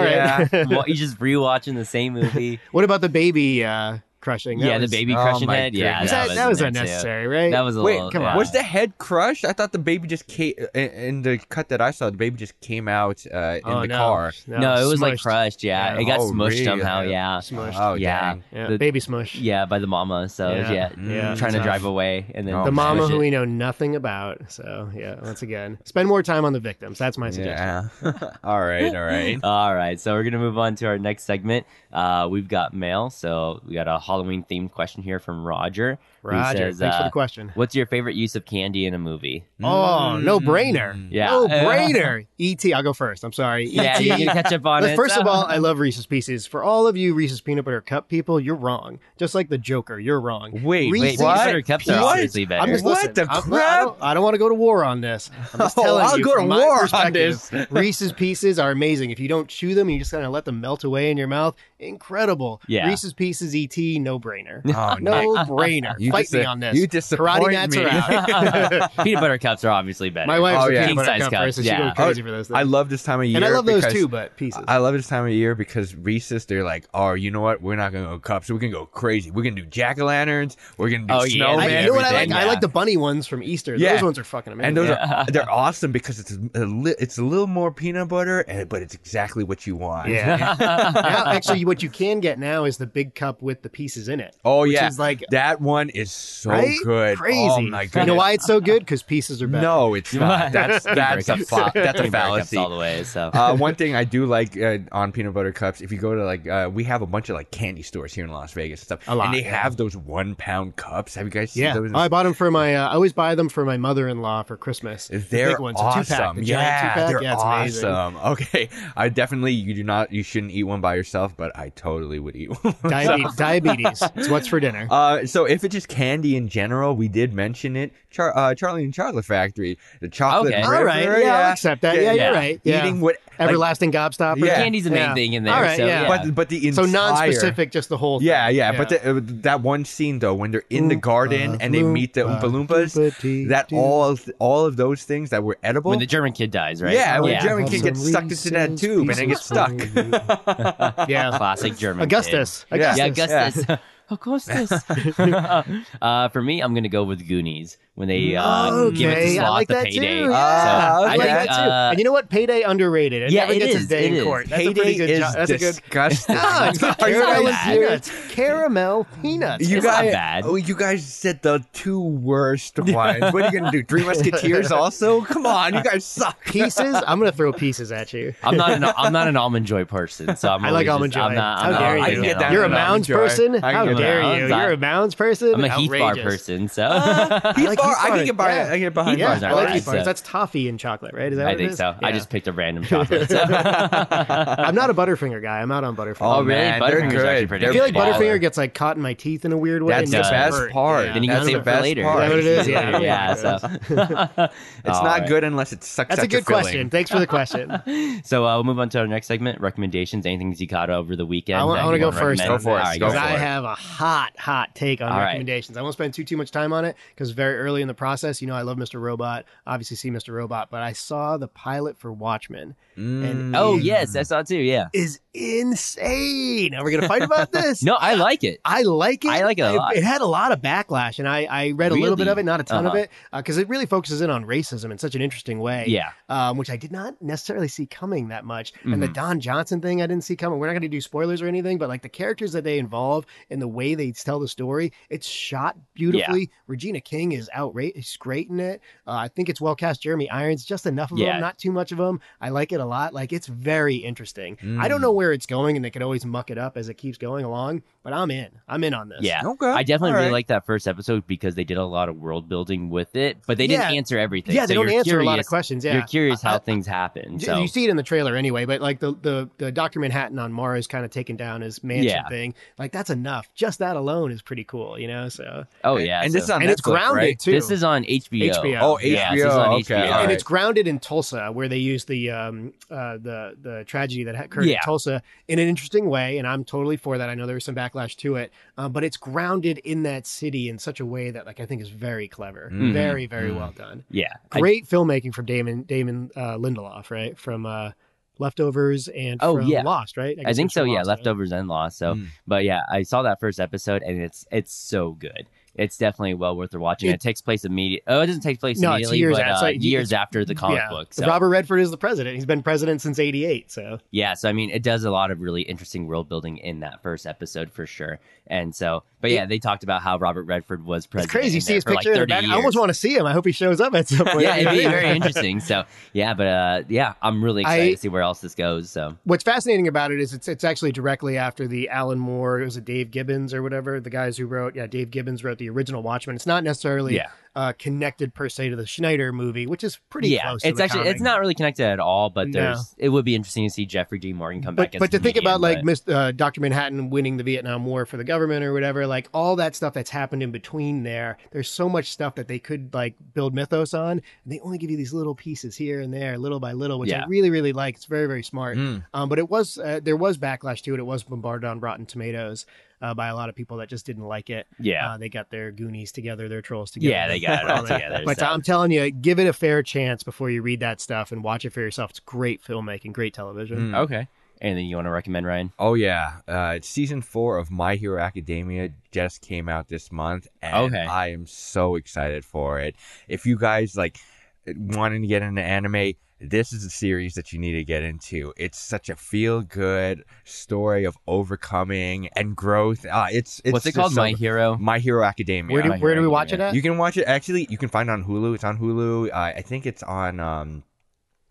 Speaker 3: all right *laughs*
Speaker 1: Well, you're just rewatching the same movie.
Speaker 3: what about the baby uh crushing *laughs* That
Speaker 1: yeah,
Speaker 3: was-
Speaker 1: the baby
Speaker 2: oh
Speaker 1: crushing
Speaker 2: my
Speaker 1: head. Yeah,
Speaker 2: goodness.
Speaker 3: that, that was,
Speaker 1: in there, too.
Speaker 3: unnecessary right
Speaker 1: That was a
Speaker 2: Wait,
Speaker 1: little.
Speaker 3: come
Speaker 1: yeah.
Speaker 3: on.
Speaker 2: Was the head crushed? I thought the baby just came in- in the cut that I saw. The baby just came out uh, in
Speaker 3: oh,
Speaker 2: the
Speaker 3: no.
Speaker 2: car.
Speaker 1: No, it was like
Speaker 3: smushed.
Speaker 1: crushed. Yeah,
Speaker 3: Yeah.
Speaker 1: it got
Speaker 2: Oh,
Speaker 1: smushed
Speaker 2: really?
Speaker 1: somehow. Yeah,
Speaker 3: Smushed.
Speaker 2: Oh,
Speaker 1: Yeah.
Speaker 2: dang. Mm,
Speaker 3: yeah,
Speaker 1: the-
Speaker 3: baby smush
Speaker 1: yeah, by the mama. So
Speaker 3: Yeah.
Speaker 1: yeah,
Speaker 2: Yeah.
Speaker 1: trying to
Speaker 3: Tough.
Speaker 1: drive away and then
Speaker 2: The
Speaker 3: the
Speaker 2: Oh,
Speaker 3: mama
Speaker 1: smush
Speaker 3: who
Speaker 1: it.
Speaker 3: we know nothing about. So yeah, once again, spend more time on the victims. That's my suggestion.
Speaker 2: Yeah. *laughs* all right,
Speaker 1: *laughs*
Speaker 2: all right.
Speaker 1: All right, so we're gonna move on to our next segment. Uh, we've got mail, so we got a Halloween themed question here from Roger. who
Speaker 3: Roger,
Speaker 1: says,
Speaker 3: thanks for
Speaker 1: uh,
Speaker 3: the question.
Speaker 1: What's your favorite use of candy in a movie?
Speaker 3: Oh,
Speaker 2: Mm.
Speaker 3: no brainer.
Speaker 1: Yeah,
Speaker 3: No Oh,
Speaker 2: uh,
Speaker 3: brainer. E.T. I'll go first. I'm sorry.
Speaker 1: *laughs*
Speaker 2: *laughs*
Speaker 1: yeah, you
Speaker 3: E.T.
Speaker 1: can catch up on
Speaker 3: But
Speaker 1: it. *laughs*
Speaker 3: First of all, I love Reese's Pieces. For all of you Reese's Peanut Butter Cup people, you're wrong. Just like the Joker, you're wrong.
Speaker 2: Wait,
Speaker 1: wait,
Speaker 3: Reese's
Speaker 1: peanut butter
Speaker 2: what?
Speaker 1: cups are
Speaker 2: What?
Speaker 1: obviously better.
Speaker 3: I'm just
Speaker 2: What
Speaker 3: listen,
Speaker 2: the
Speaker 3: I'm- I
Speaker 2: crap?
Speaker 3: don't, I don't want to go to war on this. I'm
Speaker 2: *laughs*
Speaker 3: just
Speaker 2: Oh,
Speaker 3: telling
Speaker 2: I'll
Speaker 3: you.
Speaker 2: go to
Speaker 3: from my
Speaker 2: war on
Speaker 3: perspective,
Speaker 2: this. *laughs*
Speaker 3: Reese's Pieces are amazing. If you don't chew them, you just kind of let them melt away in your mouth. Incredible.
Speaker 1: Yeah.
Speaker 3: Reese's Pieces, ET, no brainer.
Speaker 2: Oh,
Speaker 3: *laughs* No brainer.
Speaker 2: *laughs* You
Speaker 3: Fight
Speaker 2: dis-
Speaker 3: me on this.
Speaker 2: You disappoint
Speaker 3: Karate mats
Speaker 2: me.
Speaker 3: are out.
Speaker 1: *laughs* peanut butter cups are obviously better.
Speaker 3: My wife's
Speaker 2: Oh,
Speaker 3: a
Speaker 2: yeah.
Speaker 3: peanut butter
Speaker 1: King-size
Speaker 3: cup
Speaker 1: cups,
Speaker 3: person. She
Speaker 1: yeah.
Speaker 3: goes crazy for those
Speaker 2: *laughs*
Speaker 3: things.
Speaker 2: I love this time of year.
Speaker 3: and I love those
Speaker 2: because-
Speaker 3: too, but pieces.
Speaker 2: I love this time of year because Reese's, they're like, oh, you know what? We're not going to go cups. We're going to go crazy. We're going to do jack o' lanterns. We're going to do
Speaker 1: Oh, yeah.
Speaker 2: snowman.
Speaker 1: I-
Speaker 3: you know what I like?
Speaker 1: everything,
Speaker 3: I
Speaker 1: yeah.
Speaker 3: like the bunny ones from Easter. Those
Speaker 2: Yeah.
Speaker 3: ones are fucking amazing.
Speaker 2: and those
Speaker 1: Yeah.
Speaker 2: are they're awesome because it's a li- it's a little more peanut butter, and, but it's exactly what you
Speaker 1: *laughs*
Speaker 2: want.
Speaker 3: yeah. Now, actually, what you can get now is the big cup with the pieces in it.
Speaker 2: Oh
Speaker 3: which
Speaker 2: yeah,
Speaker 3: is like
Speaker 2: that one is so
Speaker 3: Right?
Speaker 2: good.
Speaker 3: crazy.
Speaker 2: Oh my
Speaker 3: you
Speaker 2: goodness.
Speaker 3: know why it's so good? Because pieces are better.
Speaker 2: No, it's
Speaker 3: *laughs*
Speaker 2: not. That's that's a fa- that's a
Speaker 1: Team Bear Cups
Speaker 2: fallacy.
Speaker 1: all the way. So
Speaker 2: uh, one thing I do like uh, on peanut butter cups, if you go to like, uh, we have a bunch of like candy stores here in Las Vegas and stuff,
Speaker 3: A lot,
Speaker 2: and they
Speaker 3: yeah.
Speaker 2: have those one pound cups. Have you guys seen
Speaker 3: Yeah,
Speaker 2: those?
Speaker 3: I bought them for my. Uh, I always buy them for my mother-in-law
Speaker 2: *laughs*
Speaker 3: for Christmas. The
Speaker 2: They're
Speaker 3: big ones,
Speaker 2: awesome.
Speaker 3: a two-pack, the giant
Speaker 2: yeah,
Speaker 3: two-pack.
Speaker 2: they're
Speaker 3: yeah, it's amazing.
Speaker 2: awesome. *laughs* Okay, I definitely you do not you shouldn't eat one by yourself, but I totally would eat *laughs* one.
Speaker 3: Diabetes, diabetes. It's what's for dinner.
Speaker 2: Uh, so if it's just candy in general, we did mention it. Char- uh, Charlie and Chocolate Factory, the chocolate.
Speaker 1: Okay.
Speaker 3: All right,
Speaker 2: river,
Speaker 3: yeah, I'll accept that.
Speaker 2: Yeah,
Speaker 3: Yeah,
Speaker 1: yeah.
Speaker 3: you're right. Yeah.
Speaker 2: eating what? like,
Speaker 3: everlasting gobstopper.
Speaker 2: Yeah.
Speaker 1: candy's the main
Speaker 3: Yeah.
Speaker 1: thing in there.
Speaker 3: All right,
Speaker 1: so,
Speaker 3: yeah.
Speaker 1: yeah.
Speaker 2: but the- but the
Speaker 3: So
Speaker 2: entire
Speaker 3: non-specific, just the whole. Thing.
Speaker 2: Yeah, yeah, but the, uh, that one scene though, when they're in the garden and they meet the Oompa Loompas, that all of, all of those things that were edible.
Speaker 1: when the German kid dies, right?
Speaker 2: Yeah, when
Speaker 1: yeah.
Speaker 2: German
Speaker 3: Have
Speaker 2: kid
Speaker 3: some
Speaker 2: gets sucked into that
Speaker 3: Reese's
Speaker 2: tube and it gets
Speaker 3: Pieces.
Speaker 2: stuck. *laughs*
Speaker 3: yeah,
Speaker 1: classic German. kid.
Speaker 3: Augustus.
Speaker 2: Yeah.
Speaker 1: Yeah,
Speaker 3: Augustus.
Speaker 1: Augustus. Augustus. *laughs* uh, for me, I'm gonna go with Goonies when they uh,
Speaker 3: um,
Speaker 1: give it to
Speaker 3: Okay, I
Speaker 1: Sloth
Speaker 3: like
Speaker 1: the
Speaker 3: that too.
Speaker 1: payday.
Speaker 3: Yeah,
Speaker 2: Ah,
Speaker 1: so
Speaker 3: I like
Speaker 2: okay.
Speaker 1: think,
Speaker 3: that too.
Speaker 1: uh,
Speaker 3: and you know what? Payday underrated. It
Speaker 1: yeah,
Speaker 3: never
Speaker 1: it
Speaker 3: gets
Speaker 1: is,
Speaker 3: a day
Speaker 1: it
Speaker 3: in
Speaker 1: is.
Speaker 3: court. That's a
Speaker 2: Payday
Speaker 3: pretty good
Speaker 2: is
Speaker 3: job. That's a good.
Speaker 2: disgusting. *laughs*
Speaker 3: *laughs* Ah, it's good.
Speaker 2: Are you
Speaker 3: Caramel
Speaker 2: guys-
Speaker 3: peanuts. Caramel peanuts.
Speaker 2: You
Speaker 1: It's not
Speaker 2: guys,
Speaker 1: bad.
Speaker 2: Oh, you guys said the two worst ones. what are you gonna do? Three Musketeers also? Come on, you guys suck.
Speaker 3: Pieces. I'm gonna throw pieces at you.
Speaker 1: I'm not an I'm not an almond joy person, so I'm
Speaker 3: *laughs* I like
Speaker 1: always
Speaker 3: almond
Speaker 1: just-
Speaker 3: joy.
Speaker 1: I'm not, I'm
Speaker 3: How
Speaker 1: not,
Speaker 3: dare
Speaker 1: I
Speaker 2: I
Speaker 1: can't
Speaker 2: can
Speaker 3: you?
Speaker 2: get down
Speaker 1: almond
Speaker 3: You're a
Speaker 2: with
Speaker 1: joy.
Speaker 2: Mounds
Speaker 3: mounds
Speaker 2: joy.
Speaker 3: person.
Speaker 2: I can
Speaker 3: How
Speaker 2: get down
Speaker 3: dare
Speaker 1: with
Speaker 3: you?
Speaker 1: Mounds. I-
Speaker 3: You're a mounds person.
Speaker 1: I'm a Heath Bar
Speaker 3: Outrageous. Uh,
Speaker 1: person, so *laughs*
Speaker 2: Heath
Speaker 3: like
Speaker 2: bar,
Speaker 3: Heath
Speaker 2: I
Speaker 3: Bar.
Speaker 2: can get by.
Speaker 3: Yeah.
Speaker 2: I can get behind
Speaker 3: Yeah,
Speaker 1: bars
Speaker 2: bars.
Speaker 1: are
Speaker 3: I like
Speaker 1: nice,
Speaker 3: Heath bars.
Speaker 1: so-
Speaker 3: That's toffee and chocolate, right? Is that
Speaker 1: I
Speaker 3: what it
Speaker 1: think
Speaker 3: is?
Speaker 1: so. I
Speaker 3: Yeah.
Speaker 1: just picked a random
Speaker 3: *laughs*
Speaker 1: chocolate. so.
Speaker 3: I'm not a Butterfinger guy. I'm out on Butterfinger.
Speaker 2: Oh,
Speaker 1: really?
Speaker 2: man, they're
Speaker 1: Butterfinger's actually
Speaker 2: good.
Speaker 1: pretty
Speaker 2: They're
Speaker 3: I feel like
Speaker 1: Baller.
Speaker 3: Butterfinger gets like caught in my teeth in a weird way.
Speaker 1: That's
Speaker 3: and makes
Speaker 1: the
Speaker 3: me
Speaker 2: best
Speaker 3: hurt.
Speaker 2: part.
Speaker 1: *laughs*
Speaker 3: Yeah.
Speaker 1: Then you gotta
Speaker 2: That's
Speaker 1: save
Speaker 2: the
Speaker 1: it for
Speaker 2: best
Speaker 1: later.
Speaker 2: part.
Speaker 3: Is that what it is?
Speaker 1: yeah.
Speaker 3: Yeah. *laughs*
Speaker 1: so.
Speaker 2: It's
Speaker 1: All
Speaker 2: not
Speaker 1: right.
Speaker 2: good unless it sucks.
Speaker 3: That's
Speaker 2: out
Speaker 3: a
Speaker 2: your
Speaker 3: good
Speaker 2: filling.
Speaker 3: question. Thanks for
Speaker 1: *laughs*
Speaker 3: the question.
Speaker 1: So uh, we'll move on to our next segment: recommendations. Anything you caught over the weekend?
Speaker 3: I want,
Speaker 1: that
Speaker 3: I want to
Speaker 1: you
Speaker 3: go
Speaker 1: wanna
Speaker 3: first.
Speaker 1: recommend?
Speaker 2: Go for
Speaker 1: All
Speaker 2: it.
Speaker 1: right,
Speaker 2: Go
Speaker 3: Because
Speaker 2: for
Speaker 3: I
Speaker 2: it.
Speaker 3: have a hot, hot take on
Speaker 1: All right.
Speaker 3: recommendations. I won't spend too too much time on it because very early in the process, you know, I love Mr. Robot. Obviously, see Mr. Robot, but I saw the pilot for Watchmen.
Speaker 2: Mm.
Speaker 1: Oh yes, I saw it too. Yeah.
Speaker 3: Is insane. Are we gonna
Speaker 1: *laughs*
Speaker 3: fight about this?
Speaker 1: No, I like it.
Speaker 3: I like it.
Speaker 1: I like it a lot.
Speaker 3: It had a lot of backlash, and I, I read a little bit
Speaker 1: Really?
Speaker 3: of it, not a ton
Speaker 1: Uh-huh.
Speaker 3: of it, because it really focuses in on racism in such an interesting way.
Speaker 1: Yeah.
Speaker 3: um, which I did not necessarily see coming that much. And the
Speaker 1: Mhm.
Speaker 3: Don Johnson thing, I didn't see coming. We're not going to do spoilers or anything, but like the characters that they involve and the way they tell the story, it's shot beautifully. Regina King is outrageous. She's great in it. Uh, I think it's well cast. Jeremy Irons, just enough of
Speaker 1: Yeah.
Speaker 3: him, not too much of him. I like it a lot. Like it's very interesting. I
Speaker 2: Mm.
Speaker 1: Hmm.
Speaker 3: don't know where it's going, and they could always muck it up as it keeps going along. But I'm in. I'm in on this.
Speaker 1: Yeah.
Speaker 2: Mm. Okay.
Speaker 1: I definitely
Speaker 2: All
Speaker 1: really
Speaker 2: right.
Speaker 1: liked that first episode because they did a lot of world building with it, but they didn't
Speaker 3: Yeah.
Speaker 1: answer everything.
Speaker 3: Yeah, they
Speaker 1: So
Speaker 3: don't
Speaker 1: you're
Speaker 3: answer a lot of
Speaker 1: curious-
Speaker 3: questions. Yeah,
Speaker 1: You're curious how
Speaker 3: I-
Speaker 1: things happen.
Speaker 3: Y-
Speaker 1: So
Speaker 3: You see it in the trailer anyway, but like the the, the Doctor Manhattan on Mars kind of taken down his mansion
Speaker 1: Yeah.
Speaker 3: thing. Like that's enough. Just that alone is is pretty cool, you know. So
Speaker 1: oh yeah,
Speaker 2: and
Speaker 1: so-
Speaker 2: this is on
Speaker 3: and it's
Speaker 2: Netflix,
Speaker 3: grounded
Speaker 2: right?
Speaker 3: too.
Speaker 1: This is on HBO.
Speaker 3: HBO.
Speaker 2: Oh,
Speaker 1: Yeah, this is
Speaker 2: HBO,
Speaker 1: on
Speaker 2: okay,
Speaker 1: HBO.
Speaker 3: and,
Speaker 2: all
Speaker 3: and
Speaker 2: right.
Speaker 3: it's grounded in Tulsa, where they use the um uh the the tragedy that occurred
Speaker 1: Yeah.
Speaker 3: in Tulsa in an interesting way, and I'm totally for that. I know there was some backlash to it, um, but it's grounded in that city in such a way that like I think is very clever,
Speaker 2: Mhm.
Speaker 3: very very
Speaker 2: Mhm.
Speaker 3: well done.
Speaker 1: Mm-hmm. Yeah, I-
Speaker 3: Great filmmaking from Damon Damon uh, Lindelof, right from. uh Leftovers and
Speaker 1: Oh,
Speaker 3: from
Speaker 1: yeah.
Speaker 3: Lost, right?
Speaker 1: I,
Speaker 3: guess
Speaker 1: think
Speaker 3: it's from
Speaker 1: so. Yeah,
Speaker 3: Lost, right? Hmm.
Speaker 1: leftovers and lost. So,
Speaker 2: Mm.
Speaker 1: but yeah, I saw that first episode, and it's it's so good. It's definitely well worth the watching. It,
Speaker 3: It-
Speaker 1: takes place immediately. Oh, it doesn't take place
Speaker 3: No, it's
Speaker 1: immediately,
Speaker 3: years
Speaker 1: but
Speaker 3: after-
Speaker 1: uh,
Speaker 3: it's-
Speaker 1: years after the comic book. So
Speaker 3: Robert Redford is the president. He's been president since '88. So
Speaker 1: yeah, so I mean, it does a lot of really interesting world building in that first episode for sure. And so, but yeah, they talked about how Robert Redford was
Speaker 3: it's
Speaker 1: president.
Speaker 3: crazy. You
Speaker 1: in
Speaker 3: see
Speaker 1: there
Speaker 3: his
Speaker 1: for
Speaker 3: picture
Speaker 1: like
Speaker 3: in the
Speaker 1: 30
Speaker 3: back. I
Speaker 1: years. *laughs*
Speaker 3: almost want to see him. I hope he shows up at some point.
Speaker 1: yeah,
Speaker 3: *laughs*
Speaker 1: it'd be very interesting. So yeah, but uh, yeah, I'm really excited
Speaker 3: I-
Speaker 1: to see where else this goes. So
Speaker 3: What's fascinating about it is it's it's actually directly after the Alan Moore. It was a Dave Gibbons or whatever the guys who wrote. Yeah, Dave Gibbons wrote the original Watchmen. It's not necessarily
Speaker 1: Yeah.
Speaker 3: uh, connected per se to the Schneider movie, which is pretty
Speaker 1: yeah,
Speaker 3: close. to
Speaker 1: it's
Speaker 3: the
Speaker 1: actually
Speaker 3: comic.
Speaker 1: it's not really connected at all, but
Speaker 3: No.
Speaker 1: there's it would be interesting to see Jeffrey G. Morgan come back.
Speaker 3: But,
Speaker 1: as
Speaker 3: but to think
Speaker 1: comedian,
Speaker 3: about like
Speaker 1: but-
Speaker 3: Miss uh, Dr. Manhattan winning the Vietnam War for the government or whatever, like all that stuff that's happened in between there, there's so much stuff that they could like build mythos on. And they only give you these little pieces here and there, little by little, which
Speaker 1: Yeah.
Speaker 3: I really, really like. It's very, very smart.
Speaker 2: Mm.
Speaker 3: Um, but it was, uh, there was backlash to it. It was bombarded on Rotten Tomatoes uh, by a lot of people that just didn't like it.
Speaker 1: yeah,
Speaker 3: Uh, they got their Goonies together, their trolls together.
Speaker 1: yeah, they got it all together.
Speaker 3: *laughs* But
Speaker 1: so.
Speaker 3: I'm telling you, give it a fair chance before you read that stuff and watch it for yourself. It's great filmmaking, great television.
Speaker 2: Mm.
Speaker 1: okay. Anything you want to recommend, Ryan?
Speaker 2: Oh yeah, uh, it's season four of My Hero Academia just came out this month, and
Speaker 1: Okay.
Speaker 2: I am so excited for it. If you guys like wanting to get into anime, this is a series that you need to get into. It's such a feel good story of overcoming and growth. Ah, it's, it's
Speaker 1: What's it
Speaker 2: just
Speaker 1: called?
Speaker 2: so-
Speaker 1: My
Speaker 2: *laughs*
Speaker 1: Hero.
Speaker 2: My Hero Academia.
Speaker 3: Where do
Speaker 1: I
Speaker 3: where
Speaker 1: hear
Speaker 3: do we
Speaker 1: you,
Speaker 3: watch it
Speaker 1: yeah.
Speaker 3: at?
Speaker 2: You can watch it. Actually, you can find it on Hulu. It's on Hulu. Uh, I think it's on um,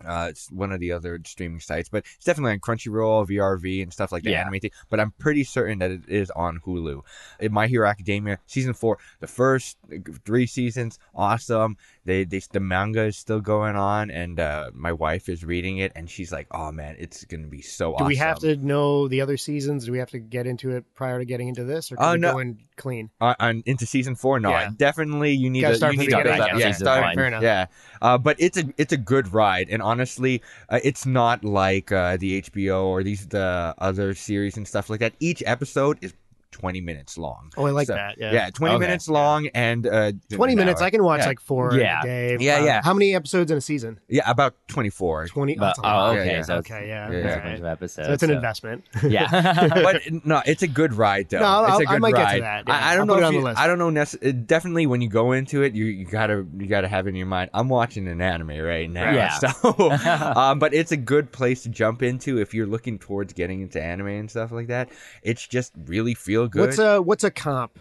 Speaker 2: uh, it's one of the other streaming sites, but it's definitely on Crunchyroll, VRV, and stuff like that.
Speaker 1: Yeah.
Speaker 2: Anime thing. But I'm pretty certain that it is on Hulu. In My Hero Academia season four, the first three seasons, awesome. They, they the manga is still going on, and uh, my wife is reading it, and she's like, "Oh man, it's gonna be so
Speaker 3: do
Speaker 2: awesome."
Speaker 3: we have to know the other seasons? Do we have to get into it prior to getting into this, or can
Speaker 1: Uh,
Speaker 2: Oh,
Speaker 3: we
Speaker 2: no.
Speaker 3: go in clean?
Speaker 2: on, on into season four. No,
Speaker 3: Yeah.
Speaker 2: definitely you need
Speaker 3: Gotta
Speaker 2: to
Speaker 3: start
Speaker 2: you
Speaker 3: from
Speaker 2: need
Speaker 3: the
Speaker 2: to
Speaker 3: beginning,
Speaker 2: build up.
Speaker 1: I
Speaker 2: Yeah,
Speaker 1: guess.
Speaker 2: start,
Speaker 1: Fair
Speaker 3: enough.
Speaker 2: Yeah, uh, but it's a it's a good ride, and honestly, uh, it's not like uh, the HBO or these the other series and stuff like that. Each episode is twenty minutes long.
Speaker 3: Oh, I like
Speaker 2: So,
Speaker 3: that.
Speaker 2: Yeah,
Speaker 3: Yeah,
Speaker 2: twenty
Speaker 1: Okay.
Speaker 2: minutes long and uh,
Speaker 3: twenty
Speaker 2: an
Speaker 3: minutes.
Speaker 2: hour.
Speaker 3: I can watch
Speaker 2: Yeah.
Speaker 3: like four.
Speaker 1: Yeah.
Speaker 3: a day.
Speaker 2: Yeah,
Speaker 3: Uh,
Speaker 2: yeah.
Speaker 3: How many episodes in a season?
Speaker 2: yeah, about twenty four.
Speaker 3: Twenty.
Speaker 1: But-
Speaker 3: that's a
Speaker 1: oh,
Speaker 3: lot.
Speaker 1: okay.
Speaker 2: Yeah, yeah.
Speaker 1: So it's,
Speaker 3: Okay, yeah.
Speaker 2: Yeah.
Speaker 1: there's a
Speaker 3: All
Speaker 1: bunch
Speaker 3: right.
Speaker 1: of episodes.
Speaker 3: So it's an
Speaker 1: so-
Speaker 3: investment. *laughs*
Speaker 1: Yeah.
Speaker 2: *laughs*
Speaker 1: *laughs*
Speaker 2: but no, it's a good ride though.
Speaker 3: No, I'll-
Speaker 2: it's a
Speaker 3: I'll- I
Speaker 2: good
Speaker 3: might get to
Speaker 2: ride.
Speaker 3: that, yeah.
Speaker 2: I, I don't
Speaker 3: I'll
Speaker 2: know.
Speaker 3: put it
Speaker 2: If
Speaker 3: on the
Speaker 2: you-
Speaker 3: list.
Speaker 2: I don't know. Nece- uh, definitely, when you go into it, you, you gotta you gotta have in your mind. I'm watching an anime right now.
Speaker 1: Yeah.
Speaker 2: *laughs* So, *laughs*
Speaker 1: Mm-hmm.
Speaker 2: um, but it's a good place to jump into if you're looking towards getting into anime and stuff like that. It's just really feel good.
Speaker 3: What's a what's a comp?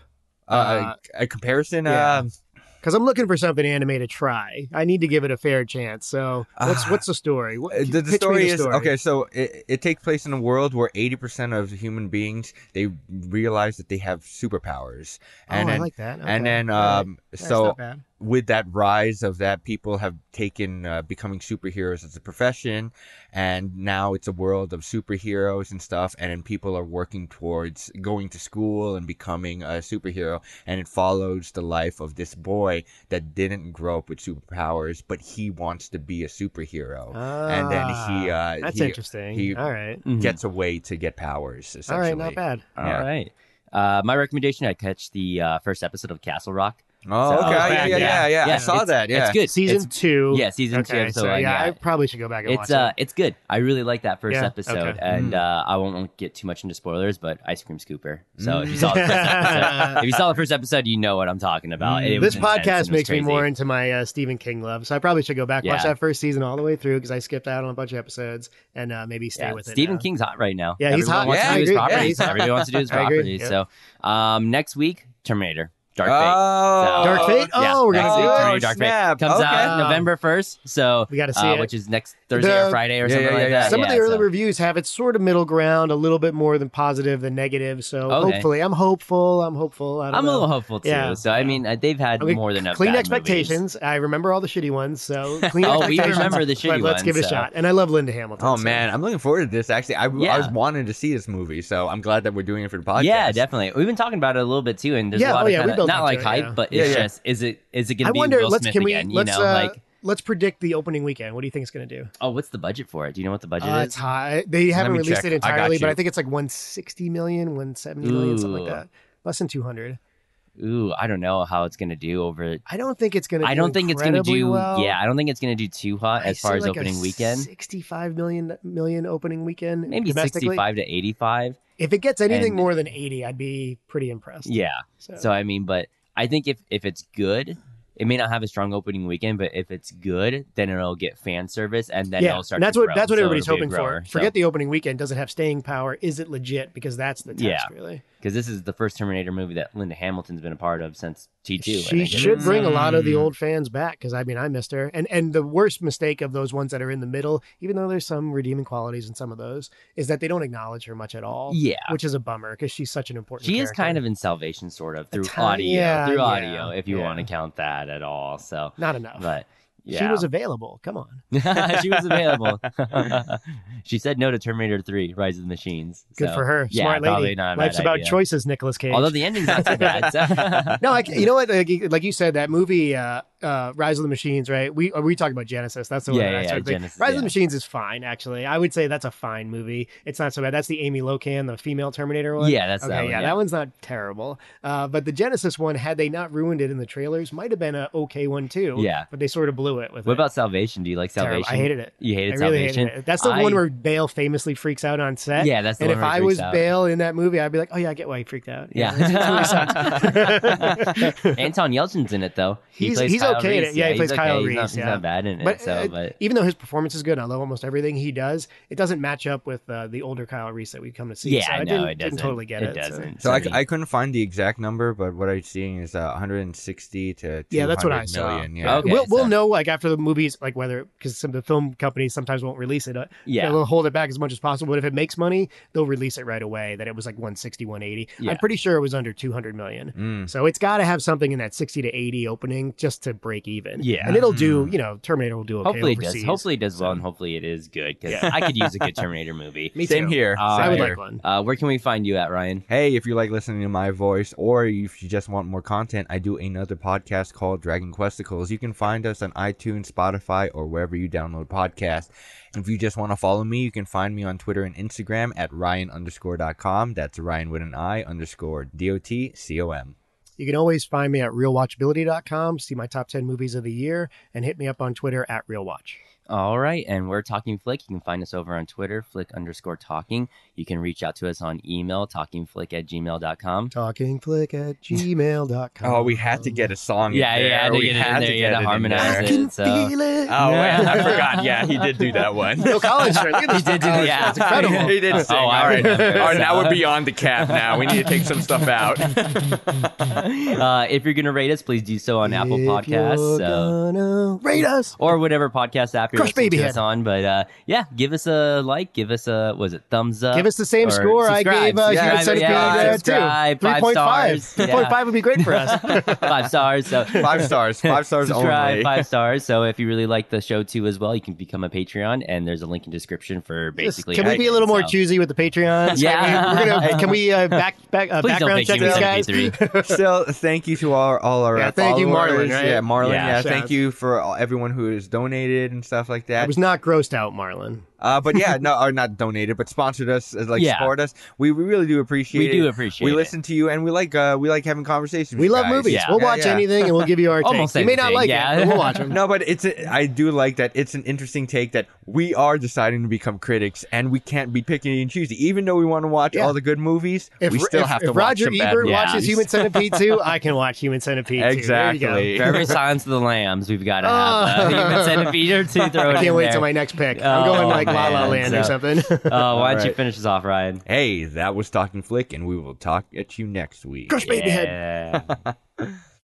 Speaker 2: uh, a comparison?
Speaker 3: yeah.
Speaker 2: um,
Speaker 3: Because I'm looking for something anime to try. I need to give it a fair chance. So what's
Speaker 2: Ah.
Speaker 3: what's the story? What,
Speaker 2: Uh, the,
Speaker 3: pitch
Speaker 2: the
Speaker 3: me
Speaker 2: story
Speaker 3: the
Speaker 2: is okay so it, it takes place in a world where 80% of human beings they realize that they have superpowers and
Speaker 3: oh, I
Speaker 2: then,
Speaker 3: like that. Okay.
Speaker 2: and then
Speaker 3: All right.
Speaker 2: um
Speaker 3: That's
Speaker 2: so
Speaker 3: not bad.
Speaker 2: with that rise of that, people have taken uh, becoming superheroes as a profession, and now it's a world of superheroes and stuff. And then people are working towards going to school and becoming a superhero. And it follows the life of this boy that didn't grow up with superpowers, but he wants to be a superhero, and then he
Speaker 3: Ah,
Speaker 2: uh,
Speaker 3: that's
Speaker 2: he
Speaker 3: interesting.
Speaker 2: he-
Speaker 3: All right.
Speaker 1: Mhm.
Speaker 2: gets a way to get powers.
Speaker 3: All
Speaker 2: Essentially,
Speaker 3: right. Not bad.
Speaker 1: All
Speaker 2: Yeah.
Speaker 1: right. Uh, my recommendation: I catch the uh, first episode of Castle Rock.
Speaker 2: Oh,
Speaker 1: So-
Speaker 2: okay, yeah, yeah,
Speaker 3: Yeah.
Speaker 2: yeah, yeah, I
Speaker 1: Yeah.
Speaker 2: saw that. Yeah,
Speaker 1: It's good.
Speaker 3: Season
Speaker 1: It's-
Speaker 3: two.
Speaker 1: yeah, season two,
Speaker 3: Okay.
Speaker 1: episode
Speaker 3: so
Speaker 1: one,
Speaker 3: yeah,
Speaker 1: yeah.
Speaker 3: I probably should go back and
Speaker 1: It's
Speaker 3: watch
Speaker 1: uh,
Speaker 3: it.
Speaker 1: it's good. I really like that first
Speaker 3: Yeah,
Speaker 1: episode,
Speaker 3: okay. Hmm.
Speaker 1: and uh, I won't, won't get too much into spoilers, but ice cream scooper. So if
Speaker 3: Hmm.
Speaker 1: you saw the first
Speaker 3: *laughs*
Speaker 1: episode, if you saw the first episode, you know what I'm talking about. It
Speaker 2: Mm.
Speaker 1: was
Speaker 3: Hmm.
Speaker 1: intense
Speaker 3: This
Speaker 1: and
Speaker 3: podcast
Speaker 1: it was
Speaker 3: makes me
Speaker 1: crazy.
Speaker 3: more into my uh, Stephen King love, so I probably should go back watch
Speaker 1: Yeah.
Speaker 3: that first season all the way through because I skipped out on a bunch of episodes and uh, maybe stay
Speaker 1: Yeah,
Speaker 3: with it.
Speaker 1: Stephen
Speaker 3: now.
Speaker 1: King's hot right now.
Speaker 3: Yeah, he's
Speaker 1: Everyone
Speaker 3: hot.
Speaker 1: Wants
Speaker 2: Yeah,
Speaker 1: to
Speaker 2: I
Speaker 1: do his
Speaker 2: agree. Yeah,
Speaker 1: properties.
Speaker 2: he's hot.
Speaker 1: Everybody wants to do his
Speaker 3: *laughs* I agree,
Speaker 1: properties.
Speaker 3: yeah.
Speaker 1: So um, next week, Terminator, Dark Fate.
Speaker 2: Oh,
Speaker 3: Dark Fate.
Speaker 1: yeah,
Speaker 3: Uh, Oh, we're
Speaker 1: next
Speaker 3: gonna
Speaker 1: week,
Speaker 3: do it.
Speaker 2: Oh,
Speaker 1: Terminator Dark
Speaker 2: snap.
Speaker 1: Fate comes
Speaker 3: Okay.
Speaker 1: out November first. So
Speaker 3: We gotta see
Speaker 1: uh,
Speaker 3: it.
Speaker 1: which is next Thursday
Speaker 3: The-
Speaker 1: or Friday or
Speaker 2: Yeah,
Speaker 1: something
Speaker 2: yeah,
Speaker 1: like
Speaker 2: yeah,
Speaker 1: that.
Speaker 3: Some of
Speaker 1: Yeah,
Speaker 3: the early
Speaker 1: so-
Speaker 3: reviews have it sort of middle ground, a little bit more than positive than negative. So
Speaker 1: Okay.
Speaker 3: hopefully, I'm hopeful. I'm hopeful. I don't
Speaker 1: I'm
Speaker 3: know.
Speaker 1: a little hopeful too.
Speaker 3: Yeah.
Speaker 1: So I mean, uh, they've had
Speaker 3: I mean,
Speaker 1: more than enough
Speaker 3: clean
Speaker 1: bad
Speaker 3: expectations.
Speaker 1: movies.
Speaker 3: I remember all the shitty
Speaker 1: *laughs*
Speaker 3: ones, so clean
Speaker 1: Oh, we
Speaker 3: expectations.
Speaker 1: remember the
Speaker 3: but
Speaker 1: shitty
Speaker 3: Let's give it a
Speaker 1: ones, so-
Speaker 3: shot. And I love Linda Hamilton.
Speaker 2: Oh
Speaker 3: so-
Speaker 2: man, I'm looking forward to this. Actually, I, I was
Speaker 1: Yeah.
Speaker 2: wanting to see this movie, so I'm glad that we're doing it for the podcast.
Speaker 1: Yeah, definitely. We've been talking about it a little bit too, and there's
Speaker 3: Yeah,
Speaker 1: a lot
Speaker 3: oh,
Speaker 1: of
Speaker 3: yeah, we
Speaker 1: kinda,
Speaker 3: built
Speaker 1: not
Speaker 3: into
Speaker 1: like
Speaker 3: it,
Speaker 1: hype,
Speaker 3: yeah.
Speaker 1: but
Speaker 2: Yeah,
Speaker 1: it's
Speaker 2: yeah.
Speaker 1: just is it is it going
Speaker 3: I
Speaker 1: to be
Speaker 3: wonder.
Speaker 1: Will
Speaker 3: let's
Speaker 1: Smith
Speaker 3: can we
Speaker 1: again?
Speaker 3: let's
Speaker 1: you know,
Speaker 3: uh,
Speaker 1: like
Speaker 3: let's predict the opening weekend. What do you think it's going to do?
Speaker 1: oh, what's the budget for it? Do you know what the budget
Speaker 3: Uh,
Speaker 1: is?
Speaker 3: it's high. They haven't
Speaker 2: me
Speaker 3: released
Speaker 2: check.
Speaker 3: it
Speaker 2: I got
Speaker 3: entirely, but
Speaker 2: you.
Speaker 3: I think it's like 160 million, 170 million, something like
Speaker 1: Ooh.
Speaker 3: that. Less than 200.
Speaker 1: Ooh, I don't know how it's going to do over.
Speaker 3: I don't think it's going to.
Speaker 1: I don't think it's going to do.
Speaker 3: Well.
Speaker 1: Yeah, I don't think it's going to do too hot
Speaker 3: I
Speaker 1: as far
Speaker 3: see
Speaker 1: as
Speaker 3: like a
Speaker 1: opening weekend.
Speaker 3: 65 million million opening weekend.
Speaker 1: Maybe
Speaker 3: domestically.
Speaker 1: sixty-five to eighty-five.
Speaker 3: If it gets anything
Speaker 1: And-
Speaker 3: more than 80, I'd be pretty impressed.
Speaker 1: Yeah.
Speaker 3: So,
Speaker 1: So I mean, but I think if if it's good, it may not have a strong opening weekend, but if it's good, then it'll get fan service, and then
Speaker 3: yeah,
Speaker 1: it'll start.
Speaker 3: and that's
Speaker 1: to
Speaker 3: what
Speaker 1: grow.
Speaker 3: that's what
Speaker 1: So
Speaker 3: everybody's
Speaker 1: it'll be a
Speaker 3: hoping for.
Speaker 1: grower.
Speaker 3: Forget the opening weekend. Does it have staying power? Is it legit? Because that's the test,
Speaker 1: Yeah.
Speaker 3: really.
Speaker 1: because this is the first Terminator movie that Linda Hamilton's been a part of since T two.
Speaker 3: She should bring a lot of the
Speaker 2: Mm.
Speaker 3: old fans back because I mean I missed her. And and the worst mistake of those ones that are in the middle, even though there's some redeeming qualities in some of those, is that they don't acknowledge her much at all.
Speaker 1: Yeah,
Speaker 3: Which is a bummer because she's such an important.
Speaker 1: she is
Speaker 3: character.
Speaker 1: kind of in Salvation, sort of through
Speaker 3: ti-
Speaker 1: audio,
Speaker 3: yeah,
Speaker 1: through
Speaker 3: yeah,
Speaker 1: audio, if you
Speaker 3: yeah.
Speaker 1: want to count that at all. So,
Speaker 3: not enough.
Speaker 1: but yeah,
Speaker 3: She was available. Come on.
Speaker 1: *laughs* she was
Speaker 3: *laughs*
Speaker 1: available. she said no to Terminator Three: Rise of the Machines.
Speaker 3: Good
Speaker 1: so,
Speaker 3: for her.
Speaker 1: yeah,
Speaker 3: Smart
Speaker 1: probably
Speaker 3: lady.
Speaker 1: not a
Speaker 3: Life's
Speaker 1: bad
Speaker 3: about
Speaker 1: idea.
Speaker 3: choices, Nicholas Cage.
Speaker 1: Although the ending's not too bad.
Speaker 3: *laughs*
Speaker 1: so- *laughs*
Speaker 3: no, I, ca- you know what? Like, you- like you said, that movie, uh, uh, Rise of the Machines, right? We uh, we talked about Genesis. That's the one
Speaker 1: Yeah,
Speaker 3: that I
Speaker 1: yeah,
Speaker 3: started thinking.
Speaker 1: Genesis,
Speaker 3: Rise of
Speaker 1: yeah.
Speaker 3: the Machines is fine, actually. I would say that's a fine movie. It's not so bad. That's the Amy Locan, the female Terminator one.
Speaker 1: Yeah, that's
Speaker 3: okay,
Speaker 1: that one,
Speaker 3: yeah,
Speaker 1: yeah.
Speaker 3: that one's not terrible. Uh, but the Genesis one, had they not ruined it in the trailers, might have been a okay one too.
Speaker 1: Yeah.
Speaker 3: but they sort of blew it with
Speaker 1: What
Speaker 3: it.
Speaker 1: about Salvation? Do you like
Speaker 3: Terrible.
Speaker 1: Salvation?
Speaker 3: I hated it.
Speaker 1: You hated
Speaker 3: I really
Speaker 1: Salvation.
Speaker 3: hated it. That's the
Speaker 1: I-
Speaker 3: one where Bale famously freaks out on set.
Speaker 1: Yeah, that's the
Speaker 3: and
Speaker 1: one
Speaker 3: if
Speaker 1: where he
Speaker 3: I
Speaker 1: freaks
Speaker 3: was
Speaker 1: out.
Speaker 3: Bale in that movie, I'd be like, oh yeah,
Speaker 1: *laughs*
Speaker 3: I *laughs* get why he freaked out.
Speaker 1: Yeah.
Speaker 3: it really sucks.
Speaker 1: *laughs* Anton Yelchin's in it though. He
Speaker 3: He's,
Speaker 1: plays
Speaker 3: he's
Speaker 1: Kyle
Speaker 3: okay in
Speaker 1: Reese.
Speaker 3: it. Yeah, he
Speaker 1: he's
Speaker 3: plays Kyle
Speaker 1: He's not,
Speaker 3: Reese,
Speaker 1: he's
Speaker 3: yeah.
Speaker 1: not bad in it.
Speaker 3: But,
Speaker 1: so,
Speaker 3: uh,
Speaker 1: but
Speaker 3: *laughs* Even though his performance is good, I love almost everything he does. It doesn't match up with uh, the older Kyle Reese that we've come to see.
Speaker 1: yeah,
Speaker 3: so I
Speaker 1: no,
Speaker 3: didn't,
Speaker 1: it
Speaker 3: didn't
Speaker 1: doesn't.
Speaker 3: totally get it. so-
Speaker 1: doesn't.
Speaker 2: So I,
Speaker 1: mean,
Speaker 2: I couldn't find the exact number, but what I'm seeing is uh, 160 to
Speaker 3: Yeah, that's what I
Speaker 2: 200
Speaker 3: saw.
Speaker 2: million. Yeah.
Speaker 1: Okay.
Speaker 3: we'll, we'll
Speaker 1: so-
Speaker 3: know like after the movies, like whether because some of the film companies sometimes won't release it. Uh,
Speaker 1: yeah,
Speaker 3: they'll hold it back as much as possible. But if it makes money, they'll release it right away. That it was like 160, 180.
Speaker 1: Yeah.
Speaker 3: I'm pretty sure it was under 200 million.
Speaker 2: Mm.
Speaker 3: So it's got to have something in that 60 to 80 opening just to break even.
Speaker 1: Yeah.
Speaker 3: and it'll do. You know, Terminator will do okay.
Speaker 1: hopefully it does.
Speaker 3: overseas.
Speaker 1: Hopefully it does well, and hopefully it is good because
Speaker 3: Yeah.
Speaker 1: I could use a good Terminator movie.
Speaker 3: Me
Speaker 2: Same
Speaker 3: too.
Speaker 2: here.
Speaker 1: All
Speaker 3: I
Speaker 2: Same
Speaker 3: would
Speaker 2: here.
Speaker 3: like one.
Speaker 1: Uh, where can we find you at, Ryan?
Speaker 2: Hey, if you like listening to my voice or if you just want more content, I do another podcast called Dragon Questicles. You can find us on iTunes, Spotify, or wherever you download podcasts. And if you just want to follow me, you can find me on Twitter and Instagram at Ryan underscore dot com. That's Ryan with an I underscore D O T C O M.
Speaker 3: You can always find me at realwatchability.com, see my top 10 movies of the year, and hit me up on Twitter at realwatch.
Speaker 1: All right, and we're talking flick. You can find us over on Twitter, flick underscore talking. You can reach out to us on email, talkingflick at
Speaker 3: *laughs*
Speaker 1: gmail.com.
Speaker 3: Talkingflick at gmail.com.
Speaker 2: Oh, we had to get a song.
Speaker 1: Yeah,
Speaker 2: in there.
Speaker 1: yeah, I had to
Speaker 2: we
Speaker 1: get it in
Speaker 2: had
Speaker 1: there.
Speaker 2: To
Speaker 1: You
Speaker 2: get
Speaker 1: had to
Speaker 2: it in
Speaker 1: harmonize
Speaker 2: there.
Speaker 1: it.
Speaker 3: can
Speaker 1: So-
Speaker 3: feel it.
Speaker 2: *laughs* Oh, wait, I
Speaker 1: Yeah.
Speaker 2: forgot. Yeah, he did do that
Speaker 1: *laughs*
Speaker 2: one.
Speaker 3: *laughs* No college shirt. Look at this.
Speaker 1: did do
Speaker 3: college
Speaker 1: that.
Speaker 3: *laughs* shirt. It's
Speaker 2: *laughs*
Speaker 3: incredible.
Speaker 2: he did sing.
Speaker 1: Oh,
Speaker 2: all
Speaker 1: I
Speaker 2: right. All
Speaker 1: remember.
Speaker 2: right, now we're beyond the cap. Now we need to take some stuff out.
Speaker 1: *laughs* uh, if you're going to rate us, please do so on Apple
Speaker 3: If
Speaker 1: Podcasts.
Speaker 3: you're
Speaker 1: So.
Speaker 3: gonna rate us.
Speaker 1: Or whatever podcast app you're
Speaker 3: Crush
Speaker 1: listening
Speaker 3: Baby
Speaker 1: to
Speaker 3: Head.
Speaker 1: us on, but uh, yeah, give us a like, give us a was it thumbs up? *laughs*
Speaker 3: Give us the same
Speaker 1: or
Speaker 3: score I
Speaker 1: subscribe.
Speaker 3: gave uh,
Speaker 1: Yeah,
Speaker 3: Human Centipede
Speaker 1: yeah,
Speaker 3: uh, too.
Speaker 1: subscribe. Five
Speaker 3: 3.5.
Speaker 1: stars. Yeah.
Speaker 3: 3.5 would be great
Speaker 1: *laughs*
Speaker 3: for us.
Speaker 1: five stars.
Speaker 3: *laughs*
Speaker 1: So
Speaker 2: Five
Speaker 1: *laughs*
Speaker 2: stars. Five stars
Speaker 1: subscribe
Speaker 2: only.
Speaker 1: five stars so if you really like the show too as well you can become a patreon and there's a link in description for
Speaker 3: Just-
Speaker 1: basically
Speaker 3: can we be a little more
Speaker 1: everything, so-
Speaker 3: choosy with the Patreons?
Speaker 1: Yeah.
Speaker 3: Can we, are
Speaker 1: *laughs*
Speaker 3: gonna, can we uh, back, back, uh,
Speaker 1: Please don't
Speaker 3: background
Speaker 1: make
Speaker 3: check
Speaker 1: Human
Speaker 3: these guys? *laughs*
Speaker 1: Centipede
Speaker 2: Still, thank you to all, all our
Speaker 3: Yeah,
Speaker 2: uh,
Speaker 3: thank you, Marlon,
Speaker 2: followers.
Speaker 3: right?
Speaker 2: Yeah, Marlon.
Speaker 1: Yeah.
Speaker 2: Yeah, thank
Speaker 3: Shouts.
Speaker 2: you for all, everyone who has donated and stuff like
Speaker 3: I
Speaker 2: that.
Speaker 3: was not grossed out, Marlon.
Speaker 2: Uh, but yeah, no, or not donated, but sponsored us, uh, like
Speaker 1: Yeah.
Speaker 2: supported us. We, we really do appreciate
Speaker 1: we
Speaker 2: it.
Speaker 1: do appreciate
Speaker 2: we
Speaker 1: it.
Speaker 2: listen to you, and we like uh, we like having conversations. with
Speaker 3: We
Speaker 2: you
Speaker 3: love
Speaker 2: guys.
Speaker 3: movies.
Speaker 1: Yeah.
Speaker 3: We'll
Speaker 2: Yeah,
Speaker 3: watch
Speaker 2: yeah.
Speaker 3: anything and we'll give
Speaker 1: *laughs*
Speaker 3: you our take.
Speaker 1: Almost
Speaker 3: you may not
Speaker 1: anything,
Speaker 3: like
Speaker 1: yeah.
Speaker 3: it, but we'll
Speaker 1: *laughs*
Speaker 3: watch them.
Speaker 2: No, but it's a, I do like that. It's an interesting take that we are deciding to become critics, and we can't be picky and choosy. Even though we want to watch
Speaker 3: Yeah.
Speaker 2: all the good movies, we still
Speaker 3: if,
Speaker 2: have to
Speaker 3: if
Speaker 2: watch
Speaker 3: Roger
Speaker 2: some bad
Speaker 3: Ebert
Speaker 2: movies.
Speaker 1: Yeah.
Speaker 3: watches Human Centipede 2, *laughs* I can watch Human Centipede 2. There you *laughs*
Speaker 2: exactly.
Speaker 1: for every silence of the lambs we've got to have
Speaker 3: Oh.
Speaker 1: uh, human centipede
Speaker 3: *laughs*
Speaker 1: or two
Speaker 3: go.
Speaker 1: throw it
Speaker 3: I
Speaker 1: in
Speaker 3: can't wait
Speaker 1: there.
Speaker 3: till my next pick.
Speaker 1: Oh,
Speaker 3: I'm going like La La
Speaker 1: man,
Speaker 3: Land or
Speaker 1: so-
Speaker 3: something.
Speaker 1: uh, why don't
Speaker 3: *laughs*
Speaker 1: you
Speaker 2: Alright.
Speaker 1: finish us off ryan
Speaker 2: Hey, that was Talking Flick, and we will talk at you next week.
Speaker 3: Crush baby head.
Speaker 1: yeah.